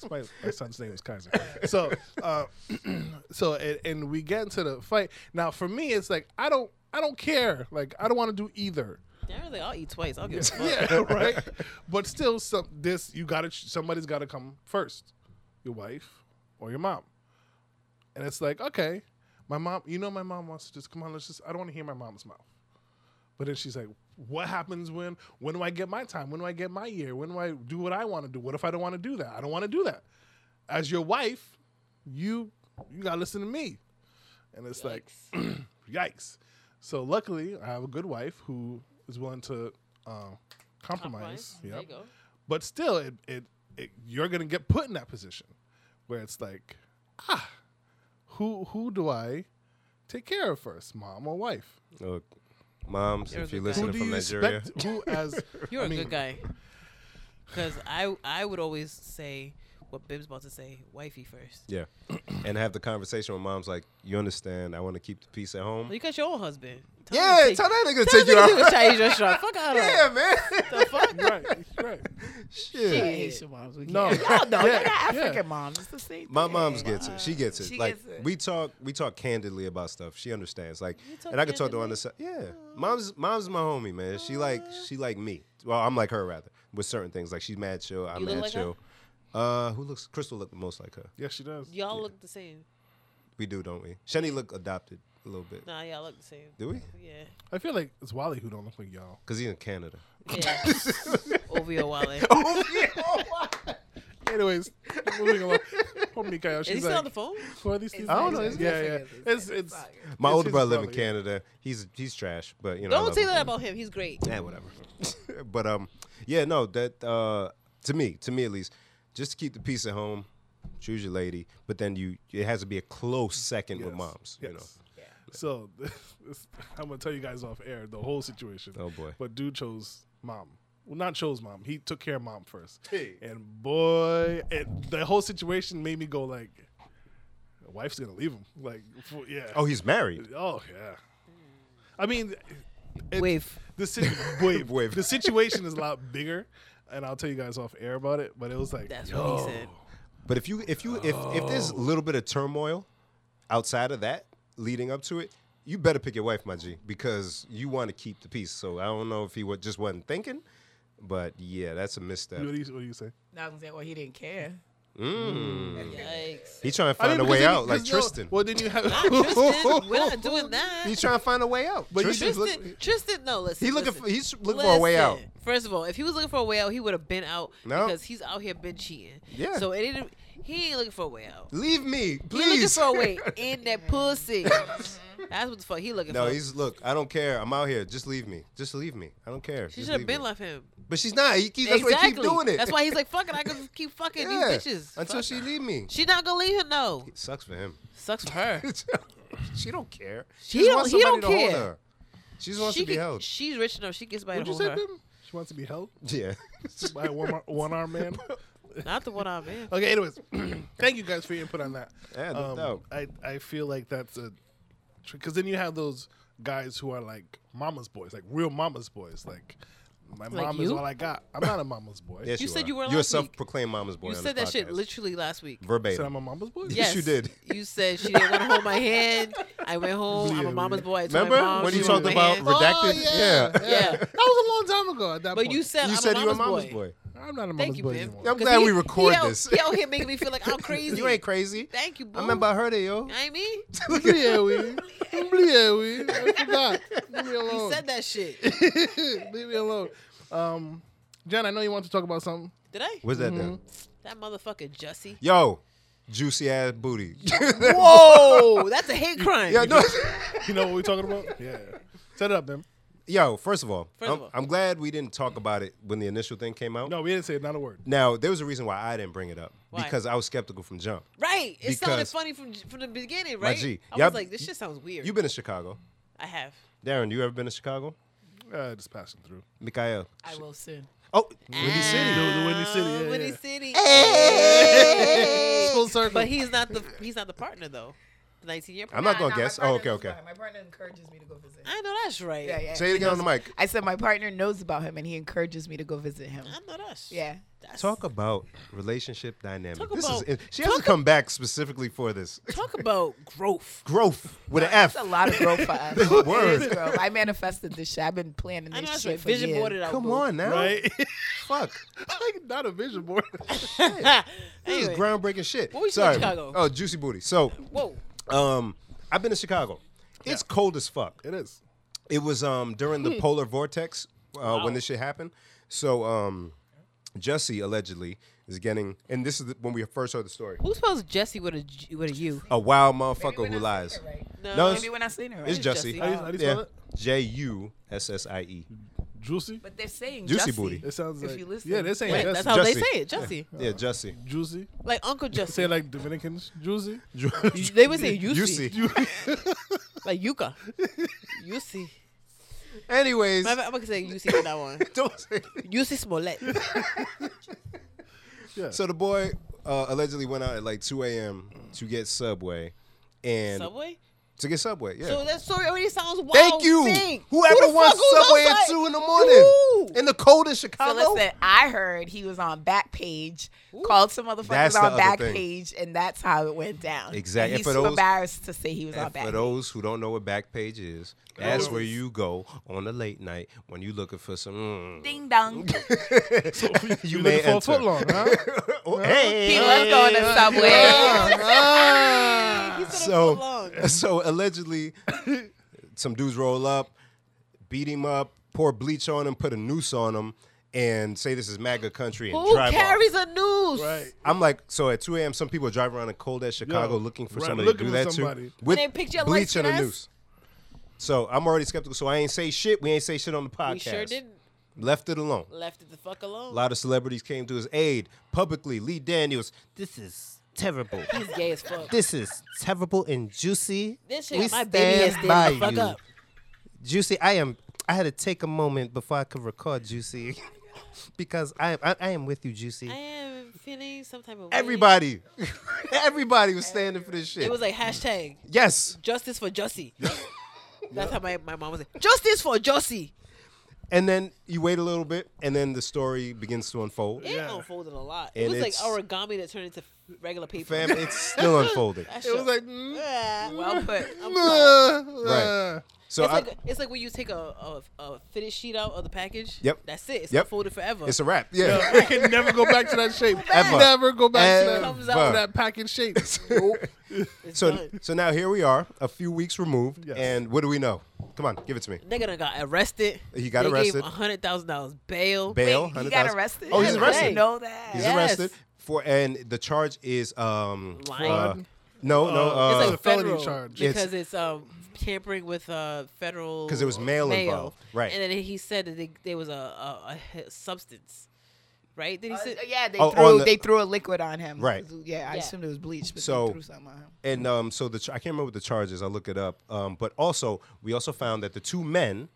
Speaker 2: my, my son's name is Kaiser. So, uh, so and, and we get into the fight. Now, for me, it's like I don't, I don't care. Like I don't want to do either.
Speaker 4: Darren's like, I'll eat twice. I'll get.
Speaker 2: Yeah, right. But still, some this you got to somebody's got to come first, your wife or your mom. And it's like, okay, my mom. You know, my mom wants to just come on. Let's just. I don't want to hear my mom's mouth. But then she's like, what happens when? When do I get my time? When do I get my year? When do I do what I want to do? What if I don't want to do that? I don't want to do that. As your wife, you you gotta listen to me. And it's like yikes. So luckily, I have a good wife who is willing to uh, compromise.
Speaker 4: Compromise. There you
Speaker 2: Yep.
Speaker 4: go.
Speaker 2: But still, it, it it you're gonna get put in that position where it's like, ah, who who do I take care of first, mom or wife?
Speaker 1: Look, moms,
Speaker 4: You're
Speaker 1: if
Speaker 4: the
Speaker 1: you're
Speaker 4: guy.
Speaker 1: listening
Speaker 2: Who do
Speaker 1: from
Speaker 2: you
Speaker 1: Nigeria,
Speaker 2: expect? Who as
Speaker 4: You're
Speaker 2: I mean,
Speaker 4: a good guy. Because I, I would always say what Bib's about to say, wifey first.
Speaker 1: yeah, and have the conversation with moms like, you understand, I want to keep the peace at home.
Speaker 4: You got your own husband. Tell him
Speaker 1: Yeah,
Speaker 4: to take-
Speaker 1: tell that nigga to
Speaker 4: tell
Speaker 1: take you
Speaker 4: him to
Speaker 1: out.
Speaker 4: take Chinese restaurant. Fuck out of
Speaker 1: Yeah, man.
Speaker 4: The fuck?
Speaker 2: Right, right.
Speaker 1: Shit.
Speaker 3: Haitian moms. We
Speaker 2: No.
Speaker 3: can't. Y'all know.
Speaker 2: Yeah,
Speaker 3: You're not
Speaker 2: yeah.
Speaker 3: African moms. It's the same
Speaker 1: My
Speaker 3: thing.
Speaker 1: mom's gets it. She gets it.
Speaker 3: She
Speaker 1: like
Speaker 3: gets it.
Speaker 1: we talk, we talk candidly about stuff. She understands. Like,
Speaker 4: talk
Speaker 1: and I can talk to her on the
Speaker 4: candidly?
Speaker 1: side. Yeah, mom's mom's my homie, man. She like she like me. Well, I'm like her rather with certain things. Like she's mad chill. I'm
Speaker 4: You look
Speaker 1: mad
Speaker 4: like her?
Speaker 1: chill. Uh, who looks? Crystal look the most like her.
Speaker 2: Yes, she does.
Speaker 4: Y'all look the same.
Speaker 1: We do, don't we? Shani look adopted a little bit.
Speaker 4: Nah, y'all look the same.
Speaker 1: Do we?
Speaker 4: Yeah.
Speaker 2: I feel like it's Wally who don't look like y'all.
Speaker 1: Cause he's in Canada.
Speaker 4: Yeah.
Speaker 1: Oh,
Speaker 4: Over your wallet.
Speaker 2: Anyways, moving along. poor Mikael.
Speaker 4: Is he
Speaker 2: She's
Speaker 4: still
Speaker 2: like,
Speaker 4: on the phone?
Speaker 2: who are these
Speaker 3: It's
Speaker 2: I don't know.
Speaker 3: like-
Speaker 2: It's, yeah, yeah.
Speaker 3: it's like-
Speaker 2: It's
Speaker 3: it's
Speaker 2: it's.
Speaker 3: like-
Speaker 1: My
Speaker 2: it's
Speaker 1: older
Speaker 2: his
Speaker 1: brother live in
Speaker 2: brother, yeah.
Speaker 1: Canada. He's he's trash, but you know. I
Speaker 4: Don't
Speaker 1: love
Speaker 4: say
Speaker 1: him.
Speaker 4: that about him. He's great.
Speaker 1: Yeah, whatever. but um, yeah, no, that uh, to me, to me at least, just to keep the peace at home, choose your lady, but then you it has to be a close second with
Speaker 2: Yes,
Speaker 1: moms, you know.
Speaker 2: yes. So this- I'm gonna tell you guys off air the whole situation.
Speaker 1: Oh, boy.
Speaker 2: But dude chose mom. Well, not chose mom. He took care of mom first.
Speaker 1: Hey.
Speaker 2: And boy, it, the whole situation made me go like, wife's gonna leave him. Like, for, yeah.
Speaker 1: Oh, he's married.
Speaker 2: Oh yeah. I mean, it,
Speaker 4: Wave.
Speaker 2: The, si- wave,
Speaker 1: Wave.
Speaker 2: the situation is a lot bigger, and I'll tell you guys off air about it. But it was like,
Speaker 4: That's
Speaker 2: yo,
Speaker 4: what he said.
Speaker 1: But if you if you if if there's
Speaker 2: Oh.
Speaker 1: a little bit of turmoil outside of that leading up to it, you better pick your wife, my G, because you want to keep the peace. So I don't know if he wa just wasn't thinking, but yeah, that's a misstep.
Speaker 2: what do you, what do you say?
Speaker 3: Now I was like, well, he didn't care.
Speaker 4: Yikes.
Speaker 1: He trying to find a way
Speaker 2: because then-
Speaker 1: out, like
Speaker 2: because, yo,
Speaker 1: Tristan.
Speaker 2: well, then you have.
Speaker 4: Tristan, we're not doing that.
Speaker 1: He's trying to find a way out.
Speaker 2: But you
Speaker 1: Tristan's
Speaker 4: Tristan,
Speaker 1: look-
Speaker 4: Tristan, no, listen.
Speaker 1: He looking
Speaker 4: listen.
Speaker 1: for- he's looking for a way out.
Speaker 4: Listen, First of all, if he was looking for a way out, he would have been out
Speaker 1: No.
Speaker 4: because he's out here been cheating.
Speaker 1: Yeah.
Speaker 4: So it didn't, he ain't looking for a way out.
Speaker 1: Leave me,
Speaker 4: He looking
Speaker 1: please.
Speaker 4: for a way in that pussy. That's what the fuck he looking
Speaker 1: No,
Speaker 4: for.
Speaker 1: he's look. I don't care. I'm out here. Just leave me. Just leave me. I don't care.
Speaker 4: she
Speaker 1: Just
Speaker 4: should have
Speaker 1: leave
Speaker 4: been
Speaker 1: me.
Speaker 4: left him.
Speaker 1: But she's not. He keep, that's why he keep doing it.
Speaker 4: That's why he's like, fuck it, I can keep fucking
Speaker 1: Yeah,
Speaker 4: these bitches.
Speaker 1: until
Speaker 4: Fuck.
Speaker 1: she leave me.
Speaker 4: She not gonna leave him no.
Speaker 1: Sucks for him.
Speaker 4: Sucks for her.
Speaker 1: she don't care. She
Speaker 4: He
Speaker 1: just
Speaker 4: don't-
Speaker 1: wants
Speaker 4: he
Speaker 1: somebody
Speaker 4: don't
Speaker 1: to hold
Speaker 4: care.
Speaker 1: her. She just wants
Speaker 4: she
Speaker 1: to be
Speaker 4: can-
Speaker 1: held.
Speaker 4: She's rich enough. She gets by
Speaker 2: Would
Speaker 4: to
Speaker 2: you
Speaker 4: hold
Speaker 2: say,
Speaker 4: her.
Speaker 2: Bim? She wants to be held
Speaker 1: Yeah.
Speaker 2: by a one arm, one arm man.
Speaker 4: Not the one I'm in.
Speaker 2: Okay, anyways, thank you guys for your input on that. Um,
Speaker 1: Yeah, no doubt.
Speaker 2: I I feel like that's a because then you have those guys who are like mama's boys, like real mama's boys, like. My mom is
Speaker 4: you?
Speaker 2: all I got. I'm not a mama's boy.
Speaker 1: Yes,
Speaker 4: You said
Speaker 1: are.
Speaker 4: you were
Speaker 1: You're a
Speaker 4: last week.
Speaker 1: self-proclaimed mama's boy.
Speaker 4: You
Speaker 1: on
Speaker 4: said
Speaker 1: this
Speaker 4: that shit
Speaker 1: podcast.
Speaker 4: literally last week.
Speaker 2: Said
Speaker 1: verbatim.
Speaker 2: I'm a mama's boy.
Speaker 1: Yes, you did.
Speaker 4: You said she didn't want to hold my hand. I went home. I'm a mama's boy. I told my
Speaker 1: Remember
Speaker 4: mom
Speaker 1: when
Speaker 4: she
Speaker 1: you
Speaker 4: didn't
Speaker 1: talked
Speaker 4: hold my
Speaker 1: about
Speaker 4: hand.
Speaker 1: redacted?
Speaker 2: Oh, yeah,
Speaker 1: yeah.
Speaker 4: Yeah.
Speaker 2: That was a long time ago. At that
Speaker 4: But
Speaker 2: point.
Speaker 4: you said
Speaker 1: You
Speaker 4: I'm
Speaker 1: said
Speaker 4: a
Speaker 1: you were a
Speaker 4: mama's,
Speaker 1: mama's
Speaker 4: boy.
Speaker 1: boy.
Speaker 2: I'm not a mama's
Speaker 4: Thank you,
Speaker 2: boy
Speaker 4: Bim.
Speaker 2: anymore.
Speaker 1: I'm
Speaker 4: 'Cause
Speaker 1: glad
Speaker 4: he-
Speaker 1: we record
Speaker 4: he out-
Speaker 1: this.
Speaker 4: He out here making me feel like I'm crazy.
Speaker 1: You ain't crazy.
Speaker 4: Thank you, boo.
Speaker 1: I remember I heard it, yo.
Speaker 4: I mean,
Speaker 2: Bleah, we. Bleah, we. I forgot. Leave me
Speaker 4: he
Speaker 1: Oh.
Speaker 2: alone.
Speaker 4: said that shit.
Speaker 2: Leave me alone. Um, John, I know you want to talk about something.
Speaker 4: Did I?
Speaker 1: What's that then?
Speaker 4: That motherfucker Jussie.
Speaker 1: Yo, juicy ass booty.
Speaker 4: Whoa, Oh, that's a hate crime.
Speaker 1: yeah, no.
Speaker 2: You know what we're talking about? Yeah. Set it up, Bim.
Speaker 1: Yo, first of all,
Speaker 4: First of
Speaker 1: I'm,
Speaker 4: all.
Speaker 1: I'm glad we didn't talk about it when the initial thing came out.
Speaker 2: No, we didn't say it, not a word.
Speaker 1: Now, there was a reason why I didn't bring it up
Speaker 4: Why?
Speaker 1: because I was skeptical from jump.
Speaker 4: Right. It sounded
Speaker 1: Because-
Speaker 4: funny from from the beginning,
Speaker 1: My
Speaker 4: right?
Speaker 1: G,
Speaker 4: I
Speaker 1: y'all-
Speaker 4: was like, this shit sounds weird.
Speaker 1: You've been to Chicago.
Speaker 4: I have.
Speaker 1: Darren, you ever been to Chicago?
Speaker 2: Uh, just passing through.
Speaker 1: Mikael.
Speaker 3: I will soon.
Speaker 1: Oh, Windy
Speaker 4: Ah,
Speaker 1: City.
Speaker 2: The- the Windy City, yeah,
Speaker 4: Windy
Speaker 2: yeah.
Speaker 4: City.
Speaker 2: Full circle.
Speaker 4: But he's not the he's not the partner though. The 19 year
Speaker 1: I'm
Speaker 4: partner.
Speaker 1: not going to guess. Oh, okay, okay.
Speaker 3: My partner encourages me to go visit.
Speaker 4: I know that's right.
Speaker 3: Yeah, yeah.
Speaker 1: Say it again on the mic.
Speaker 3: I said my partner knows about him and he encourages me to go visit him.
Speaker 4: I know that's
Speaker 3: Yeah.
Speaker 4: That's,
Speaker 1: Talk about relationship dynamic.
Speaker 4: Talk
Speaker 1: this
Speaker 4: about-
Speaker 1: is she has to come back specifically for this.
Speaker 4: talk about growth.
Speaker 1: Growth with an F.
Speaker 3: It's a lot of growth for us. It
Speaker 1: Word.
Speaker 3: is growth. I manifested this shit. I've been planning
Speaker 4: I know
Speaker 3: this
Speaker 4: that's
Speaker 3: shit
Speaker 4: right.
Speaker 3: for
Speaker 4: Vision
Speaker 3: years.
Speaker 4: boarded out.
Speaker 1: Come
Speaker 4: boo.
Speaker 1: on now.
Speaker 2: Right?
Speaker 1: Fuck.
Speaker 2: like, not a vision board.
Speaker 1: This
Speaker 4: Anyway,
Speaker 1: is groundbreaking shit.
Speaker 4: What we see in
Speaker 1: Sorry.
Speaker 4: Chicago?
Speaker 1: Oh, juicy booty. So,
Speaker 4: Whoa.
Speaker 1: um, I've been to Chicago. It's cold as fuck.
Speaker 2: it is.
Speaker 1: It was um during the polar vortex uh, when this shit happened. So um, Jesse allegedly is getting, and this is the, when we first heard the story.
Speaker 4: Who spells Jesse with a G- with a U?
Speaker 1: A wild motherfucker who lies.
Speaker 4: No.
Speaker 1: No,
Speaker 3: Maybe when I seen it right.
Speaker 1: It's Jesse.
Speaker 4: Jussie.
Speaker 2: How do you, how do you spell
Speaker 1: Yeah,
Speaker 2: it?
Speaker 1: J U S S I E.
Speaker 2: Juicy?
Speaker 3: But they're saying
Speaker 1: Juicy
Speaker 3: Jussie.
Speaker 1: booty.
Speaker 2: It sounds
Speaker 3: If
Speaker 2: like.
Speaker 3: you listen.
Speaker 2: Yeah, they're saying
Speaker 4: Wait,
Speaker 2: Jesse.
Speaker 4: that's how they
Speaker 1: Jussie.
Speaker 4: say it, Jesse.
Speaker 1: Yeah, Jesse.
Speaker 2: Juicy.
Speaker 4: Like Uncle
Speaker 2: Say
Speaker 4: Jesse.
Speaker 2: it like Dominicans. Juicy.
Speaker 4: they would say Yusi,
Speaker 1: Juicy.
Speaker 4: like Yuka. Yusi.
Speaker 1: Anyways,
Speaker 4: I'm gonna say Yusi for that one.
Speaker 1: don't say.
Speaker 4: Yusi Smollett.
Speaker 1: So the boy uh, allegedly went out at like 2 a.m. to get Subway, and
Speaker 4: Subway.
Speaker 1: to get Subway. Yeah.
Speaker 4: So that story already sounds wild.
Speaker 1: Thank you.
Speaker 4: Thing.
Speaker 1: Whoever
Speaker 4: Oh, Who the
Speaker 1: wants
Speaker 4: fuck goes
Speaker 1: Subway at
Speaker 4: outside?
Speaker 1: two in the morning
Speaker 4: Ooh.
Speaker 1: in the cold in
Speaker 3: So
Speaker 1: Chicago.
Speaker 3: listen, I heard he was on Backpage, called some motherfuckers
Speaker 1: That's the
Speaker 3: on
Speaker 1: other
Speaker 3: Backpage, and that's how it went down.
Speaker 1: Exactly.
Speaker 3: And
Speaker 1: And
Speaker 3: he's
Speaker 1: for
Speaker 3: too
Speaker 1: those-
Speaker 3: embarrassed to say he was on
Speaker 1: And for
Speaker 3: Backpage.
Speaker 1: those who don't know what Backpage is, that's where you go on a late night when you're looking for some. Mm.
Speaker 3: Ding dong.
Speaker 1: You
Speaker 2: You
Speaker 1: may
Speaker 2: looking for
Speaker 1: enter.
Speaker 2: a foot long, huh?
Speaker 1: Oh, hey.
Speaker 3: He loves going to Subway.
Speaker 4: He's gonna
Speaker 1: So-
Speaker 4: belong.
Speaker 1: so allegedly, some dudes roll up, beat him up, pour bleach on him, put a noose on him, and say this is MAGA country and
Speaker 4: Who
Speaker 1: drive off.
Speaker 4: carries a noose?
Speaker 2: Right.
Speaker 1: I'm like, so at 2 a.m., some people drive around in cold ass Chicago
Speaker 2: Yo,
Speaker 1: looking for
Speaker 2: right,
Speaker 1: somebody
Speaker 2: looking
Speaker 1: to do
Speaker 2: for
Speaker 1: that
Speaker 2: somebody.
Speaker 1: to. With
Speaker 4: they picked your
Speaker 1: bleach and a
Speaker 4: light-skinned ass?
Speaker 1: noose. So I'm already skeptical. So I ain't say shit. We ain't say shit on the podcast.
Speaker 4: We sure did
Speaker 1: Left it alone.
Speaker 4: left it the fuck alone.
Speaker 1: A lot of celebrities came to his aid publicly. Lee Daniels, this is terrible.
Speaker 4: He's gay as fuck.
Speaker 1: this is terrible and juicy.
Speaker 4: This shit, my baby has the fuck up.
Speaker 1: Juicy, I am. I had to take a moment before I could record Juicy, because I am. I, I am with you, Juicy.
Speaker 4: I am feeling some type of way.
Speaker 1: Everybody, everybody was standing for this shit.
Speaker 4: It was like hashtag
Speaker 1: yes,
Speaker 4: justice for Jussie. That's how my, my mom was like, justice for Jussie.
Speaker 1: and then you wait a little bit, and then the story begins to unfold.
Speaker 4: It
Speaker 2: Yeah.
Speaker 4: unfolded a lot.
Speaker 1: And
Speaker 4: it was like
Speaker 1: it's-
Speaker 4: origami that turned into regular paper.
Speaker 1: Fam, it's still unfolding.
Speaker 4: That
Speaker 2: It
Speaker 4: shit-
Speaker 2: was like, mm, uh,
Speaker 4: Yeah, well put. I'm sorry.
Speaker 2: right.
Speaker 1: Right. So
Speaker 4: It's
Speaker 1: I,
Speaker 4: like it's like when you take a, a a fitted sheet out of the package.
Speaker 1: Yep.
Speaker 4: That's it. It's
Speaker 1: Yep.
Speaker 4: unfolded forever.
Speaker 1: it's a wrap. Yeah.
Speaker 2: we can never go back to that shape.
Speaker 1: Ever.
Speaker 2: Never go back to that,
Speaker 4: Comes out.
Speaker 2: to that package shape.
Speaker 4: It's
Speaker 1: So,
Speaker 4: done.
Speaker 1: so now here we are, a few weeks removed,
Speaker 2: Yes.
Speaker 1: and what do we know? Come on, give it to me.
Speaker 4: Nigga done got arrested.
Speaker 1: He got
Speaker 4: they
Speaker 1: arrested.
Speaker 4: Gave hundred thousand dollars bail.
Speaker 1: Bail,
Speaker 3: Wait, he got
Speaker 1: $100,000.
Speaker 3: arrested.
Speaker 1: Oh, he's
Speaker 4: Yeah,
Speaker 1: arrested.
Speaker 4: right.
Speaker 3: know that.
Speaker 1: He's
Speaker 4: Yeah. Yes.
Speaker 1: arrested for, and the charge is um,
Speaker 4: Lying.
Speaker 1: uh, no, no,
Speaker 2: Uh,
Speaker 1: uh,
Speaker 4: It's
Speaker 2: It's
Speaker 4: like
Speaker 2: a felony
Speaker 4: federal
Speaker 2: charge.
Speaker 1: It's-
Speaker 4: because it's, um tampering with uh federal
Speaker 1: 'Cause there was mail involved. Right.
Speaker 4: And then he said that they, there was a, a, a substance, right? Then he said
Speaker 3: Uh, yeah, they
Speaker 1: Oh, on
Speaker 3: threw
Speaker 1: the-
Speaker 3: they threw a liquid on him.
Speaker 1: Right.
Speaker 3: Yeah, I
Speaker 4: Yeah.
Speaker 3: assumed it was bleach, but
Speaker 1: So-
Speaker 3: they threw something on him.
Speaker 1: and um, so the ch- I can't remember what the charge is. I'll look it up. Um, but also we also found that the two men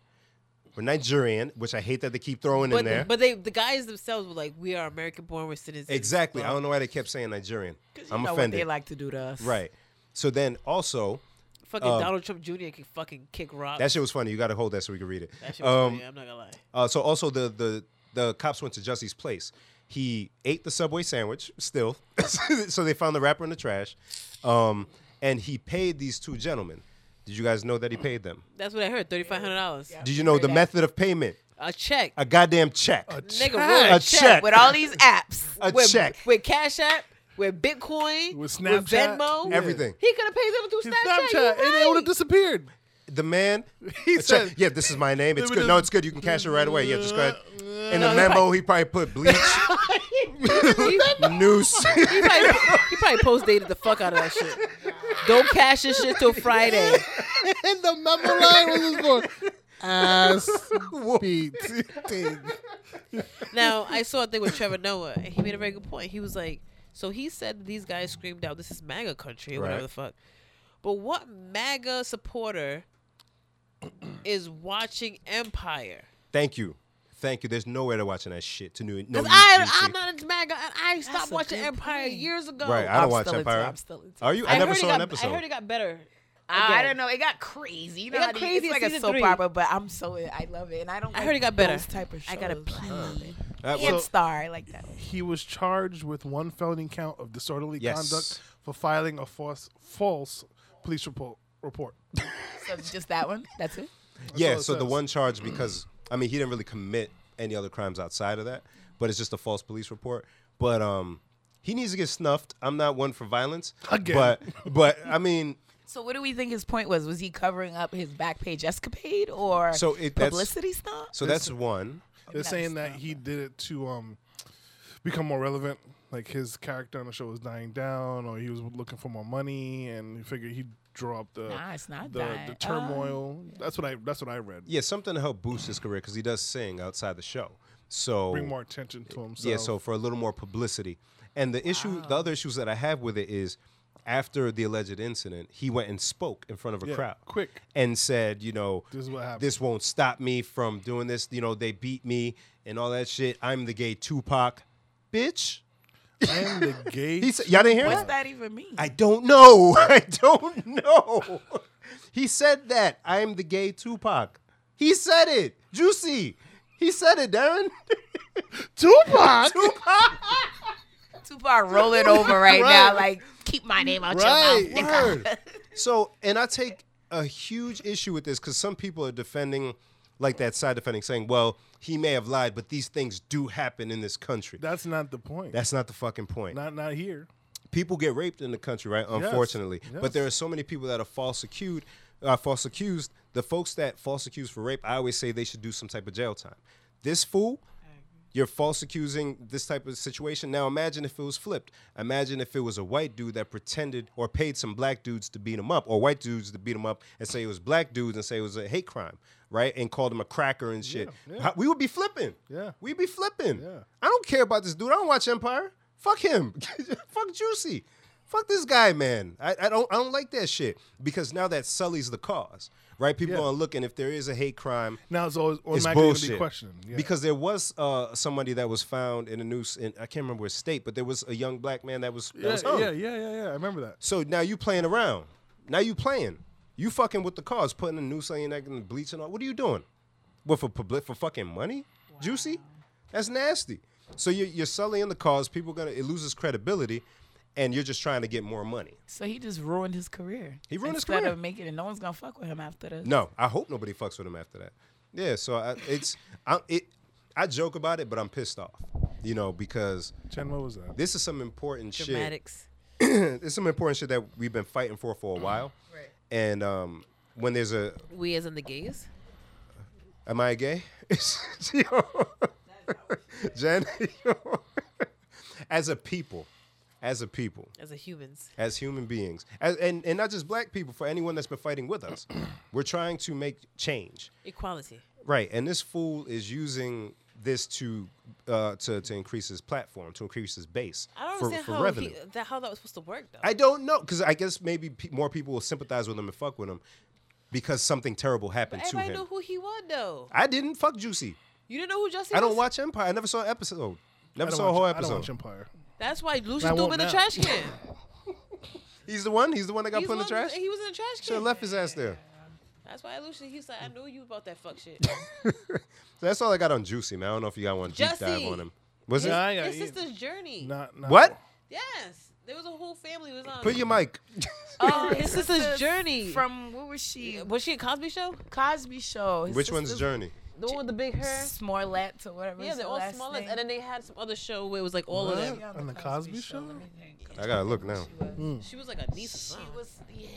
Speaker 1: were Nigerian, which I hate that they keep throwing in
Speaker 4: but
Speaker 1: there.
Speaker 4: but they the guys themselves were like we are American born we're citizens.
Speaker 1: exactly, I
Speaker 4: Well,
Speaker 1: don't know why they kept saying Nigerian. I'm
Speaker 3: you know
Speaker 1: offended.
Speaker 3: what they like to do to us.
Speaker 1: right. So then also
Speaker 4: fucking
Speaker 1: um,
Speaker 4: Donald Trump Jr. can fucking kick rock.
Speaker 1: that shit was funny. You got to hold that so we can read it.
Speaker 4: That shit was
Speaker 1: um,
Speaker 4: funny, I'm not gonna lie.
Speaker 1: Uh, so also the the the cops went to Jussie's place. He ate the Subway sandwich still, so they found the wrapper in the trash, um, and he paid these two gentlemen. Did you guys know that he paid them?
Speaker 4: That's what I heard. Thirty five hundred dollars.
Speaker 1: Did you know the method of payment?
Speaker 4: A check.
Speaker 1: A goddamn check. A,
Speaker 4: Nigga wrote a,
Speaker 1: A check.
Speaker 3: With all these apps.
Speaker 4: with,
Speaker 1: check.
Speaker 4: with Cash App, with Bitcoin,
Speaker 2: With
Speaker 4: with
Speaker 2: Snapchat,
Speaker 4: Venmo,
Speaker 2: yeah.
Speaker 1: Everything.
Speaker 4: He could have paid them through
Speaker 2: His
Speaker 4: Snapchat.
Speaker 2: Snapchat,
Speaker 4: you
Speaker 2: and it
Speaker 4: right.
Speaker 2: would have disappeared.
Speaker 1: The man.
Speaker 2: He
Speaker 1: a
Speaker 2: said-
Speaker 1: check. "Yeah, this is my name. It's good. No, it's good. You can cash it right away. Yeah, just go ahead." In the
Speaker 4: he
Speaker 1: memo, he probably put bleach, noose.
Speaker 4: He probably, he probably post dated the fuck out of that shit. Don't cash this shit till Friday.
Speaker 2: And the memo line was just going, ass beat.
Speaker 4: Now I saw a thing with Trevor Noah, and he made a very good point. He was like, so he said these guys screamed out, "This is MAGA country" or
Speaker 1: Right.
Speaker 4: whatever the fuck. But what MAGA supporter is watching Empire?
Speaker 1: Thank you, thank you. There's no way to watching that shit. To new, no,
Speaker 4: Because
Speaker 1: new
Speaker 4: I,
Speaker 1: juicy.
Speaker 4: I'm not into MAGA. and I stopped
Speaker 3: a
Speaker 4: watching
Speaker 3: good
Speaker 4: Empire
Speaker 3: point.
Speaker 4: years ago.
Speaker 1: Right, I don't watch
Speaker 3: still into-
Speaker 1: Empire.
Speaker 3: I'm still into-
Speaker 1: Are you? I, never
Speaker 4: heard it
Speaker 1: saw
Speaker 4: got,
Speaker 1: an episode.
Speaker 4: I heard it got better.
Speaker 3: I,
Speaker 4: again.
Speaker 3: don't know. It got crazy. You know
Speaker 4: It got
Speaker 3: how they-
Speaker 4: crazy in
Speaker 3: It's like a
Speaker 4: season
Speaker 3: soap
Speaker 4: three.
Speaker 3: opera, but I'm so I love it, and I don't.
Speaker 4: I
Speaker 3: like
Speaker 4: heard it got better.
Speaker 3: Those type of shows.
Speaker 4: I gotta play.
Speaker 3: love it.
Speaker 1: Uh, well,
Speaker 3: And Star, I like that. One.
Speaker 2: He was charged with one felony count of disorderly
Speaker 1: Yes.
Speaker 2: conduct for filing a false, false police report. report.
Speaker 3: So just that one. That's it.
Speaker 1: Yeah,
Speaker 2: all it
Speaker 1: so the
Speaker 2: says.
Speaker 1: one charge because I mean he didn't really commit any other crimes outside of that, but it's just a false police report. But um he needs to get snuffed. I'm not one for violence.
Speaker 2: Again.
Speaker 1: But but I mean
Speaker 3: So what do we think his point was? Was he covering up his back page escapade or
Speaker 1: So it- that's-
Speaker 3: publicity stunt?
Speaker 1: so that's one.
Speaker 2: They're
Speaker 3: Nice.
Speaker 2: saying that he did it to um, become more relevant. Like his character on the show was dying down, or he was looking for more money, and he figured he'd draw up the
Speaker 3: Nah, it's not
Speaker 2: the,
Speaker 3: that.
Speaker 2: the
Speaker 3: Um,
Speaker 2: turmoil. that's what I that's what I read.
Speaker 1: Yeah, something to help boost his career because he does sing outside the show. So
Speaker 2: Bring more attention to himself.
Speaker 1: Oh. Yeah, so for a little more publicity. And the issue, the other issues that I have with it is after the alleged incident, he went and spoke in front of a
Speaker 2: Yeah,
Speaker 1: crowd.
Speaker 2: quick.
Speaker 1: And said, you know,
Speaker 2: This is what happened.
Speaker 1: This won't stop me from doing this. You know, they beat me and all that shit. I'm the gay Tupac. Bitch.
Speaker 2: I am the gay.
Speaker 1: He said, y'all didn't hear
Speaker 3: What's
Speaker 1: that?
Speaker 3: that even mean?
Speaker 1: I don't know. I don't know. he said that. I'm the gay Tupac. He said it. Juicy. He said it, Darren.
Speaker 2: Tupac.
Speaker 3: Tupac rolling over right, now,
Speaker 2: Right.
Speaker 3: like keep my name out
Speaker 2: Right.
Speaker 3: your mouth. nigga.
Speaker 1: Word. so, and I take a huge issue with this because some people are defending, like that side defending, saying, well, he may have lied, but these things do happen in this country.
Speaker 2: That's not the point.
Speaker 1: That's not the fucking point.
Speaker 2: not not here.
Speaker 1: people get raped in the country, right? Unfortunately,
Speaker 2: Yes.
Speaker 1: but there are so many people that are false accused. Uh, false accused. The folks that false accused for rape, I always say they should do some type of jail time. This fool You're false accusing this type of situation. Now imagine if it was flipped. Imagine if it was a white dude that pretended or paid some black dudes to beat him up, or white dudes to beat him up and say it was black dudes and say it was a hate crime, right? And called him a cracker and shit. How- We would be flipping.
Speaker 2: Yeah.
Speaker 1: We'd be flipping.
Speaker 2: Yeah.
Speaker 1: I don't care about this dude. I don't watch Empire. Fuck him. Fuck Juicy. Fuck this guy, man. I, I don't I don't like that shit. Because now that sullies the cause. Right? People
Speaker 2: Yeah.
Speaker 1: are looking if there is a hate crime.
Speaker 2: Now it's always
Speaker 1: It's
Speaker 2: automatically going to be
Speaker 1: bullshit.
Speaker 2: questioned. Yeah.
Speaker 1: Because there was uh, somebody that was found in a noose in I can't remember his state, but there was a young black man that was that
Speaker 2: yeah,
Speaker 1: was oh. hung.
Speaker 2: yeah, yeah, yeah, yeah. I remember that.
Speaker 1: So now you playing around. Now you playing. You fucking with the cause, putting a noose on your neck and bleach and all. What are you doing? What for public for fucking money? Juicy? That's nasty. So you're, you're sullying the cause. People gonna it loses credibility, and you're just trying to get more money.
Speaker 3: So he just ruined his career.
Speaker 1: He ruined his
Speaker 3: Instead
Speaker 1: career.
Speaker 3: of making it, no one's gonna fuck with him after this.
Speaker 1: No, I hope nobody fucks with him after that. Yeah, so I, it's I it I joke about it, but I'm pissed off. You know because
Speaker 2: Chen, what was that?
Speaker 1: this is some important shit.
Speaker 4: Dramatics.
Speaker 1: It's some important shit that we've been fighting for for a while. Right. And um, when there's a
Speaker 4: We as in the gays.
Speaker 1: Am I gay? Yo. Jen, yo. as a people, as a people,
Speaker 4: As a humans.
Speaker 1: as human beings, as, and, and not just black people, for anyone that's been fighting with us, we're trying to make change.
Speaker 4: Equality.
Speaker 1: Right, and this fool is using this to uh, to, to increase his platform, to increase his base
Speaker 4: I don't
Speaker 1: for,
Speaker 4: understand
Speaker 1: for
Speaker 4: how,
Speaker 1: revenue.
Speaker 4: He, that, how that was supposed to work, though.
Speaker 1: I don't know, because I guess maybe pe- more people will sympathize with him and fuck with him because something terrible happened to
Speaker 4: Everybody
Speaker 1: him.
Speaker 4: knew who he was, though.
Speaker 1: I didn't fuck Juicy.
Speaker 4: You didn't know who Justin
Speaker 1: I don't
Speaker 4: was?
Speaker 1: watch Empire. I never saw an episode. Oh, Never
Speaker 2: I don't
Speaker 1: saw a
Speaker 2: watch-
Speaker 1: whole
Speaker 2: I don't
Speaker 1: episode.
Speaker 2: watch Empire.
Speaker 4: That's why Lucy
Speaker 2: I
Speaker 4: threw him
Speaker 2: won't
Speaker 4: in the
Speaker 2: now.
Speaker 4: trash can.
Speaker 1: He's the one. He's the one that got
Speaker 4: He's
Speaker 1: put in the
Speaker 4: one-
Speaker 1: trash.
Speaker 4: He was in the trash
Speaker 1: Should have
Speaker 4: can.
Speaker 1: left his ass there.
Speaker 4: That's why Lucy, he was like, I knew you about that fuck shit.
Speaker 1: So that's all I got on Juicy, man. I don't know if you got one deep dive
Speaker 4: Jussie.
Speaker 1: on him. Was
Speaker 2: Yeah, I
Speaker 1: it?
Speaker 2: got
Speaker 4: His
Speaker 2: you.
Speaker 4: sister's journey.
Speaker 2: Not, not
Speaker 1: What?
Speaker 4: Yes. There was a whole family was on.
Speaker 1: Put your mic.
Speaker 4: oh, his sister's journey. From
Speaker 3: From what was she?
Speaker 4: was she a Cosby Show?
Speaker 3: Cosby Show. His
Speaker 1: Which one's
Speaker 3: sister's
Speaker 1: Journey?
Speaker 4: The one with the big hair.
Speaker 3: Smollett or whatever.
Speaker 4: Yeah,
Speaker 3: his
Speaker 4: they're all
Speaker 3: last
Speaker 4: smallest.
Speaker 3: name.
Speaker 4: And then they had some other show where it was like all of them.
Speaker 2: On the Cosby Show?
Speaker 3: Let me think.
Speaker 1: I gotta look now.
Speaker 4: She was like a niece. Or
Speaker 3: She
Speaker 4: something.
Speaker 3: was, yeah.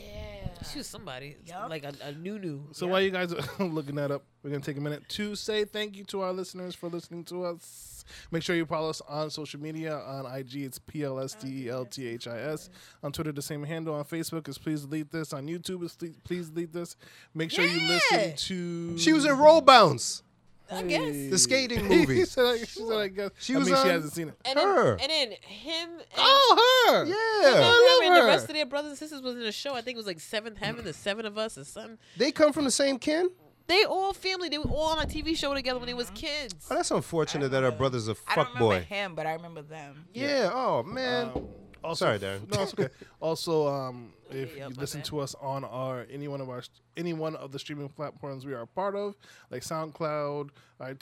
Speaker 4: She was somebody.
Speaker 3: Yup.
Speaker 4: Like a, a new new.
Speaker 2: So while you guys are looking that up, we're gonna take a minute to say thank you to our listeners for listening to us. Make sure you follow us on social media. On IG, it's P L S T E L T H I S. On Twitter, the same handle. On Facebook, is please delete this. On YouTube, is Ple- please delete this. Make sure you listen
Speaker 4: Yeah.
Speaker 2: to.
Speaker 1: She was in Roll Bounce,
Speaker 4: I guess.
Speaker 1: the skating
Speaker 2: He
Speaker 1: movie.
Speaker 2: said, I, she said, I guess.
Speaker 1: She
Speaker 2: I
Speaker 1: was
Speaker 2: mean, she
Speaker 1: on-
Speaker 2: hasn't seen it.
Speaker 4: And
Speaker 1: her.
Speaker 4: Then, and then him and,
Speaker 2: Oh, her.
Speaker 1: Yeah,
Speaker 4: him and the
Speaker 2: her.
Speaker 4: rest of their brothers and sisters was in a show. I think it was like Seventh Heaven, the seven of us or something.
Speaker 1: they come from the same kin.
Speaker 4: They all family. They were all on a TV show together when they
Speaker 3: Mm-hmm.
Speaker 4: was kids.
Speaker 1: Oh, that's unfortunate that our brother's a
Speaker 3: I don't
Speaker 1: fuck
Speaker 3: remember
Speaker 1: boy.
Speaker 3: him, but I remember them.
Speaker 1: Yeah. Oh man.
Speaker 2: Um, Also,
Speaker 1: Sorry, Darren.
Speaker 2: No, it's okay. also, um, if
Speaker 4: Yeah,
Speaker 2: you
Speaker 4: my
Speaker 2: listen
Speaker 4: bad.
Speaker 2: to us on our any one of our any one of the streaming platforms we are a part of, like SoundCloud,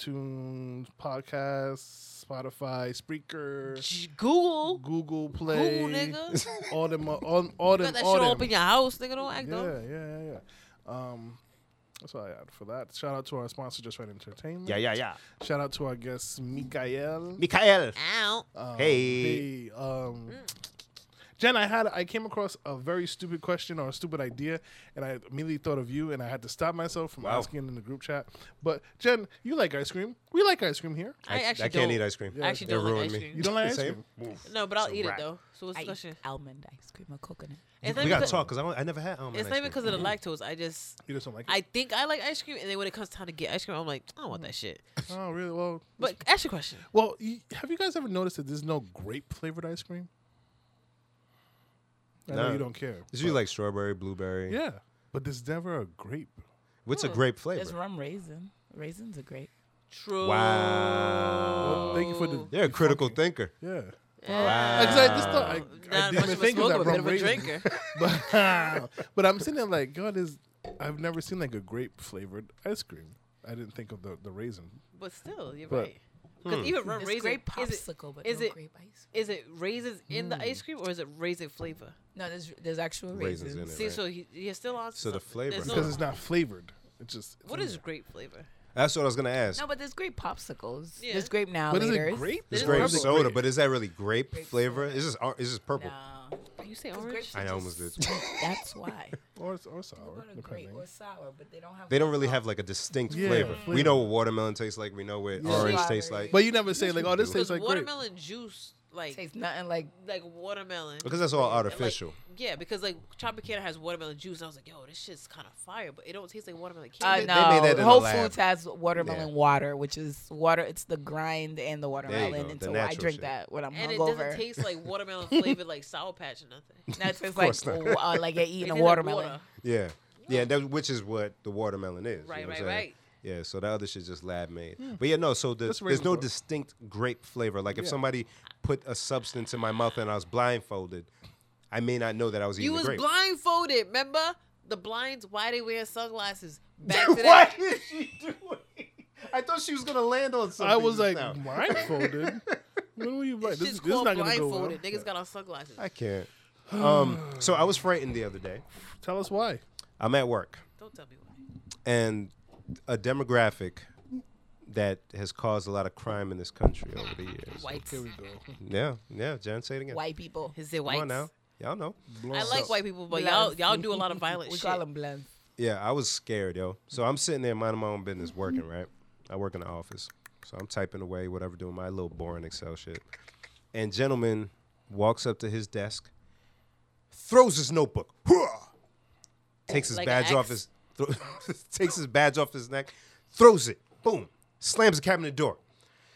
Speaker 2: iTunes, podcasts, Spotify, Spreaker,
Speaker 4: Sh- Google.
Speaker 2: Google Play,
Speaker 4: Google, nigga.
Speaker 2: all them, uh, all, all
Speaker 4: Got
Speaker 2: them,
Speaker 4: that
Speaker 2: all
Speaker 4: shit
Speaker 2: them.
Speaker 4: all up in your house, nigga. Don't act
Speaker 2: yeah,
Speaker 4: dumb.
Speaker 2: yeah, yeah, yeah. Um, that's all I had for that. Shout out to our sponsor, Just Right Entertainment.
Speaker 1: Yeah, yeah, yeah.
Speaker 2: Shout out to our guest, Mikael.
Speaker 1: Mikael.
Speaker 4: Ow.
Speaker 2: Um,
Speaker 1: Hey.
Speaker 2: hey,
Speaker 1: Mm.
Speaker 2: um, Jen, I had I came across a very stupid question or a stupid idea, and I immediately thought of you, and I had to stop myself from
Speaker 1: Wow.
Speaker 2: asking in the group chat. But Jen, you like ice cream. We like ice cream here.
Speaker 4: I, actually
Speaker 1: I can't
Speaker 4: don't.
Speaker 1: eat ice cream.
Speaker 4: I actually
Speaker 1: They
Speaker 4: don't like
Speaker 1: ruined
Speaker 4: ice
Speaker 1: me.
Speaker 4: cream.
Speaker 2: You don't like ice
Speaker 1: Same?
Speaker 2: cream.
Speaker 4: No, but I'll eat
Speaker 1: wrap.
Speaker 4: it though. So what's
Speaker 3: I
Speaker 4: the
Speaker 3: eat
Speaker 4: question?
Speaker 3: almond ice cream or coconut.
Speaker 4: It's not
Speaker 1: We gotta
Speaker 4: because-
Speaker 1: talk because I, don't- I never had almond
Speaker 4: It's
Speaker 1: ice
Speaker 4: not
Speaker 1: cream. Mm-hmm.
Speaker 4: even because of the lactose. I just,
Speaker 2: You just don't like it.
Speaker 4: I think I like ice cream, and then when it comes time to get ice cream, I'm like, I don't want that shit.
Speaker 2: oh, really? Well,
Speaker 4: But ask your question.
Speaker 2: well. You, have you guys ever noticed that there's no grape flavored ice cream? I know
Speaker 1: No.
Speaker 2: you don't care.
Speaker 1: Did you like strawberry, blueberry?
Speaker 2: Yeah, but there's never a grape.
Speaker 1: What's a grape flavor?
Speaker 3: It's rum raisin. Raisins are great.
Speaker 4: True.
Speaker 1: Wow.
Speaker 2: Well, thank you for the.
Speaker 1: You're a critical thinker.
Speaker 2: Yeah.
Speaker 1: Oh. Wow.
Speaker 2: Because I just thought I, I
Speaker 4: Not
Speaker 2: didn't
Speaker 4: much
Speaker 2: even
Speaker 4: of a
Speaker 2: think of
Speaker 4: smoker,
Speaker 2: that
Speaker 4: but a bit
Speaker 2: rum
Speaker 4: of a
Speaker 2: raisin.
Speaker 4: drinker.
Speaker 2: but, but I'm sitting there like, God is. I've never seen like a grape flavored ice cream. I didn't think of the, the raisin.
Speaker 4: But still, you're
Speaker 2: But- hmm.
Speaker 4: right. Because even rum
Speaker 3: It's
Speaker 4: raisin,
Speaker 3: grape
Speaker 4: is it,
Speaker 3: popsicle, but
Speaker 4: is
Speaker 3: no
Speaker 4: it-
Speaker 3: grape ice. Mm.
Speaker 4: is it raisins in the ice cream or is it raisin flavor?
Speaker 3: No, there's there's actual raisins.
Speaker 1: Raisins in it.
Speaker 4: See,
Speaker 1: right?
Speaker 4: so he, you're still on.
Speaker 1: So the
Speaker 4: something. There's
Speaker 1: flavor-
Speaker 4: no-
Speaker 2: Because it's not flavored. It's just. it's
Speaker 4: what
Speaker 2: in
Speaker 4: is
Speaker 2: there.
Speaker 4: grape flavor?
Speaker 1: That's what I was gonna ask.
Speaker 3: No, but there's grape popsicles.
Speaker 4: Yeah.
Speaker 3: There's grape now.
Speaker 2: But is
Speaker 3: later.
Speaker 2: it grape?
Speaker 1: There's
Speaker 4: There's
Speaker 1: grape
Speaker 4: purple
Speaker 1: soda, but is that really grape, flavor? Is this or- is this purple?
Speaker 3: No.
Speaker 4: You say
Speaker 3: Because
Speaker 4: orange?
Speaker 3: grapes
Speaker 1: I
Speaker 3: are
Speaker 1: almost
Speaker 3: just
Speaker 1: did.
Speaker 3: sweet. That's why.
Speaker 2: Or, or sour.
Speaker 3: What a grape
Speaker 2: depending.
Speaker 3: or sour, but they don't have.
Speaker 1: They don't really have like a distinct
Speaker 2: Yeah,
Speaker 1: flavor. We
Speaker 2: flavor.
Speaker 1: know what watermelon tastes like. We know what orange tastes
Speaker 3: Strawberry.
Speaker 1: like.
Speaker 2: But you never say like, "Oh, this
Speaker 1: do.
Speaker 2: tastes
Speaker 4: Because
Speaker 2: like grape."
Speaker 4: watermelon juice, like
Speaker 3: Tastes nothing like.
Speaker 4: like watermelon.
Speaker 1: because that's all
Speaker 4: And, like,
Speaker 1: artificial.
Speaker 4: yeah, because like Tropicana has watermelon juice, and I was like, yo, this shit's kind of fire, but it don't taste like watermelon
Speaker 3: Uh,
Speaker 4: candy.
Speaker 1: they
Speaker 3: no,
Speaker 1: made that in
Speaker 3: Whole
Speaker 1: the lab.
Speaker 3: Foods has watermelon
Speaker 1: Yeah.
Speaker 3: water, which is water. It's the grind and the
Speaker 1: go,
Speaker 3: watermelon, and
Speaker 1: the
Speaker 3: so I
Speaker 1: natural
Speaker 3: drink
Speaker 1: shit.
Speaker 3: that when I'm
Speaker 4: and it
Speaker 3: hungover.
Speaker 4: doesn't taste like watermelon flavored like sour patch or nothing.
Speaker 3: Now it tastes
Speaker 1: course
Speaker 3: like
Speaker 1: not.
Speaker 3: w- uh, like you're eating
Speaker 4: It
Speaker 3: a
Speaker 4: tastes like
Speaker 3: watermelon.
Speaker 4: water.
Speaker 1: yeah, yeah, that, which is what the watermelon is. you
Speaker 4: Right,
Speaker 1: know what I'm
Speaker 4: right,
Speaker 1: saying?
Speaker 4: right.
Speaker 1: Yeah, so the other shit's just lab made. But yeah, no. So the,
Speaker 2: That's
Speaker 1: there's no
Speaker 2: Ravensburg.
Speaker 1: distinct grape flavor. Like if somebody put a substance in my mouth and I was blindfolded, I may not know that I was eating a
Speaker 4: You was
Speaker 1: grape.
Speaker 4: blindfolded, remember? The blinds, why they wear sunglasses? Back to that.
Speaker 1: is she doing? I thought she was gonna land on something.
Speaker 2: I was
Speaker 1: just
Speaker 2: like
Speaker 1: now.
Speaker 2: blindfolded. when were you blind? This, is-
Speaker 4: This, shit's
Speaker 2: this is
Speaker 4: called
Speaker 2: not gonna go well.
Speaker 4: blindfolded. Niggas got on sunglasses.
Speaker 1: I can't. Um, so I was frightened the other day.
Speaker 2: Tell us why.
Speaker 1: I'm at work,
Speaker 4: Don't tell me why.
Speaker 1: and a demographic that has caused a lot of crime in this country over the years.
Speaker 4: Whites.
Speaker 2: Here we go.
Speaker 1: Yeah, yeah. Jen, say it again.
Speaker 3: White people.
Speaker 4: Is it
Speaker 1: Come
Speaker 4: whites?
Speaker 1: on now, y'all know.
Speaker 4: I like white people, but y'all
Speaker 3: Bloods.
Speaker 4: y'all do a lot of violent
Speaker 3: we
Speaker 4: shit.
Speaker 3: call them blends.
Speaker 1: Yeah, I was scared, yo. So I'm sitting there minding my own business, working. Right, I work in the office, so I'm typing away, whatever, doing my little boring Excel shit. And gentleman walks up to his desk, throws his notebook, Hooah! takes his
Speaker 4: Like an
Speaker 1: badge off
Speaker 4: axe?
Speaker 1: his, thro- takes his badge off his neck, throws it, boom, slams the cabinet door.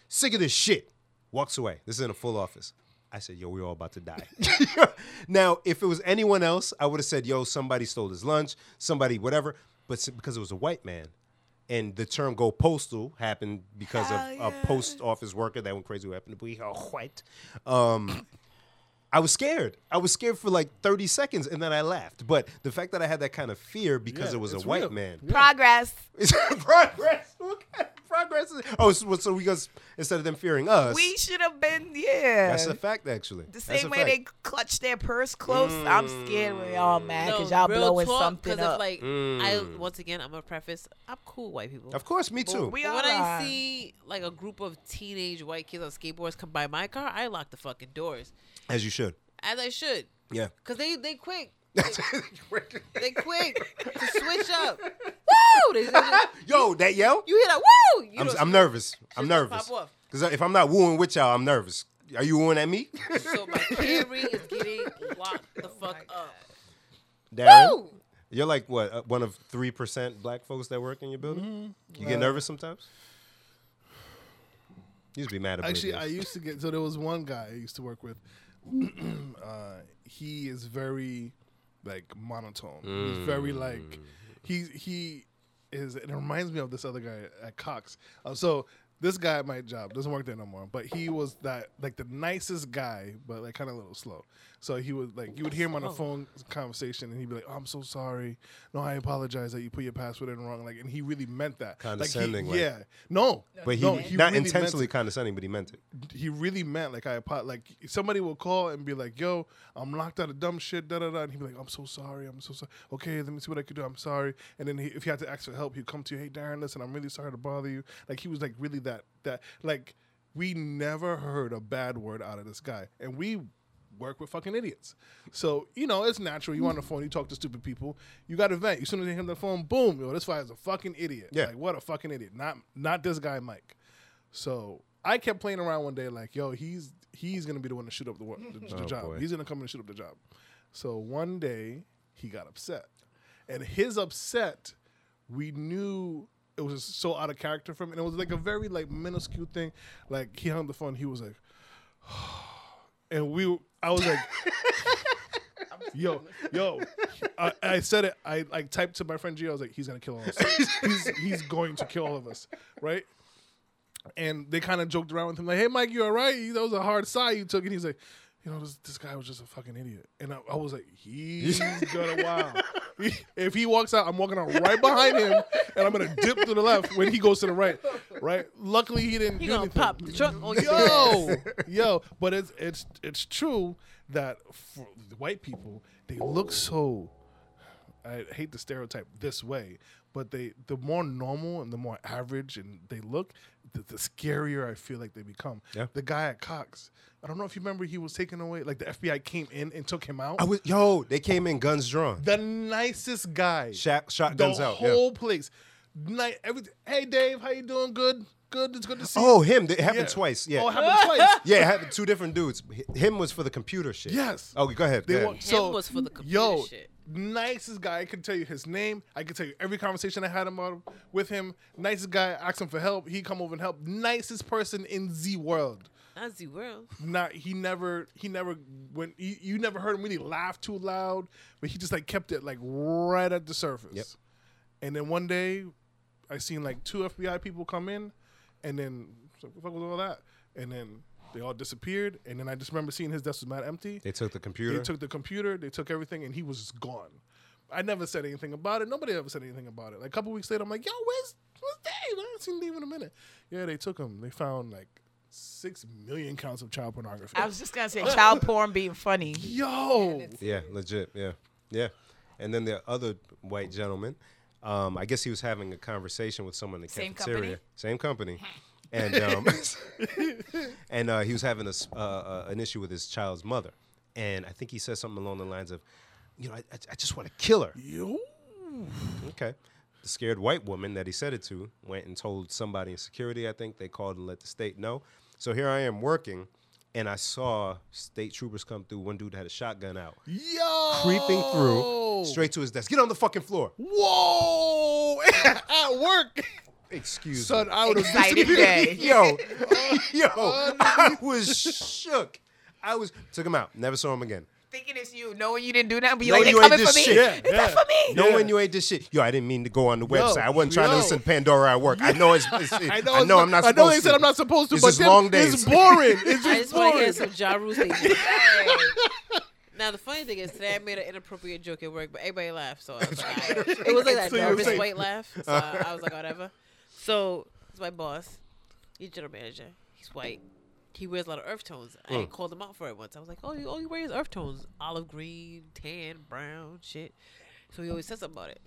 Speaker 1: Sick of this shit, walks away. This is in a full office. I said, yo, we're all about to die. now, if it was anyone else, I would have said, yo, somebody stole his lunch, somebody whatever. But s- because it was a white man, and the term go postal happened because of
Speaker 3: Hell yeah.
Speaker 1: a post office worker that went crazy who happened to be a white. Um, I was scared. I was scared for like 30 seconds and then I laughed. But the fact that I had that kind of fear because
Speaker 2: Yeah,
Speaker 1: it was a
Speaker 2: it's
Speaker 1: white
Speaker 2: real.
Speaker 1: man.
Speaker 3: Progress.
Speaker 1: It's progress. What kind of progress is Oh, so, so we guys, instead of them fearing us.
Speaker 3: We should have been yeah.
Speaker 1: that's a fact, actually.
Speaker 3: the
Speaker 1: That's
Speaker 3: same
Speaker 1: a
Speaker 3: way they
Speaker 1: fact. Mm.
Speaker 3: clutch their purse close. I'm scared when y'all mad because y'all
Speaker 4: real
Speaker 3: blowing
Speaker 4: talk,
Speaker 3: something
Speaker 4: 'cause
Speaker 3: up.
Speaker 4: If, like I once again, I'm gonna preface. I'm cool, with white people.
Speaker 1: Of course, me too.
Speaker 3: we
Speaker 4: But
Speaker 3: all
Speaker 4: when I
Speaker 3: are.
Speaker 4: see like a group of teenage white kids on skateboards come by my car, I lock the fucking doors,
Speaker 1: As you should.
Speaker 4: as I should,
Speaker 1: Yeah.
Speaker 4: cause they they quick,
Speaker 1: Yo,
Speaker 4: they quick to switch up. Woo! They, they, they-
Speaker 1: that yell?
Speaker 4: you hear that? Woo! You
Speaker 1: I'm,
Speaker 4: don't-
Speaker 1: I'm nervous. I'm
Speaker 4: just
Speaker 1: nervous.
Speaker 4: pop off.
Speaker 1: Because if I'm not wooing with y'all, I'm nervous. Are you wooing at me?
Speaker 4: So Oh my theory is getting locked the fuck up.
Speaker 1: Darren?
Speaker 4: Woo!
Speaker 1: You're like what? uh, One of three percent black folks that work in your building. You get nervous sometimes. You used to be mad about
Speaker 2: Actually,
Speaker 1: this.
Speaker 2: I used to get. So there was one guy I used to work with. uh, he is very like monotone. He's very
Speaker 1: Mm.
Speaker 2: like he he is. It reminds me of this other guy at Cox. Uh, so this guy at my job doesn't work there no more, but he was that like the nicest guy, but like kind of a little slow. So he would like you would hear him on a phone conversation, and he'd be like, oh, "I'm so sorry. No, I apologize that you put your password in wrong." Like, and he really meant that. Like, he-
Speaker 1: Condescending, like-
Speaker 2: yeah. No.
Speaker 1: but he,
Speaker 2: no,
Speaker 1: not
Speaker 2: really meant
Speaker 1: intentionally condescending, but he meant it.
Speaker 2: he really meant like I apo- like somebody will call and be like, "Yo, I'm locked out of dumb shit," da da da, and he'd be like, "I'm so sorry, I'm so sorry. Okay, let me see what I could do. I'm sorry." And then he, if he had to ask for help, he'd come to you, "Hey, Darren, listen, I'm really sorry to bother you." Like he was like really that that like we never heard a bad word out of this guy, and we work with fucking idiots. So you know it's natural. You on the phone, you talk to stupid people. You got to vent. You soon as they hit the phone, boom, yo, this guy is a fucking idiot.
Speaker 1: Yeah.
Speaker 2: like what a fucking idiot. Not not this guy, Mike. So I kept playing around one day, like, yo, he's he's gonna be the one to shoot up the, wor- the, the
Speaker 1: Oh,
Speaker 2: job.
Speaker 1: boy.
Speaker 2: He's gonna come and shoot up the job. So one day he got upset, and his upset, we knew it was just so out of character from, and it was like a very like minuscule thing. Like he hung the phone, he was like, and we, I was like. Yo, yo, I, I said it. I like typed to my friend Gio. I was like, he's gonna kill all of us. he's, he's going to kill all of us, right? and they kind of joked around with him like, "Hey, Mike, you all right? You- That was a hard side you took." And he's like, "You know, this, this guy was just a fucking idiot." And I, I was like, "He's gonna wow. if he walks out, I'm walking out right behind him, and I'm gonna dip to the left when he goes to the right. Right? Luckily, he didn't.
Speaker 4: He
Speaker 2: do
Speaker 4: gonna
Speaker 2: anything.
Speaker 4: pop the trunk on your ass.
Speaker 2: Yo, yo, but it's it's it's true that for the white people they look so. I, I hate to stereotype this way, but they the more normal and the more average and they look, the, the scarier I feel like they become.
Speaker 1: Yeah.
Speaker 2: The guy at Cox, I don't know if you remember, he was taken away. Like the FBI came in and took him out.
Speaker 1: I was yo. They came in guns drawn,
Speaker 2: the nicest guy.
Speaker 1: Shot- shotguns
Speaker 2: the
Speaker 1: out. yeah.
Speaker 2: whole place. Night, everything. Hey Dave, how you doing? Good, good. It's good to see. you.
Speaker 1: Oh, him. It happened
Speaker 2: Yeah.
Speaker 1: twice.
Speaker 2: Oh, it
Speaker 1: Yeah.
Speaker 2: happened twice.
Speaker 1: Yeah, it happened two different dudes. H- Him was for the computer shit.
Speaker 2: Yes.
Speaker 1: Oh, go ahead.
Speaker 2: They
Speaker 1: go
Speaker 2: want
Speaker 1: ahead.
Speaker 2: so
Speaker 4: was for the computer
Speaker 2: yo,
Speaker 4: shit.
Speaker 2: nicest guy. I can tell you his name. I can tell you every conversation I had about him, with him. Nicest guy. Ask him for help. He come over and help. Nicest person in Z world.
Speaker 4: Not the world.
Speaker 2: Not he never he never when you, you never heard him really laugh too loud, but he just like kept it like right at the surface.
Speaker 1: Yep.
Speaker 2: And then one day, I seen like two FBI people come in, and then so what the fuck was all that? And then they all disappeared. And then I just remember seeing his desk was mad empty.
Speaker 1: They took the computer.
Speaker 2: They took the computer, they took everything, and he was just gone. I never said anything about it. Nobody ever said anything about it. Like a couple weeks later, I'm like, yo, where's where's Dave? I haven't seen Dave in a minute. Yeah, they took him. They found like six million counts of child pornography.
Speaker 3: I was just gonna say child porn being funny.
Speaker 2: yo,
Speaker 1: yeah, legit. Yeah, yeah. And then the other white gentleman, um, I guess he was having a conversation with someone in the
Speaker 3: Same
Speaker 1: cafeteria.
Speaker 3: company?
Speaker 1: Same company. And um, and uh, he was having a s uh, uh, an issue with his child's mother, and I think he said something along the lines of, you know, I, I- I just want to kill her.
Speaker 2: yo,
Speaker 1: Okay. The scared white woman that he said it to went and told somebody in security, I think they called and let the state know. So here I am working, and I saw state troopers come through. One dude had a shotgun out,
Speaker 2: yo,
Speaker 1: creeping through straight to his desk. Get on the fucking floor.
Speaker 2: Whoa, at work,
Speaker 1: Excuse
Speaker 2: son.
Speaker 1: me.
Speaker 2: I would have
Speaker 3: Exciting day.
Speaker 1: Yo, yo, I was shook. I was, took him out, never saw him again.
Speaker 3: Thinking it's you, knowing you didn't do nothing, but you
Speaker 1: No,
Speaker 3: like they
Speaker 1: you ain't
Speaker 3: coming
Speaker 1: this
Speaker 3: for me.
Speaker 1: shit. Yeah,
Speaker 3: Is that for me?
Speaker 1: No Knowing you ain't this shit. Yo, I didn't mean to go on the website. I wasn't trying
Speaker 2: yo.
Speaker 1: to listen to Pandora at work. I know it's, it's
Speaker 2: I
Speaker 1: I
Speaker 2: know.
Speaker 1: know, I
Speaker 2: it's
Speaker 1: know I'm not
Speaker 2: I
Speaker 1: supposed
Speaker 2: know they
Speaker 1: to.
Speaker 2: said I'm not supposed to,
Speaker 1: It's
Speaker 2: but
Speaker 1: just
Speaker 2: then
Speaker 1: long days.
Speaker 2: it's boring. It's
Speaker 4: I
Speaker 2: just
Speaker 4: just want to hear
Speaker 2: boring.
Speaker 4: some Ja Rule statements. Hey. Now the funny thing is today I made an inappropriate joke at work, but everybody laughed, so I was like, all right. it was like that
Speaker 2: So you were
Speaker 4: nervous
Speaker 2: safe.
Speaker 4: white laugh. So I I was like, whatever. So it's my boss, he's general manager. He's white. He wears a lot of earth tones. I
Speaker 2: Hmm.
Speaker 4: had called him out for it once. I was like, oh, you all you wear is earth tones, olive green, tan, brown, shit. So he always says something about it.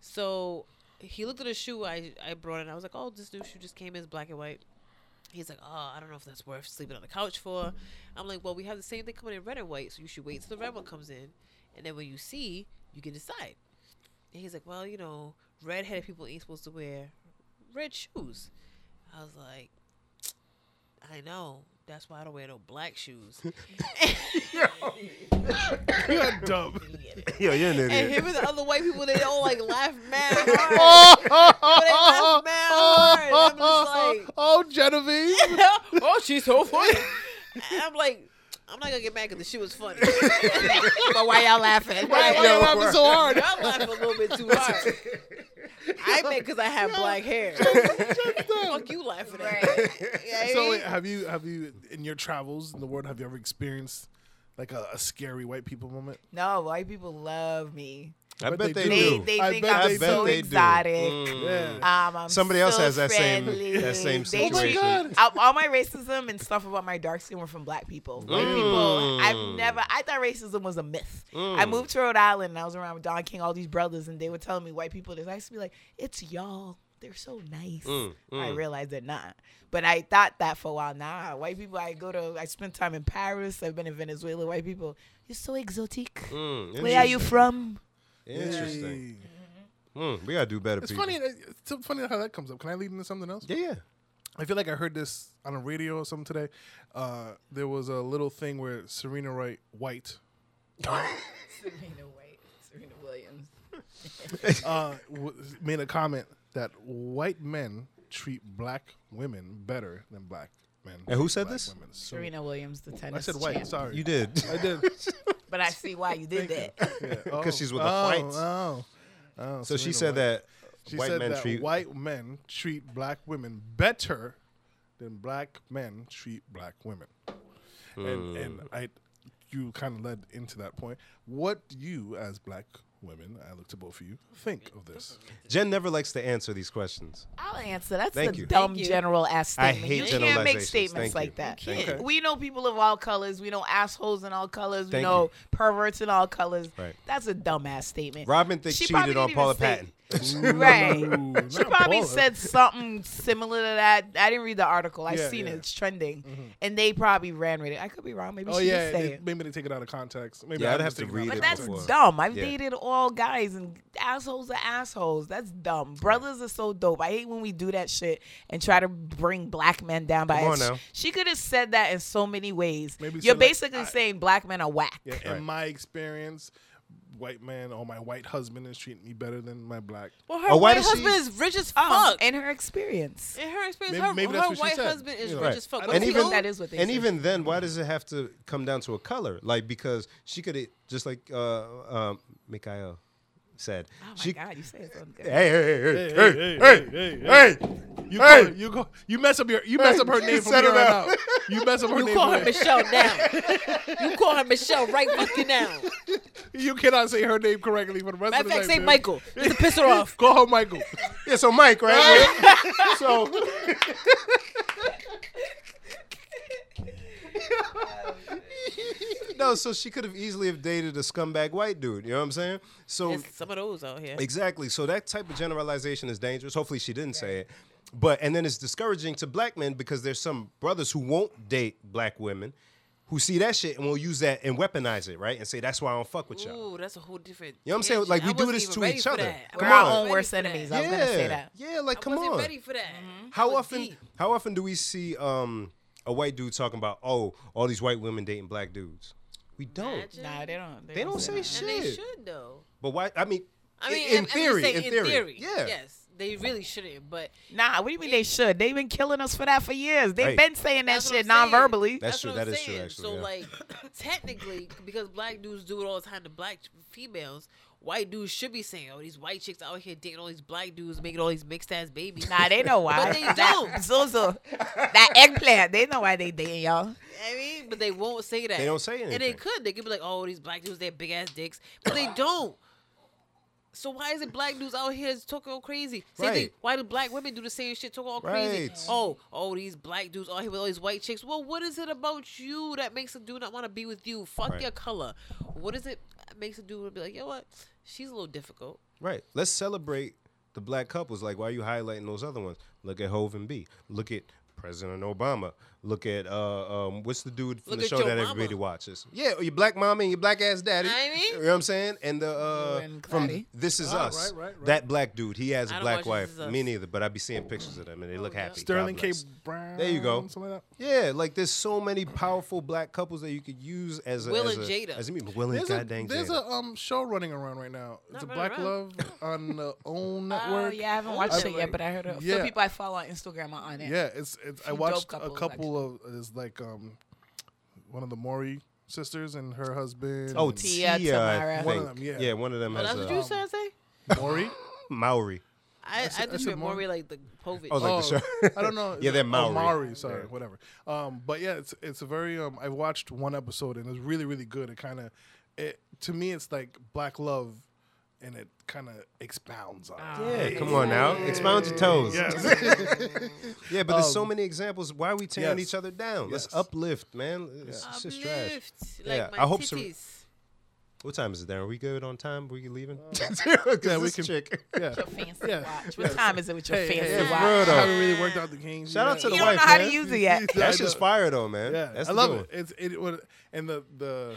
Speaker 4: So he looked at a shoe I I brought in. I was like, oh, this new shoe just came in, it's black and white. He's like, oh, I don't know if that's worth sleeping on the couch for. I'm like, well, we have the same thing coming in red and white, so you should wait till the red one comes in, and then when you see, you can decide. And he's like, well, you know, redheaded people ain't supposed to wear red shoes. I was like, I know. That's why I don't wear no black shoes.
Speaker 2: You're dumb.
Speaker 1: Yo, you're an
Speaker 4: and
Speaker 1: idiot.
Speaker 4: him and the other white people, they all like laugh mad hard. they laugh mad hard. I'm just like,
Speaker 2: oh, Genevieve.
Speaker 4: oh, she's so funny. And I'm like, I'm not gonna get mad because the shit was funny.
Speaker 3: But why y'all laughing?
Speaker 2: Why
Speaker 1: Yo,
Speaker 2: why you laughing
Speaker 1: word.
Speaker 2: so hard?
Speaker 4: Y'all laugh a little bit too hard. I made because I have black hair. Fuck you laughing at.
Speaker 3: Right.
Speaker 4: Yeah,
Speaker 2: So,
Speaker 4: I
Speaker 2: wait, have you, have you, in your travels in the world, have you ever experienced like a, a scary white people moment?
Speaker 3: No, white people love me.
Speaker 1: I bet they
Speaker 3: They
Speaker 1: do.
Speaker 3: they
Speaker 2: I
Speaker 3: think
Speaker 2: bet
Speaker 3: I'm
Speaker 2: they
Speaker 1: bet
Speaker 3: so
Speaker 2: do.
Speaker 1: they do.
Speaker 3: exotic.
Speaker 1: Mm.
Speaker 2: Yeah.
Speaker 3: Um, I'm
Speaker 1: Somebody else
Speaker 3: so
Speaker 1: has that same-
Speaker 3: friendly.
Speaker 1: that same
Speaker 3: They
Speaker 1: situation.
Speaker 3: treat-
Speaker 2: Oh my God.
Speaker 3: all- all my racism and stuff about my dark skin were from black people. White people, I've never. I thought racism was a myth. I moved to Rhode Island and I was around with Don King, all these brothers, and they were telling me white people this. I used to be like, "It's y'all. They're so nice." I realized they're not, but I thought that for a while. Nah, white people. I go to. I spent time in Paris. I've been in Venezuela. White people. You're so exotic.
Speaker 1: Mm,
Speaker 3: Where are you from?
Speaker 1: Interesting.
Speaker 2: Hey.
Speaker 1: Mm, we gotta do better.
Speaker 2: It's
Speaker 1: people.
Speaker 2: funny. It's so funny how that comes up. Can I lead into something else?
Speaker 1: Yeah, yeah.
Speaker 2: I feel like I heard this on a radio or something today. Uh, there was a little thing where Serena Wright, white,
Speaker 3: Serena White. Serena Williams.
Speaker 2: uh, w- made a comment that white men treat black women better than black men.
Speaker 1: And who
Speaker 2: treat
Speaker 1: said
Speaker 2: black
Speaker 1: this?
Speaker 2: women. So-
Speaker 3: Serena Williams, the
Speaker 2: I
Speaker 3: tennis.
Speaker 2: said white.
Speaker 3: champ.
Speaker 2: Sorry,
Speaker 1: You did.
Speaker 2: I did
Speaker 3: But I see why you did that.
Speaker 2: because
Speaker 1: she's with the
Speaker 2: oh,
Speaker 1: whites.
Speaker 2: Oh, oh,
Speaker 1: So she
Speaker 2: Serena
Speaker 1: said
Speaker 2: White.
Speaker 1: that
Speaker 2: She
Speaker 1: white
Speaker 2: said
Speaker 1: men
Speaker 2: that
Speaker 1: treat
Speaker 2: white men treat black women better than black men treat black women.
Speaker 1: Hmm.
Speaker 2: And and I you kind of led into that point. What do you as black women, I look to both of you, think of this.
Speaker 1: Jen never likes to answer these questions.
Speaker 3: I'll answer. That's
Speaker 1: Thank
Speaker 3: the
Speaker 1: you.
Speaker 3: dumb
Speaker 4: Thank you.
Speaker 3: general ass
Speaker 1: I
Speaker 3: statement.
Speaker 1: hate
Speaker 3: you can't make
Speaker 1: generalizations.
Speaker 3: statements
Speaker 1: Thank
Speaker 3: like
Speaker 1: you.
Speaker 3: that.
Speaker 1: You can't.
Speaker 3: We know people of all colors. We know assholes in all colors.
Speaker 1: Thank
Speaker 3: we know
Speaker 1: you.
Speaker 3: perverts in all colors.
Speaker 1: Right.
Speaker 3: That's a dumbass statement.
Speaker 1: Robin thinks
Speaker 3: She probably
Speaker 1: cheated on
Speaker 3: didn't
Speaker 1: Paula
Speaker 3: even say-
Speaker 1: Patton.
Speaker 3: Right.
Speaker 2: Ooh,
Speaker 3: She
Speaker 2: not
Speaker 3: probably
Speaker 2: Paula.
Speaker 3: said something similar to that. I didn't read the article. I
Speaker 2: Yeah,
Speaker 3: seen
Speaker 2: yeah.
Speaker 3: it. It's trending,
Speaker 1: Mm-hmm.
Speaker 3: and they probably ran with it. I could be wrong. Maybe
Speaker 2: Oh
Speaker 3: she
Speaker 2: yeah,
Speaker 3: did say
Speaker 2: they-
Speaker 3: it.
Speaker 2: maybe they take it out of context. Maybe
Speaker 1: Yeah,
Speaker 2: I'm
Speaker 1: I'd have
Speaker 2: just
Speaker 1: to
Speaker 2: thinking
Speaker 1: read
Speaker 2: out
Speaker 3: But
Speaker 1: it
Speaker 2: of
Speaker 3: that's
Speaker 2: context.
Speaker 1: before.
Speaker 3: dumb. I've
Speaker 1: Yeah.
Speaker 3: dated all guys, and assholes are assholes. That's dumb. Brothers are so dope. I hate when we do that shit and try to bring black men down by
Speaker 1: Come on
Speaker 3: us.
Speaker 1: now.
Speaker 3: She could have said that in so many ways.
Speaker 2: Maybe
Speaker 3: You're
Speaker 2: said, like,
Speaker 3: basically
Speaker 2: I-
Speaker 3: saying black men are whack.
Speaker 2: Yeah,
Speaker 1: Right.
Speaker 2: in my experience, white man or my white husband is treating me better than my black.
Speaker 4: Well, her
Speaker 1: Oh, why
Speaker 4: white
Speaker 1: does she-
Speaker 4: husband is rich as
Speaker 3: Um,
Speaker 4: fuck.
Speaker 3: in her experience.
Speaker 4: in her experience,
Speaker 2: Maybe-
Speaker 4: her,
Speaker 2: maybe
Speaker 4: her
Speaker 2: that's what she
Speaker 4: white
Speaker 2: said.
Speaker 4: husband is
Speaker 2: You know.
Speaker 4: rich as fuck.
Speaker 2: I
Speaker 4: What
Speaker 1: And
Speaker 4: is he
Speaker 1: even
Speaker 4: old?
Speaker 3: that is what they
Speaker 1: and
Speaker 3: say.
Speaker 1: even then, why does it have to come down to a color? Like because she could just like uh, um, Mikhail said.
Speaker 3: Oh my
Speaker 1: she,
Speaker 3: god, you say it's so good.
Speaker 1: Hey, hey, hey, hey, hey,
Speaker 2: hey, hey, hey, You
Speaker 1: Hey!
Speaker 2: call, you go you mess up your you mess up her
Speaker 1: you
Speaker 2: name from
Speaker 1: said
Speaker 2: here
Speaker 1: it
Speaker 2: on
Speaker 1: out.
Speaker 2: out. You mess up her
Speaker 4: You
Speaker 2: name.
Speaker 4: call
Speaker 2: from
Speaker 4: her
Speaker 2: here-
Speaker 4: Michelle now. you call her Michelle right fucking now.
Speaker 2: You cannot say her name correctly for the rest
Speaker 4: Matter
Speaker 2: of
Speaker 4: of
Speaker 2: the
Speaker 4: fact,
Speaker 2: night,
Speaker 4: say
Speaker 2: man.
Speaker 4: Michael. Just to piss her off.
Speaker 2: Call her Michael.
Speaker 1: Yeah, so Mike, right? so No, so she could have easily have dated a scumbag white dude, you know what I'm saying? So
Speaker 4: There's some of those out here.
Speaker 1: Exactly. So that type of generalization is dangerous. Hopefully she didn't say it. But and then it's discouraging to black men because there's some brothers who won't date black women who see that shit and will use that and weaponize it, right? And say that's why I don't fuck with y'all.
Speaker 4: Ooh, that's a whole different.
Speaker 1: You know what I'm saying?
Speaker 4: tangent.
Speaker 1: Like, we
Speaker 4: I
Speaker 1: do
Speaker 4: wasn't
Speaker 1: this
Speaker 4: even
Speaker 1: to
Speaker 4: ready
Speaker 1: each
Speaker 4: for
Speaker 1: other.
Speaker 4: that.
Speaker 1: Come
Speaker 3: We're our
Speaker 1: on.
Speaker 3: own
Speaker 4: Ready
Speaker 3: worst
Speaker 4: for that.
Speaker 3: enemies. I
Speaker 1: Yeah.
Speaker 3: was gonna say that.
Speaker 1: Yeah, like come
Speaker 4: I wasn't
Speaker 1: on.
Speaker 4: ready for that.
Speaker 1: How
Speaker 4: That was
Speaker 1: often?
Speaker 4: deep.
Speaker 1: How often do we see um, a white dude talking about oh all these white women dating black dudes? We don't.
Speaker 4: Imagine.
Speaker 3: Nah, they don't.
Speaker 1: They don't say
Speaker 4: And they
Speaker 1: shit.
Speaker 4: should though.
Speaker 1: But why? I mean,
Speaker 4: I mean,
Speaker 1: in,
Speaker 4: I'm- I'm just
Speaker 1: theory,
Speaker 4: saying
Speaker 1: in theory, yeah.
Speaker 4: Yes, they really shouldn't. But
Speaker 3: Nah, what do you mean they should? They've been killing us for that for years. They've
Speaker 1: Right.
Speaker 3: been saying that
Speaker 4: that's what
Speaker 3: shit
Speaker 4: I'm saying.
Speaker 3: non-verbally.
Speaker 1: That's true.
Speaker 4: what I'm
Speaker 1: That is true,
Speaker 4: saying.
Speaker 1: actually,
Speaker 4: So
Speaker 1: yeah.
Speaker 4: like, technically, because black dudes do it all the time to black females. White dudes should be saying, "Oh, these white chicks out here dating all these black dudes, making all these mixed ass babies."
Speaker 3: Nah, they know why.
Speaker 4: But they
Speaker 3: That-
Speaker 4: don't.
Speaker 3: Zuzu, that eggplant. They know why they dating y'all.
Speaker 4: I mean, but they won't say that.
Speaker 1: They don't say
Speaker 4: And they
Speaker 1: anything.
Speaker 4: could. They could be like, "Oh, these black dudes, they have big ass dicks," but they don't. So why is it black dudes out here talking all crazy? Same thing.
Speaker 1: Right.
Speaker 4: Why do black women do the same shit, talking all crazy?
Speaker 1: Right.
Speaker 4: Oh, oh, these black dudes out here with all these white chicks. Well, what is it about you that makes a dude not want to be with you? Fuck
Speaker 1: Right.
Speaker 4: your color. What is it that makes a dude wanna be like, you know what? She's a little difficult.
Speaker 1: Right. Let's celebrate the black couples. Like, why are you highlighting those other ones? Look at Hov and B. Look at President Obama. Look at uh, um, what's the dude from
Speaker 4: Look
Speaker 1: the
Speaker 4: at
Speaker 1: show
Speaker 4: your
Speaker 1: that
Speaker 4: mama.
Speaker 1: everybody watches? Yeah, your black mama and your black ass daddy.
Speaker 4: I mean-
Speaker 1: you know what I'm saying? And the uh,
Speaker 3: You and
Speaker 1: from
Speaker 3: Cloudy.
Speaker 1: This Is
Speaker 2: Ah,
Speaker 1: Us,
Speaker 2: right, right, right.
Speaker 1: that black dude, he has a
Speaker 4: I don't
Speaker 1: black
Speaker 4: watch
Speaker 1: wife.
Speaker 4: This Is Us. Oh,
Speaker 1: Me neither, but I be seeing pictures of them and they look happy. God
Speaker 2: Sterling K.
Speaker 1: bless.
Speaker 2: Brown.
Speaker 1: There you go.
Speaker 2: Something like that.
Speaker 1: Yeah, like there's so many powerful black couples that you could use as a
Speaker 4: Will
Speaker 1: as
Speaker 4: and
Speaker 1: a,
Speaker 4: Jada.
Speaker 1: As a, Will and
Speaker 2: There's a,
Speaker 1: goddamn
Speaker 2: there's
Speaker 1: Jada.
Speaker 2: a um show running around right now. It's a
Speaker 4: Not
Speaker 2: Black
Speaker 4: running Oh,
Speaker 2: Love on the OWN network.
Speaker 3: yeah, I haven't watched it
Speaker 4: Network.
Speaker 3: yet, but I heard a
Speaker 2: Yeah.
Speaker 3: few people I follow on Instagram are on it.
Speaker 2: Yeah, it's, it's I
Speaker 3: Few dope
Speaker 2: watched a
Speaker 3: couples,
Speaker 2: couple of it's like um one of the Maury sisters and her husband.
Speaker 1: Oh,
Speaker 2: and
Speaker 3: Tia
Speaker 1: Tia,
Speaker 3: Tamara.
Speaker 1: I
Speaker 2: One of
Speaker 1: think.
Speaker 2: them, yeah.
Speaker 1: one of them
Speaker 4: Well,
Speaker 1: has
Speaker 4: that's what
Speaker 1: a
Speaker 4: you said, say?
Speaker 2: Maury.
Speaker 1: Maori.
Speaker 4: I, I
Speaker 2: said- I
Speaker 4: just
Speaker 2: said
Speaker 4: read
Speaker 2: Maury.
Speaker 4: more like the COVID.
Speaker 1: Oh, like
Speaker 2: oh,
Speaker 1: the show.
Speaker 2: I don't know.
Speaker 1: Yeah, they're
Speaker 2: Oh,
Speaker 1: Maori.
Speaker 2: Maori, sorry, whatever. Um, but yeah, it's it's a very um. I watched one episode and it was really really good. It kind of, it to me it's like black love, and it kind of expounds on. it.
Speaker 1: Yeah, come on now. Expound your toes. yeah, but there's so
Speaker 2: Um,
Speaker 1: many examples. Why are we tearing
Speaker 2: yes.
Speaker 1: each other down? Let's
Speaker 2: Yes.
Speaker 1: uplift, man. It's, it's just trash.
Speaker 4: Uplift, like
Speaker 1: Yeah,
Speaker 4: my
Speaker 1: I hope so-
Speaker 4: titties.
Speaker 1: What time is it, Darren? Are we good on time? we leaving?
Speaker 2: Uh, yeah,
Speaker 1: yeah,
Speaker 2: we
Speaker 1: we
Speaker 2: can-
Speaker 1: Chick.
Speaker 2: Yeah.
Speaker 3: Your fancy
Speaker 2: Yeah.
Speaker 3: watch. What time is it with your
Speaker 2: Hey,
Speaker 3: fancy
Speaker 2: hey,
Speaker 1: yeah,
Speaker 3: watch?
Speaker 1: for real
Speaker 2: I
Speaker 1: though.
Speaker 2: haven't really worked out the kinks.
Speaker 1: Shout out
Speaker 2: yet.
Speaker 1: to the
Speaker 3: You
Speaker 1: You
Speaker 3: don't
Speaker 1: wife,
Speaker 3: know how to
Speaker 1: man.
Speaker 3: use it yet.
Speaker 2: Yeah, I
Speaker 1: That's just
Speaker 2: know.
Speaker 1: fire, though, man.
Speaker 2: Yeah,
Speaker 1: That's
Speaker 2: I
Speaker 1: the
Speaker 2: love
Speaker 1: good
Speaker 2: it. It's it what and the the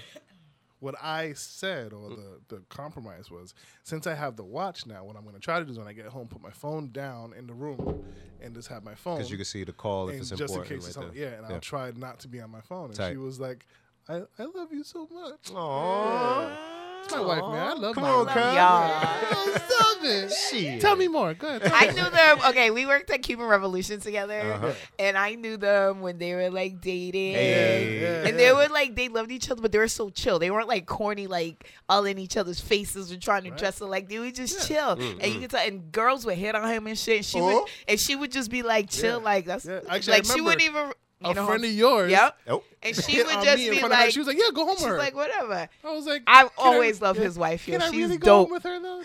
Speaker 2: what I said or the the compromise was since I have the watch now, what I'm going to try to do is when I get home, put my phone down in the room and just have my phone
Speaker 1: Because you can see the call if
Speaker 2: and
Speaker 1: it's
Speaker 2: just in
Speaker 1: important.
Speaker 2: case it's
Speaker 1: right
Speaker 2: home.
Speaker 1: there.
Speaker 2: Yeah, and I'll try not to be on my phone. And
Speaker 1: Tight.
Speaker 2: she was like, I, I love you so much.
Speaker 1: Aw.
Speaker 2: It's my wife, man. I love
Speaker 1: Come
Speaker 2: my
Speaker 1: on,
Speaker 2: wife.
Speaker 1: cuz.
Speaker 3: Y'all.
Speaker 2: I love it.
Speaker 1: Shit.
Speaker 2: Tell me more. Go ahead. tell
Speaker 3: I
Speaker 2: me.
Speaker 3: knew them. Okay, we worked at Cuban Revolution together,
Speaker 1: Uh-huh.
Speaker 3: and I knew them when they were like dating.
Speaker 1: Hey.
Speaker 3: And they were like they loved each other, but they were so chill. They weren't like corny, like all in each other's faces and trying to dress up. Like they were just chill,
Speaker 2: Mm-hmm.
Speaker 3: and you could tell. And girls would hit on him and shit. And she
Speaker 1: Oh.
Speaker 3: would and she would just be like chill,
Speaker 2: Yeah.
Speaker 3: like that's
Speaker 2: Yeah. Actually, I
Speaker 3: like she wouldn't even
Speaker 2: a
Speaker 3: know,
Speaker 2: friend of yours.
Speaker 3: Yep.
Speaker 1: Nope.
Speaker 3: And she
Speaker 2: hit
Speaker 3: would
Speaker 2: on
Speaker 3: just
Speaker 2: me in
Speaker 3: be
Speaker 2: front of her.
Speaker 3: like,
Speaker 2: she was Oh, like, yeah, go home with
Speaker 3: she's
Speaker 2: her.
Speaker 3: like, whatever.
Speaker 2: I was like,
Speaker 3: I've
Speaker 2: "Can I-
Speaker 3: always loved
Speaker 2: yeah,
Speaker 3: his wife, yo.
Speaker 2: Can I
Speaker 3: She's
Speaker 2: really
Speaker 3: dope.
Speaker 2: go home with her though?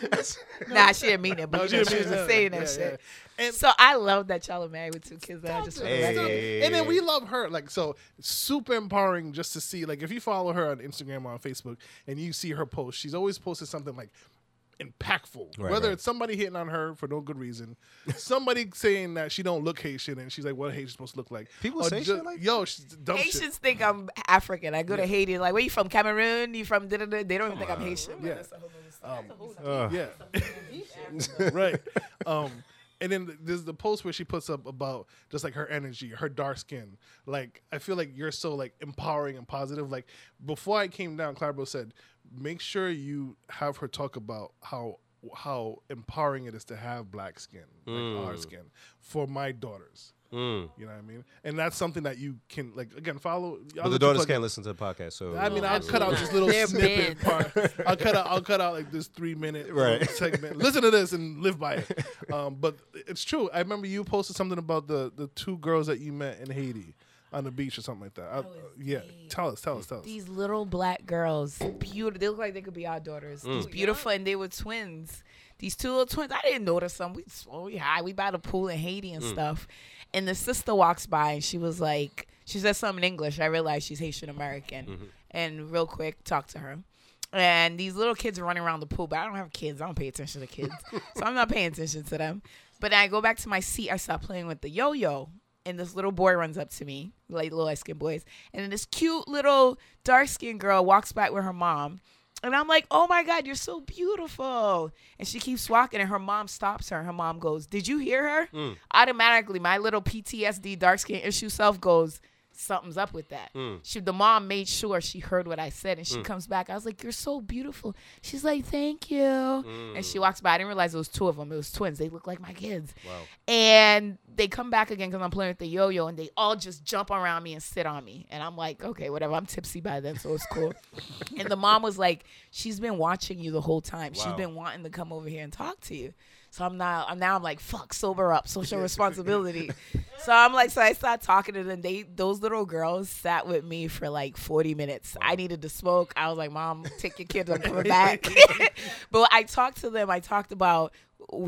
Speaker 3: Nah, she didn't mean it, but
Speaker 2: No, Oh,
Speaker 3: you
Speaker 2: she
Speaker 3: know,
Speaker 2: didn't
Speaker 3: she was
Speaker 2: mean
Speaker 3: just
Speaker 2: it.
Speaker 3: saying that
Speaker 2: Yeah,
Speaker 3: shit.
Speaker 2: yeah. And-
Speaker 3: so I love that y'all are married with two kids. And I just wanna
Speaker 1: Hey.
Speaker 3: let-
Speaker 2: Stop it. And then we love her. Like, so super empowering just to see, like, if you follow her on Instagram or on Facebook and you see her post, she's always posted something like impactful.
Speaker 1: Right,
Speaker 2: Whether
Speaker 1: right.
Speaker 2: it's somebody hitting on her for no good reason, somebody saying that she don't look Haitian and she's like, what Haitian supposed to look like.
Speaker 1: People
Speaker 2: Or
Speaker 1: say shit
Speaker 2: ju-
Speaker 1: like
Speaker 2: Yo, she's dumb shit.
Speaker 3: Haitians think I'm African. I go to Haiti, like, where you from? Cameroon? You from? Da-da-da. They don't even think I'm Haitian.
Speaker 2: Yeah. Um,
Speaker 1: Ugh.
Speaker 2: Yeah. right. Um, and then there's the post where she puts up about just like her energy, her dark skin. Like I feel like you're so like empowering and positive. Like before I came down, Clarbo said, make sure you have her talk about how how empowering it is to have black skin, like
Speaker 1: Mm.
Speaker 2: our skin, for my daughters. You know what I mean? And that's something that you can like again follow.
Speaker 1: But the daughters can't listen to the podcast, so uh,
Speaker 2: I mean,
Speaker 4: No,
Speaker 2: I'll cut out
Speaker 4: absolutely
Speaker 2: this
Speaker 4: not.
Speaker 2: little
Speaker 4: They're
Speaker 2: snippet part. I'll cut out. I'll cut out like this three minute um,
Speaker 1: Right.
Speaker 2: segment. Listen to this and live by it. Um, but it's true. I remember you posted something about the the two girls that you met in Haiti on the beach or something like that. I, yeah, tell us, tell us, tell us.
Speaker 3: These little black girls, Mm. beautiful. They look like they could be our daughters. These beautiful, and they were twins. These two little twins. I didn't notice them. We, oh, we high. We by the pool in Haiti and stuff. And the sister walks by, and she was like, she said something in English. I realized she's Haitian American, and real quick talked to her. And these little kids are running around the pool, but I don't have kids. I don't pay attention to kids, so I'm not paying attention to them. But I go back to my seat. I start playing with the yo-yo, and this little boy runs up to me, like little light skinned boys, and then this cute little dark skinned girl walks back with her mom. And I'm like, oh my God, you're so beautiful. And she keeps walking, and her mom stops her. Her mom goes, Did you hear her? Automatically, my little PTSD dark skin issue self goes, Something's up with that.
Speaker 1: Hmm.
Speaker 3: She, the mom made sure she heard what I said, and she comes back. I was like, You're so beautiful. She's like, Thank you.
Speaker 1: Hmm.
Speaker 3: And she walks by. I didn't realize it was two of them. It was twins. They look like my kids.
Speaker 1: Wow.
Speaker 3: And they come back again because I'm playing with the yo yo, and they all just jump around me and sit on me. And I'm like, okay, whatever. I'm tipsy by then, so it's cool. and the mom was like, she's been watching you the whole time. She's
Speaker 1: Wow.
Speaker 3: been wanting to come over here and talk to you. So I'm now, I'm now, I'm like, fuck, sober up, social responsibility. so I'm like, so I started talking to them. They, those little girls, sat with me for like 40 minutes. I needed to smoke. I was like, mom, take your kids. I'm coming back. but I talked to them. I talked about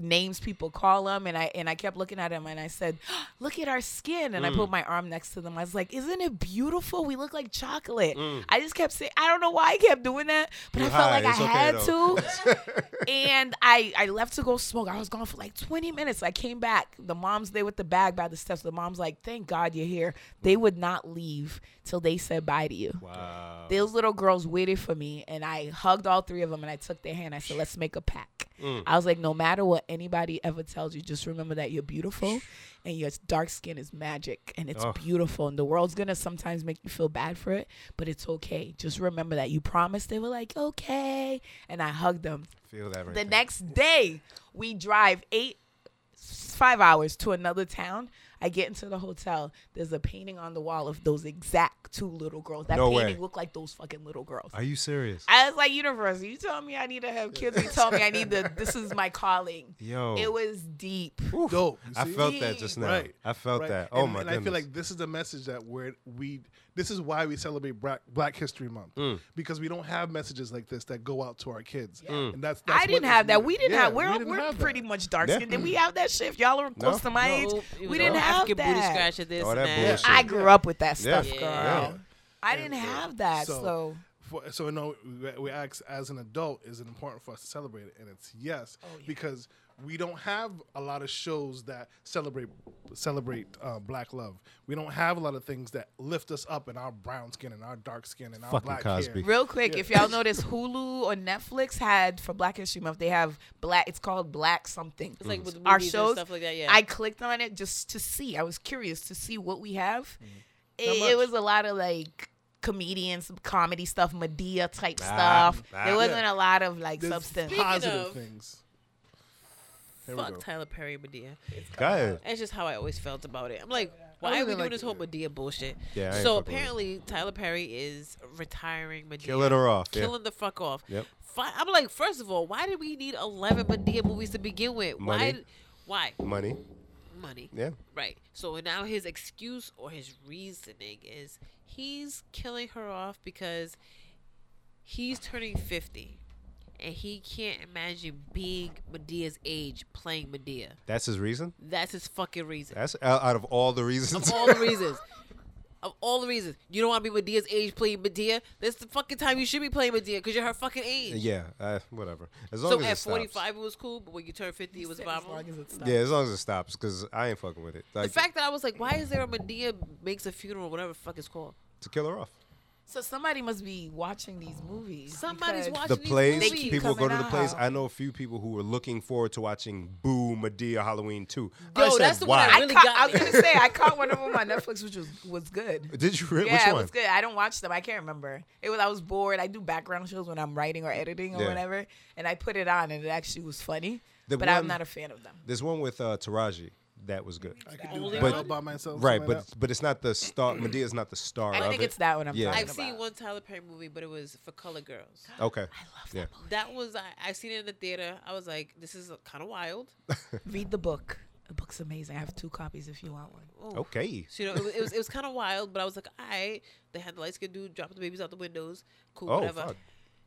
Speaker 3: names people call them and I and I kept looking at them and I said, "Look at our skin." And I
Speaker 1: Mm.
Speaker 3: put my arm next to them. I was like, "Isn't it beautiful? We look like chocolate." I just kept saying, I don't know why I kept doing that, but
Speaker 1: Mm.
Speaker 3: I
Speaker 1: You're
Speaker 3: felt
Speaker 1: high.
Speaker 3: like I
Speaker 1: It's okay,
Speaker 3: had
Speaker 1: though.
Speaker 3: to. and I I left to go smoke. I was gone for like 20 minutes. I came back. The mom's there with the bag by the steps. The mom's like, "Thank God you're here." They would not leave till they said bye to you.
Speaker 1: wow.
Speaker 3: Those little girls waited for me, and I hugged all three of them, and I took their hand. I said, "Let's make a pact."
Speaker 1: Mm.
Speaker 3: I was like, "No matter what anybody ever tells you, just remember that you're beautiful, and your dark skin is magic, and it's
Speaker 1: Ugh.
Speaker 3: beautiful. And the world's gonna sometimes make you feel bad for it, but it's okay. Just remember that you promised." They were like, "Okay," and I hugged them.
Speaker 1: Feel that right
Speaker 3: The
Speaker 1: there.
Speaker 3: next day, we drive eight, five hours to another town. I get into the hotel. There's a painting on the wall of those exact two little girls. That
Speaker 1: No
Speaker 3: painting
Speaker 1: way.
Speaker 3: looked like those fucking little girls.
Speaker 1: Are you serious?
Speaker 3: I was like, universe, you told me I need to have kids. You told me I need to. This is my calling.
Speaker 1: Yo.
Speaker 3: It was deep.
Speaker 1: Oof.
Speaker 2: Dope, you
Speaker 1: I
Speaker 2: see?
Speaker 1: felt that just now.
Speaker 2: Right.
Speaker 1: I felt
Speaker 2: Right.
Speaker 1: that. Oh
Speaker 2: and,
Speaker 1: my
Speaker 2: and
Speaker 1: goodness.
Speaker 2: I feel like this is the message that we're we this is why we celebrate Black Black History Month
Speaker 1: Mm.
Speaker 2: because we don't have messages like this that go out to our kids.
Speaker 1: Mm.
Speaker 2: And that's, that's
Speaker 3: I
Speaker 2: what
Speaker 3: didn't
Speaker 2: this
Speaker 3: have that.
Speaker 2: means.
Speaker 3: We didn't
Speaker 2: Yeah,
Speaker 3: have. We're,
Speaker 2: didn't
Speaker 3: we're
Speaker 2: have that.
Speaker 3: pretty much dark skinned.
Speaker 1: Yeah.
Speaker 3: Did we have that shift? Y'all are close to my
Speaker 4: Oh,
Speaker 3: age.
Speaker 4: it
Speaker 3: We
Speaker 4: was
Speaker 3: didn't
Speaker 4: all
Speaker 3: have
Speaker 4: African booty
Speaker 3: that.
Speaker 4: scratch at this
Speaker 1: Oh, that
Speaker 4: and
Speaker 1: bullshit.
Speaker 3: I grew up with that
Speaker 1: Yeah.
Speaker 3: stuff, girl.
Speaker 1: Yeah.
Speaker 3: I didn't have that.
Speaker 2: So-
Speaker 3: so.
Speaker 2: For, so no, we, we ask as an adult is it important for us to celebrate it, and it's yes
Speaker 3: Oh,
Speaker 2: because we don't have a lot of shows that celebrate celebrate uh, black love. We don't have a lot of things that lift us up in our brown skin and our dark skin and our
Speaker 1: Fucking
Speaker 2: black
Speaker 1: Cosby.
Speaker 2: hair.
Speaker 3: Real quick, if y'all notice, Hulu or Netflix had for Black History Month, they have black. It's called Black something. It's
Speaker 4: like with
Speaker 3: our
Speaker 4: movies and
Speaker 3: shows
Speaker 4: stuff like that, yeah.
Speaker 3: I clicked on it just to see. I was curious to see what we have.
Speaker 2: Mm-hmm. Not
Speaker 3: It, it
Speaker 2: much.
Speaker 3: was a lot of like comedians, comedy stuff, Medea type
Speaker 1: Ah,
Speaker 3: stuff.
Speaker 1: ah.
Speaker 3: there wasn't
Speaker 2: Yeah.
Speaker 3: a lot of like
Speaker 2: There's
Speaker 3: substance.
Speaker 2: positive
Speaker 4: Speaking of-
Speaker 2: things. There we go.
Speaker 4: Fuck Tyler Perry Medea.
Speaker 1: Go ahead.
Speaker 4: That's just how I always felt about it. I'm like, why
Speaker 2: Other
Speaker 4: are we
Speaker 2: than,
Speaker 4: doing
Speaker 2: like,
Speaker 4: this whole Medea bullshit?
Speaker 1: Yeah, I ain't
Speaker 4: So
Speaker 1: fucking with it.
Speaker 4: apparently Tyler Perry is retiring Medea.
Speaker 1: Killing her off. yeah.
Speaker 4: Killing the fuck off.
Speaker 1: Yep.
Speaker 4: Fi- I'm like, first of all, why did we need 11 Medea movies to begin with?
Speaker 1: Money.
Speaker 4: Why? Why?
Speaker 1: Money.
Speaker 4: money.
Speaker 1: Yeah.
Speaker 4: Right. So now his excuse or his reasoning is he's killing her off because he's turning 50 and he can't imagine being Medea's age playing Medea.
Speaker 1: That's his reason.
Speaker 4: That's his fucking reason.
Speaker 1: That's out out of all the reasons.
Speaker 4: Of all the reasons. Of all the reasons. You don't want to be Medea's age playing Medea. That's the fucking time you should be playing Medea because you're her fucking age.
Speaker 1: yeah. Uh, whatever. As long
Speaker 4: So
Speaker 1: as
Speaker 4: at
Speaker 1: it stops.
Speaker 4: 45 it was cool, but when you turn 50 it was
Speaker 3: As
Speaker 4: viral.
Speaker 3: long as it's
Speaker 1: Yeah, as long as it stops, because I ain't fucking with it.
Speaker 4: The
Speaker 1: Like
Speaker 4: fact that I was like, why is there a Medea makes a funeral, whatever the fuck it's called?
Speaker 1: to kill her off.
Speaker 3: So somebody must be watching these movies.
Speaker 4: Somebody's
Speaker 3: because-
Speaker 1: The
Speaker 4: watching these
Speaker 1: plays,
Speaker 4: movies.
Speaker 1: people will go to
Speaker 3: coming
Speaker 1: the plays.
Speaker 3: out.
Speaker 1: I know a few people who were looking forward to watching Boo, Medea, Halloween 2. I
Speaker 4: Yo,
Speaker 1: said,
Speaker 4: that's the one
Speaker 1: why?
Speaker 4: I
Speaker 3: I,
Speaker 4: really
Speaker 3: caught,
Speaker 4: got
Speaker 3: I was
Speaker 4: me.
Speaker 3: gonna say I caught one of them on Netflix, which was was good.
Speaker 1: Did you? Re-
Speaker 3: yeah,
Speaker 1: which
Speaker 3: it
Speaker 1: one?
Speaker 3: was good. I don't watch them. I can't remember. It was I was bored. I do background shows when I'm writing or editing or
Speaker 1: Yeah.
Speaker 3: whatever, and I put it on, and it actually was funny.
Speaker 1: The
Speaker 3: but
Speaker 1: one-
Speaker 3: I'm not a fan of them.
Speaker 1: There's one with uh, Taraji that was good.
Speaker 2: I could do
Speaker 4: Only
Speaker 2: that all
Speaker 1: one?
Speaker 2: by myself.
Speaker 1: right,
Speaker 2: something
Speaker 1: but
Speaker 2: like that.
Speaker 1: but it's not the star. Medea's not the star
Speaker 3: I
Speaker 1: of
Speaker 3: think
Speaker 1: it.
Speaker 3: it's that one I'm
Speaker 1: Yeah.
Speaker 3: talking
Speaker 4: I've
Speaker 3: about.
Speaker 4: seen one Tyler Perry movie, but it was for color girls.
Speaker 1: Okay. yeah.
Speaker 4: That was I, I seen it in the theater. I was like, this is kind of wild.
Speaker 3: Read the book. The book's amazing. I have two copies if you want one.
Speaker 4: Ooh.
Speaker 1: Okay.
Speaker 4: So you know, it was it was, it was kind of wild, but I was like, all right. They had the light skinned dude dropping the babies out the windows. Cool,
Speaker 1: Oh,
Speaker 4: whatever.
Speaker 1: fuck.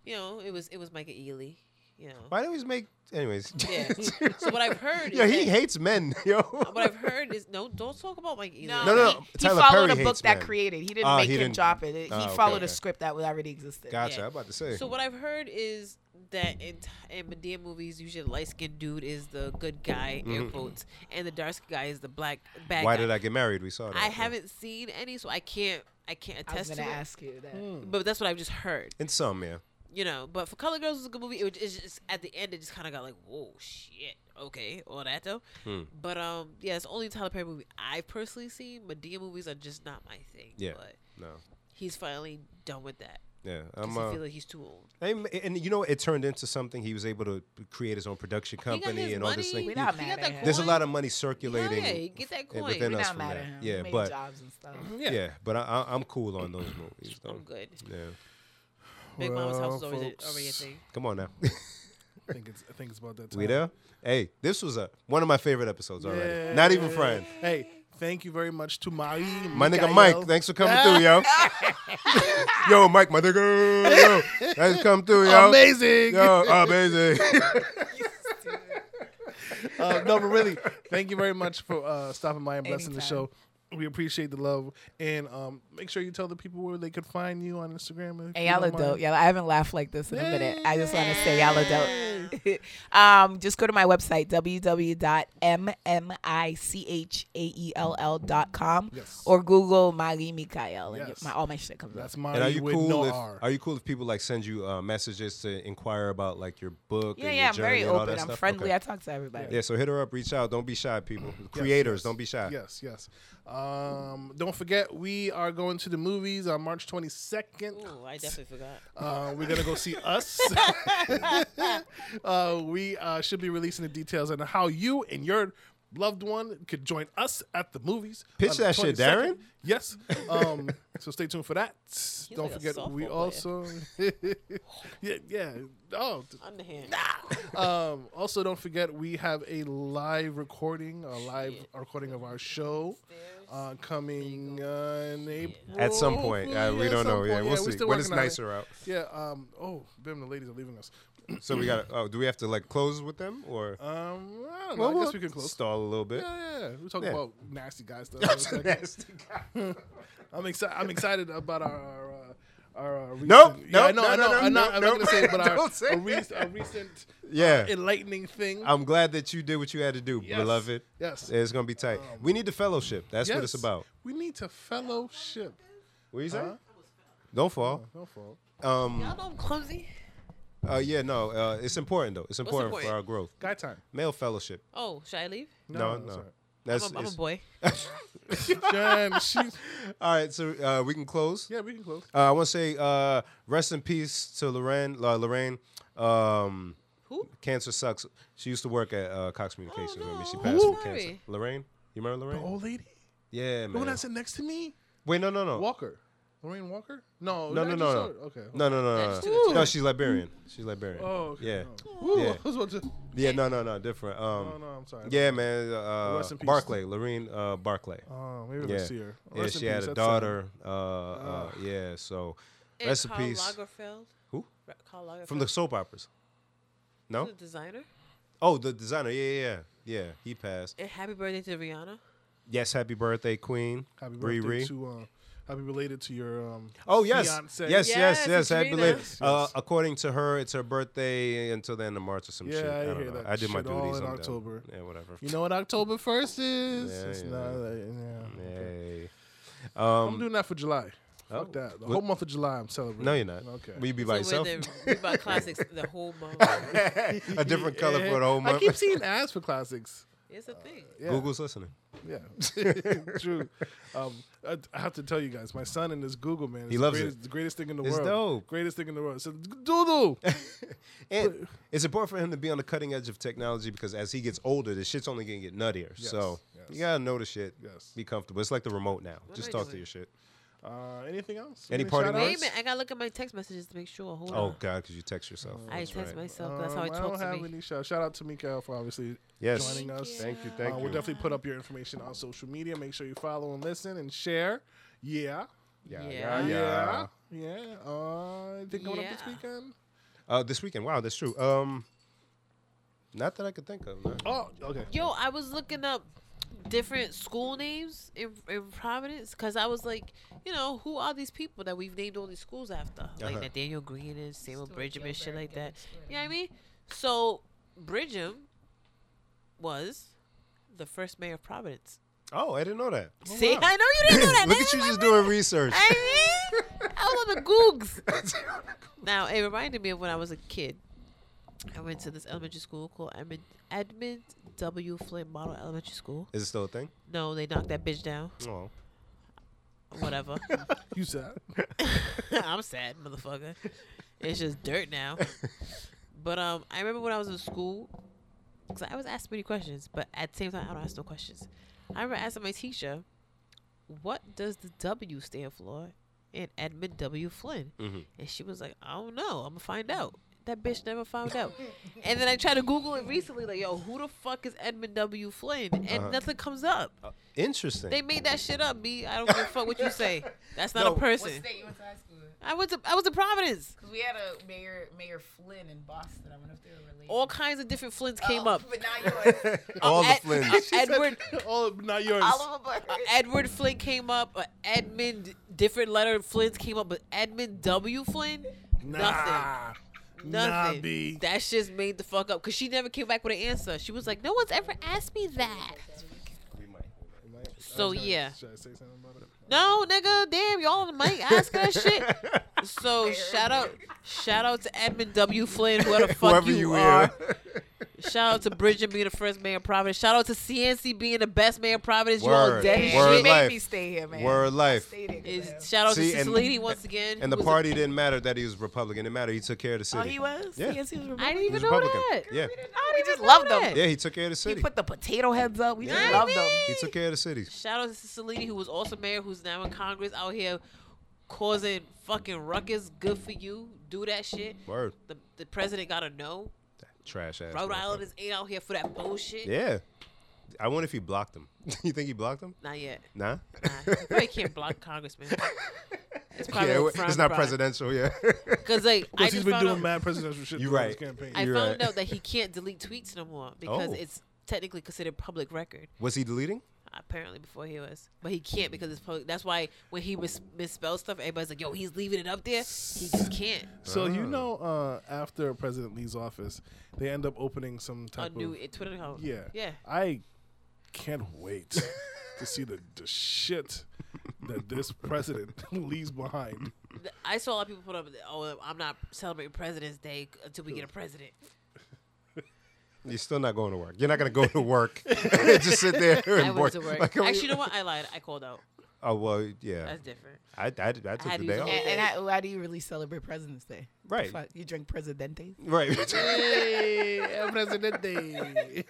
Speaker 4: You know, it was it was Micah Ealy. You know.
Speaker 1: Why do we make? Anyways.
Speaker 4: Yeah. so what I've heard.
Speaker 1: Yeah,
Speaker 4: is
Speaker 1: he
Speaker 4: that-
Speaker 1: hates men, yo.
Speaker 4: What I've heard is no, don't talk about Micah Ealy.
Speaker 1: No, no,
Speaker 3: He, he
Speaker 1: Tyler
Speaker 3: followed
Speaker 1: Perry
Speaker 3: a book
Speaker 1: hates
Speaker 3: that
Speaker 1: men.
Speaker 3: created. He didn't
Speaker 1: Ah,
Speaker 3: make
Speaker 1: he
Speaker 3: him
Speaker 1: didn't-
Speaker 3: drop it. He
Speaker 1: Ah, okay,
Speaker 3: followed
Speaker 1: okay.
Speaker 3: a script that was already existed.
Speaker 1: Gotcha.
Speaker 4: Yeah.
Speaker 1: I'm about to say.
Speaker 4: So what I've heard is that in t- in Medea movies, usually the light skinned dude is the good guy, air
Speaker 1: Mm-hmm.
Speaker 4: quotes, and the dark skinned guy is the black bad
Speaker 1: Why
Speaker 4: guy.
Speaker 1: did I get married? We saw that.
Speaker 4: I
Speaker 1: yeah.
Speaker 4: haven't seen any, so I can't I can't
Speaker 3: I
Speaker 4: attest
Speaker 3: was
Speaker 4: to
Speaker 3: gonna
Speaker 4: it.
Speaker 3: ask you
Speaker 1: Hmm.
Speaker 3: that.
Speaker 4: But that's what I've just heard,
Speaker 1: In some, yeah.
Speaker 4: you know. But for Color Girls was a good movie. It was it's just at the end, it just kind of got like, whoa, shit, okay, all that though.
Speaker 1: Hmm.
Speaker 4: But um, yeah, it's the only Tyler Perry movie I personally seen. Medea movies are just not my thing.
Speaker 1: Yeah.
Speaker 4: But
Speaker 1: No.
Speaker 4: he's finally done with that.
Speaker 1: Yeah.
Speaker 4: 'cause
Speaker 1: I'm.
Speaker 4: I
Speaker 1: Uh,
Speaker 4: feel like he's too old.
Speaker 1: and, and you know, it turned into something. He was able to create his own production
Speaker 4: He got his
Speaker 1: company and all this
Speaker 4: money,
Speaker 1: thing.
Speaker 3: We not
Speaker 4: he got
Speaker 3: mad
Speaker 4: that
Speaker 3: at him.
Speaker 1: There's a
Speaker 4: coin.
Speaker 1: lot of money
Speaker 4: Hell
Speaker 1: circulating.
Speaker 4: yeah, you get that coin.
Speaker 1: within
Speaker 3: We're
Speaker 1: us
Speaker 3: not
Speaker 1: from
Speaker 3: mad
Speaker 1: that.
Speaker 3: at him.
Speaker 1: Yeah,
Speaker 3: he made
Speaker 1: but
Speaker 3: jobs and stuff.
Speaker 1: yeah. but I, I, I'm cool on those movies. Though.
Speaker 4: I'm good.
Speaker 1: Yeah,
Speaker 4: Big Mama's house is
Speaker 2: Well,
Speaker 4: always a, already a
Speaker 2: folks.
Speaker 4: thing.
Speaker 1: come on now.
Speaker 2: I think it's I think it's about that time.
Speaker 1: we there? Hey, this was a one of my favorite episodes already. Not even friend.
Speaker 2: Hey, thank you very much to Mai.
Speaker 1: My nigga Mike, thanks for coming through, yo. yo, Mike, my nigga, yo, thanks for coming through, yo.
Speaker 2: Amazing.
Speaker 1: Yo, amazing.
Speaker 2: Uh, no, but really, thank you very much for uh, stopping by and blessing the
Speaker 3: Anytime.
Speaker 2: show. We appreciate the love, and um, make sure you tell the people where they could find you on Instagram. if
Speaker 3: Hey,
Speaker 2: you
Speaker 3: y'all
Speaker 2: don't
Speaker 3: are
Speaker 2: mind.
Speaker 3: dope. Y'all, I haven't laughed like this in a minute. I just want to say y'all are dope. um, just go to my website, e www.mmichaell.com
Speaker 2: Yes.
Speaker 3: or Google Mali Mikael and
Speaker 2: Yes.
Speaker 3: my, all my shit comes up.
Speaker 2: That's my
Speaker 1: And are you
Speaker 2: with
Speaker 1: cool?
Speaker 2: no
Speaker 1: if,
Speaker 2: R.
Speaker 1: Are you cool if people like send you uh, messages to inquire about like your book?
Speaker 3: Yeah,
Speaker 1: and
Speaker 3: yeah,
Speaker 1: your
Speaker 3: I'm very
Speaker 1: journey and all
Speaker 3: open.
Speaker 1: that
Speaker 3: I'm
Speaker 1: stuff?
Speaker 3: friendly.
Speaker 1: Okay.
Speaker 3: I talk to everybody.
Speaker 1: Yeah, so hit her up, reach out. Don't be shy, people.
Speaker 2: Yes,
Speaker 1: Creators,
Speaker 2: yes.
Speaker 1: don't be shy.
Speaker 2: Yes, yes. Um, don't forget, we are going to the movies on March 22nd.
Speaker 4: Ooh, I definitely forgot.
Speaker 2: Uh, we're gonna go see us. uh, we uh, should be releasing the details on how you and your loved one could join us at the movies.
Speaker 1: Pitch
Speaker 2: on the
Speaker 1: that shit,
Speaker 2: 22nd.
Speaker 1: Darren.
Speaker 2: Yes. Um, so stay tuned for that. Don't
Speaker 4: like a
Speaker 2: forget, we
Speaker 4: softball player.
Speaker 2: also. yeah, yeah. Oh,
Speaker 4: Underhand.
Speaker 2: um, also, don't forget we have a live recording, a live recording of our show uh, coming uh, in April.
Speaker 1: At some point, uh, we
Speaker 2: Yeah, at
Speaker 1: don't
Speaker 2: some
Speaker 1: know. Yeah,
Speaker 2: point.
Speaker 1: we'll
Speaker 2: we're
Speaker 1: see
Speaker 2: still
Speaker 1: when it's
Speaker 2: working on it.
Speaker 1: nicer out.
Speaker 2: Yeah. Um, oh, Bim, the ladies are leaving us.
Speaker 1: So we got. Oh, do we have to like close with them or?
Speaker 2: Um, I don't know.
Speaker 1: Well,
Speaker 2: I
Speaker 1: we'll
Speaker 2: guess we can close.
Speaker 1: Stall a little bit.
Speaker 2: Yeah, yeah, yeah. We're talking
Speaker 1: Yeah.
Speaker 2: about nasty guy stuff. in a second.
Speaker 1: Nasty guy.
Speaker 2: I'm excited. I'm excited about our. our uh, our, uh, recent,
Speaker 1: Nope,
Speaker 2: yeah, I
Speaker 1: nope,
Speaker 2: know,
Speaker 1: no,
Speaker 2: I know,
Speaker 1: no, no,
Speaker 2: I'm not, I'm not
Speaker 1: nope,
Speaker 2: gonna say it, but our,
Speaker 1: don't say
Speaker 2: our,
Speaker 1: it.
Speaker 2: rec- our recent
Speaker 1: Yeah.
Speaker 2: enlightening thing.
Speaker 1: I'm glad that you did what you had to do,
Speaker 2: Uh, Yes.
Speaker 1: beloved.
Speaker 2: Yes. Um,
Speaker 1: It's gonna be tight. we need the fellowship. That's what it's
Speaker 2: Yes. Uh-huh.
Speaker 1: about.
Speaker 2: We need to fellowship.
Speaker 1: What you say? Don't fall. Um,
Speaker 2: No fault.
Speaker 4: Y'all know I'm clumsy.
Speaker 1: Uh, yeah, no. Uh, it's important though. It's important,
Speaker 4: important?
Speaker 1: for our growth.
Speaker 2: Guy time.
Speaker 1: Male fellowship.
Speaker 4: Oh, should I leave?
Speaker 1: No,
Speaker 2: no,
Speaker 1: no.
Speaker 2: that's all right.
Speaker 1: That's,
Speaker 4: I'm a, I'm a
Speaker 1: it's-
Speaker 4: boy.
Speaker 2: Jen, she's,
Speaker 1: All right, so uh, we can close.
Speaker 2: yeah, we can close.
Speaker 1: Uh, I want to say uh, rest in peace to Lorraine. Uh, Lorraine, um,
Speaker 4: Who?
Speaker 1: cancer sucks. She used to work at uh, Cox Communications. I mean, she
Speaker 4: Oh, no.
Speaker 1: passed
Speaker 4: Who?
Speaker 1: from cancer.
Speaker 4: Sorry.
Speaker 1: Lorraine, you remember
Speaker 2: The
Speaker 1: Lorraine?
Speaker 2: old lady.
Speaker 1: yeah,
Speaker 2: The one
Speaker 1: man.
Speaker 2: that sat next to me.
Speaker 1: Wait, no, no, no.
Speaker 2: Walker. Lorraine Walker? No,
Speaker 1: No,
Speaker 2: I
Speaker 1: no,
Speaker 2: just
Speaker 1: no,
Speaker 2: saw
Speaker 1: no.
Speaker 2: it. Okay.
Speaker 1: No, no, no, no,
Speaker 4: That's
Speaker 1: no.
Speaker 2: two.
Speaker 1: No, she's Liberian. She's Liberian.
Speaker 2: Oh, okay.
Speaker 1: Yeah.
Speaker 2: Oh. Woo,
Speaker 1: Yeah.
Speaker 2: I was about to-
Speaker 1: Yeah, no, no, no, different. Um,
Speaker 2: Oh, no, I'm sorry.
Speaker 1: Yeah, man. Uh,
Speaker 2: Rest in peace.
Speaker 1: Barclay, Lorene uh, Barclay.
Speaker 2: Oh, maybe
Speaker 1: yeah.
Speaker 2: let's see her.
Speaker 1: yeah,
Speaker 2: Rest in
Speaker 1: she had
Speaker 2: peace,
Speaker 1: a
Speaker 2: that's Ah. sad.
Speaker 1: daughter. Uh, uh, yeah, so
Speaker 4: And
Speaker 1: rest in
Speaker 4: Karl
Speaker 1: peace.
Speaker 4: Lagerfeld.
Speaker 1: Who?
Speaker 4: Ra- Karl Lagerfeld.
Speaker 1: From the soap operas. No?
Speaker 4: The designer.
Speaker 1: Oh, the designer. Yeah, yeah, yeah. Yeah, he passed.
Speaker 4: And happy birthday to Rihanna.
Speaker 1: Yes, happy birthday, Queen.
Speaker 2: Happy
Speaker 1: Riri.
Speaker 2: birthday to uh, happy related to your um.
Speaker 1: Oh yes,
Speaker 2: fiancé.
Speaker 1: yes, yes,
Speaker 4: Yes,
Speaker 1: yes.
Speaker 4: it's
Speaker 1: Happy
Speaker 4: Rita.
Speaker 1: belated.
Speaker 2: Yes,
Speaker 1: Uh,
Speaker 2: yes.
Speaker 1: according to her, it's her birthday until the end of March or some
Speaker 2: Yeah,
Speaker 1: shit.
Speaker 2: I
Speaker 1: I, don't
Speaker 2: hear
Speaker 1: know.
Speaker 2: that
Speaker 1: I did my
Speaker 2: shit
Speaker 1: duties.
Speaker 2: all in
Speaker 1: I'm done.
Speaker 2: October.
Speaker 1: Yeah, whatever.
Speaker 2: You know what October first is?
Speaker 1: Yeah,
Speaker 2: it's
Speaker 1: yeah.
Speaker 2: not like, yeah.
Speaker 1: Hey. Um,
Speaker 2: I'm doing that for July. Fuck that. The
Speaker 1: What-
Speaker 2: whole month of July, I'm celebrating.
Speaker 1: oh. No, you're not.
Speaker 2: Okay.
Speaker 1: Will you be by
Speaker 4: so
Speaker 1: yourself?
Speaker 4: we're the, we buy classics the whole month.
Speaker 1: a different color for the whole
Speaker 2: I
Speaker 1: month.
Speaker 2: keep seeing ads for classics.
Speaker 4: It's a thing.
Speaker 2: Yeah.
Speaker 1: Google's listening.
Speaker 2: Yeah, true. Um, I, I have to tell you guys, my son in this Google man, is
Speaker 1: He
Speaker 2: the
Speaker 1: loves it.
Speaker 2: greatest, The greatest thing in the
Speaker 1: It's
Speaker 2: world.
Speaker 1: dope.
Speaker 2: Greatest thing in the world. So, Doodle.
Speaker 1: And it's important for him to be on the cutting edge of technology because as he gets older, the shit's only gonna get nuttier. so
Speaker 2: yes.
Speaker 1: you gotta know the shit.
Speaker 2: Yes.
Speaker 1: Be comfortable. It's like the remote now.
Speaker 4: What
Speaker 1: Just
Speaker 4: am I
Speaker 1: talk to
Speaker 4: doing?
Speaker 1: your shit.
Speaker 2: Uh, anything else?
Speaker 1: Any party
Speaker 2: party
Speaker 1: words?
Speaker 4: Wait a minute, I gotta look at my text messages to make sure. Hold
Speaker 1: Oh
Speaker 4: on.
Speaker 1: God, because you text yourself.
Speaker 4: I
Speaker 1: That's
Speaker 4: text
Speaker 1: right.
Speaker 4: myself. That's how I
Speaker 2: Um, I don't
Speaker 4: talk to
Speaker 2: have
Speaker 4: me.
Speaker 2: any shout. Shout out to Mikael for obviously
Speaker 1: Yes.
Speaker 2: joining us.
Speaker 1: Thank you. Thank
Speaker 2: Uh,
Speaker 1: you.
Speaker 2: we'll definitely put up your information on social media. Make sure you follow and listen and share. Yeah.
Speaker 1: yeah,
Speaker 4: Yeah.
Speaker 1: yeah, yeah.
Speaker 2: Yeah. Uh, anything going up this
Speaker 4: Yeah.
Speaker 2: weekend?
Speaker 1: Uh, this weekend. Wow, that's true. Um, not that I could think of. no.
Speaker 2: Oh, okay.
Speaker 4: Yo, I was looking up different school names in, in Providence because I was like, you know, who are these people that we've named all these schools after?
Speaker 1: Uh-huh.
Speaker 4: Like Nathaniel Green and Samuel
Speaker 3: Stuart
Speaker 4: Bridgem and shit
Speaker 3: Gilbert,
Speaker 4: like that.
Speaker 3: Gilbert
Speaker 4: You know what I mean? So Bridgem was the first mayor of Providence.
Speaker 1: Oh, I didn't know that.
Speaker 4: See, I know you didn't know that.
Speaker 1: Look
Speaker 4: nigga.
Speaker 1: at you just doing research.
Speaker 4: I mean, I was on the googs. Now it reminded me of when I was a kid. I went to this elementary school called Edmund, Edmund W. Flynn Model Elementary School.
Speaker 1: Is it still a thing?
Speaker 4: No, they knocked that bitch down.
Speaker 1: Oh,
Speaker 4: Whatever.
Speaker 2: You said.
Speaker 4: I'm sad, motherfucker. It's just dirt now. But um, I remember when I was in school, because I was asked many questions, but at the same time, I don't ask no questions. I remember asking my teacher, "What does the W stand for?" in Edmund W. Flynn,
Speaker 1: Mhm.
Speaker 4: and she was like, "I don't know. I'm gonna find out." That bitch never found out. and then I tried to Google it recently, like, "Yo, who the fuck is Edmund W. Flynn?" And
Speaker 1: Uh-huh.
Speaker 4: nothing comes up.
Speaker 1: interesting.
Speaker 4: They made that shit up, B. I don't give a fuck what you say. That's not
Speaker 1: No.
Speaker 4: a person.
Speaker 3: What state you went to high school?
Speaker 4: I went to I was in Providence.
Speaker 3: Because we had a mayor, Mayor Flynn in Boston. I don't know if they were related. Oh,
Speaker 4: All kinds of different Flints came up.
Speaker 3: but not yours.
Speaker 1: All the
Speaker 4: Ed-
Speaker 1: Flynn's.
Speaker 4: Edward
Speaker 2: oh, not yours.
Speaker 3: Oliver Burke.
Speaker 4: Edward Flint came up. uh, Edmund different letter Flints came up, but Edmund W Flynn nothing.
Speaker 2: Nah. Nah,
Speaker 4: Nothing.
Speaker 2: B.
Speaker 4: that just made the fuck up because she never came back with an answer. She was like, "No one's ever asked me that." So yeah,
Speaker 2: Should I say something about it?
Speaker 4: no nigga, damn y'all might ask her that shit. So shout out, shout out to Edmund W Flynn, whoever the fuck
Speaker 1: Whoever
Speaker 4: you,
Speaker 1: you
Speaker 4: are.
Speaker 1: are.
Speaker 4: Shout out to Bridget being the first mayor of Providence. Shout out to CNC being the best mayor of Providence. You all
Speaker 1: Word.
Speaker 4: dead as
Speaker 1: Word
Speaker 4: shit.
Speaker 3: made
Speaker 1: life.
Speaker 3: me stay here, man.
Speaker 1: Word life.
Speaker 3: Stay there, 'cause I-
Speaker 4: Is, shout out
Speaker 1: See,
Speaker 4: to
Speaker 1: and-
Speaker 4: Cicilline once again.
Speaker 1: And the
Speaker 4: who was a-
Speaker 1: party didn't matter that he was Republican. It mattered he took care of the
Speaker 3: Oh,
Speaker 1: city.
Speaker 3: he was?
Speaker 1: Yeah.
Speaker 3: Yes, he was
Speaker 4: I
Speaker 3: Republican.
Speaker 4: didn't
Speaker 1: He was
Speaker 4: even know
Speaker 1: Republican.
Speaker 4: that.
Speaker 1: Yeah.
Speaker 4: I
Speaker 3: We
Speaker 4: didn't
Speaker 3: just
Speaker 4: even
Speaker 3: love
Speaker 4: know
Speaker 3: them.
Speaker 4: that.
Speaker 1: Yeah, he took care of the
Speaker 3: He
Speaker 1: city.
Speaker 3: put the potato heads up. We just
Speaker 1: Yeah.
Speaker 3: love them.
Speaker 1: He took care of the city.
Speaker 4: Shout out to Cicilline, who was also mayor, who's now in Congress, out here causing fucking ruckus. Good for you. Do that shit.
Speaker 1: Word.
Speaker 4: The, the president gotta know.
Speaker 1: Trash ass.
Speaker 4: Rhode
Speaker 1: motherfucker.
Speaker 4: Islanders ain't out here for that bullshit.
Speaker 1: Yeah. I wonder if he blocked him. you think he blocked him?
Speaker 4: Not yet.
Speaker 1: Nah.
Speaker 4: Nah, you probably can't block congressman. It's probably
Speaker 1: yeah,
Speaker 4: a
Speaker 1: it-
Speaker 4: crime
Speaker 1: it's not
Speaker 4: fraud.
Speaker 1: presidential. Yeah.
Speaker 4: Cause like
Speaker 2: Because
Speaker 4: I
Speaker 2: he's
Speaker 4: just
Speaker 2: been
Speaker 4: found
Speaker 2: doing
Speaker 4: out,
Speaker 2: mad presidential shit.
Speaker 1: You
Speaker 2: throughout his
Speaker 1: right.
Speaker 2: Campaign.
Speaker 4: I
Speaker 1: You're
Speaker 4: found
Speaker 1: right.
Speaker 4: out that he can't delete tweets no more because
Speaker 1: Oh.
Speaker 4: it's technically considered public record.
Speaker 1: was he deleting?
Speaker 4: apparently before he was, but he can't because it's public. That's why when he mis- misspells stuff, everybody's like, "Yo, he's leaving it up there." He just can't.
Speaker 2: so
Speaker 1: Ah.
Speaker 2: you know, uh, after a president leaves office, they end up opening some
Speaker 4: A
Speaker 2: type
Speaker 4: new
Speaker 2: of
Speaker 4: it- Twitter account.
Speaker 2: yeah.
Speaker 4: yeah.
Speaker 2: I can't wait to see the, the shit that this president leaves behind.
Speaker 4: Th- I saw a lot of people put up, "Oh, I'm not celebrating President's Day until we get a president."
Speaker 1: You're still not going to work. You're not going to go to work. Just sit there and
Speaker 4: I went
Speaker 1: board-
Speaker 4: to work.
Speaker 1: Like,
Speaker 4: Actually,
Speaker 1: are
Speaker 4: you
Speaker 1: we-
Speaker 4: know what? I lied. I called out.
Speaker 1: Oh well, yeah.
Speaker 4: That's different.
Speaker 1: I I, I took
Speaker 4: had
Speaker 1: the
Speaker 4: to
Speaker 1: day
Speaker 4: use
Speaker 1: off.
Speaker 4: all-
Speaker 3: And, and how, how do you really celebrate President's Day?
Speaker 1: Right.
Speaker 3: Fuck, you drink Presidente?
Speaker 1: Right.
Speaker 2: Eh, president day.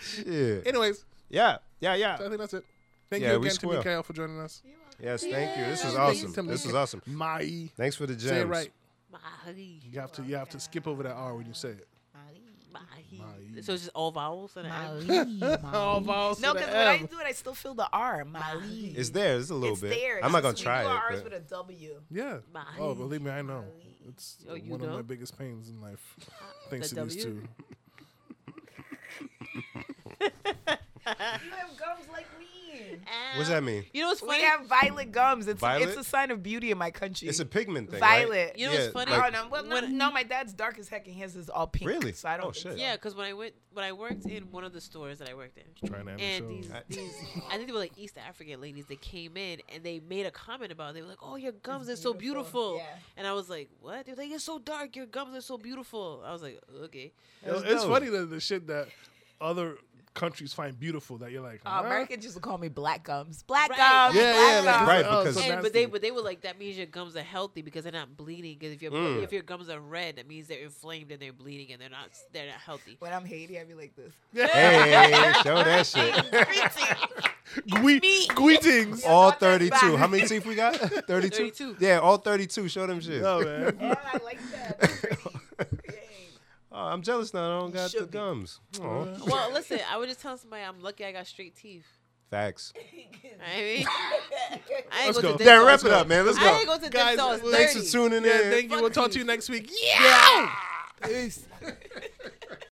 Speaker 1: Shit.
Speaker 2: Anyways,
Speaker 1: Yeah. Yeah.
Speaker 2: I
Speaker 1: Yeah.
Speaker 2: think that's it. Thank
Speaker 1: Yeah,
Speaker 2: you
Speaker 1: we
Speaker 2: again to
Speaker 1: square.
Speaker 2: Mikael for joining us.
Speaker 1: Yes, thank you. This is
Speaker 2: Yeah,
Speaker 1: awesome.
Speaker 2: please.
Speaker 1: This is awesome.
Speaker 2: My, you
Speaker 1: Thanks for the gems.
Speaker 2: say it right.
Speaker 4: Mahi.
Speaker 2: You have to you have to skip over that R when you say it.
Speaker 4: Mahi. So it's just all vowels and an F?
Speaker 2: Oh, vowels
Speaker 3: No,
Speaker 2: to
Speaker 3: because
Speaker 2: the
Speaker 3: when I
Speaker 2: L.
Speaker 3: do it, I still feel the R. Mali.
Speaker 1: um, It's there. It's a little
Speaker 3: It's
Speaker 1: bit.
Speaker 3: there.
Speaker 1: I'm
Speaker 3: It's
Speaker 1: not gonna
Speaker 3: just
Speaker 1: try
Speaker 3: we do
Speaker 1: it.
Speaker 3: ours
Speaker 1: but-
Speaker 3: with a W.
Speaker 2: Yeah.
Speaker 4: My.
Speaker 2: Oh, believe me, I know. It's
Speaker 4: Oh, you
Speaker 2: one of
Speaker 4: know?
Speaker 2: my biggest pains in life. Thanks
Speaker 4: The
Speaker 2: to these
Speaker 4: W?
Speaker 2: two.
Speaker 3: You have gums like me.
Speaker 1: What does that mean?
Speaker 4: You know what's
Speaker 3: We
Speaker 4: funny?
Speaker 3: have violet gums. It's
Speaker 1: Violet?
Speaker 3: it's a sign of beauty in my country.
Speaker 1: It's a pigment thing. right?
Speaker 3: violet.
Speaker 4: You know what's funny?
Speaker 3: I
Speaker 1: like-
Speaker 3: don't know. Well, no, no, my dad's dark as heck and his is all pink.
Speaker 1: Really?
Speaker 3: So I don't
Speaker 1: Oh,
Speaker 3: think
Speaker 1: shit.
Speaker 3: so.
Speaker 4: yeah, because when I went, when I worked in one of the stores that I worked in,
Speaker 2: Trying to have
Speaker 4: and
Speaker 2: a
Speaker 4: these,
Speaker 2: show.
Speaker 1: I-
Speaker 4: these I think they were like East African ladies. They came in and they made a comment about. It. They were like, "Oh, your gums are so
Speaker 3: beautiful."
Speaker 4: beautiful,"
Speaker 3: Yeah.
Speaker 4: and I was like, "What?" They're like, "It's so dark. Your gums are so beautiful." I was like, "Okay."
Speaker 2: It's,
Speaker 1: That's
Speaker 2: it's
Speaker 1: dope.
Speaker 2: funny that the shit that other countries find beautiful that you're like,
Speaker 3: Uh,
Speaker 2: huh?
Speaker 3: Americans used to call me black gums. Black
Speaker 4: Right.
Speaker 3: gums.
Speaker 2: yeah, yeah,
Speaker 3: black
Speaker 2: like,
Speaker 3: gums.
Speaker 1: Right,
Speaker 2: oh,
Speaker 1: because-
Speaker 2: so
Speaker 4: And, but they
Speaker 2: nasty.
Speaker 4: but they were like that means your gums are healthy because they're not bleeding. Because if your
Speaker 2: Mm.
Speaker 4: if your gums are red, that means they're inflamed and they're bleeding and they're not they're not healthy.
Speaker 3: When I'm Haiti, I'd be like this.
Speaker 1: Hey, show that shit.
Speaker 2: Gwe- greetings.
Speaker 1: all
Speaker 3: not that
Speaker 1: 32.
Speaker 3: bad.
Speaker 1: How many teeth we got? 32?
Speaker 4: 32.
Speaker 1: Yeah, all 32. Show them shit.
Speaker 2: No, man.
Speaker 3: Yeah, I like that. That's pretty. Dang.
Speaker 1: Oh, I'm jealous now. I don't got the
Speaker 3: should be.
Speaker 1: gums. Aw.
Speaker 4: Well, listen, I was just telling somebody I'm lucky I got straight teeth.
Speaker 1: Facts.
Speaker 4: I mean, I ain't
Speaker 2: Let's go.
Speaker 4: go, to dentist.
Speaker 1: Yeah, wrap it up, man. Let's
Speaker 4: I ain't
Speaker 1: go.
Speaker 4: go to
Speaker 2: Guys,
Speaker 4: dentist. till I was
Speaker 2: thanks
Speaker 1: Thanks for
Speaker 4: 30.
Speaker 1: tuning in.
Speaker 2: Yeah, thank you. We'll talk to you next week. Yeah.
Speaker 1: Peace.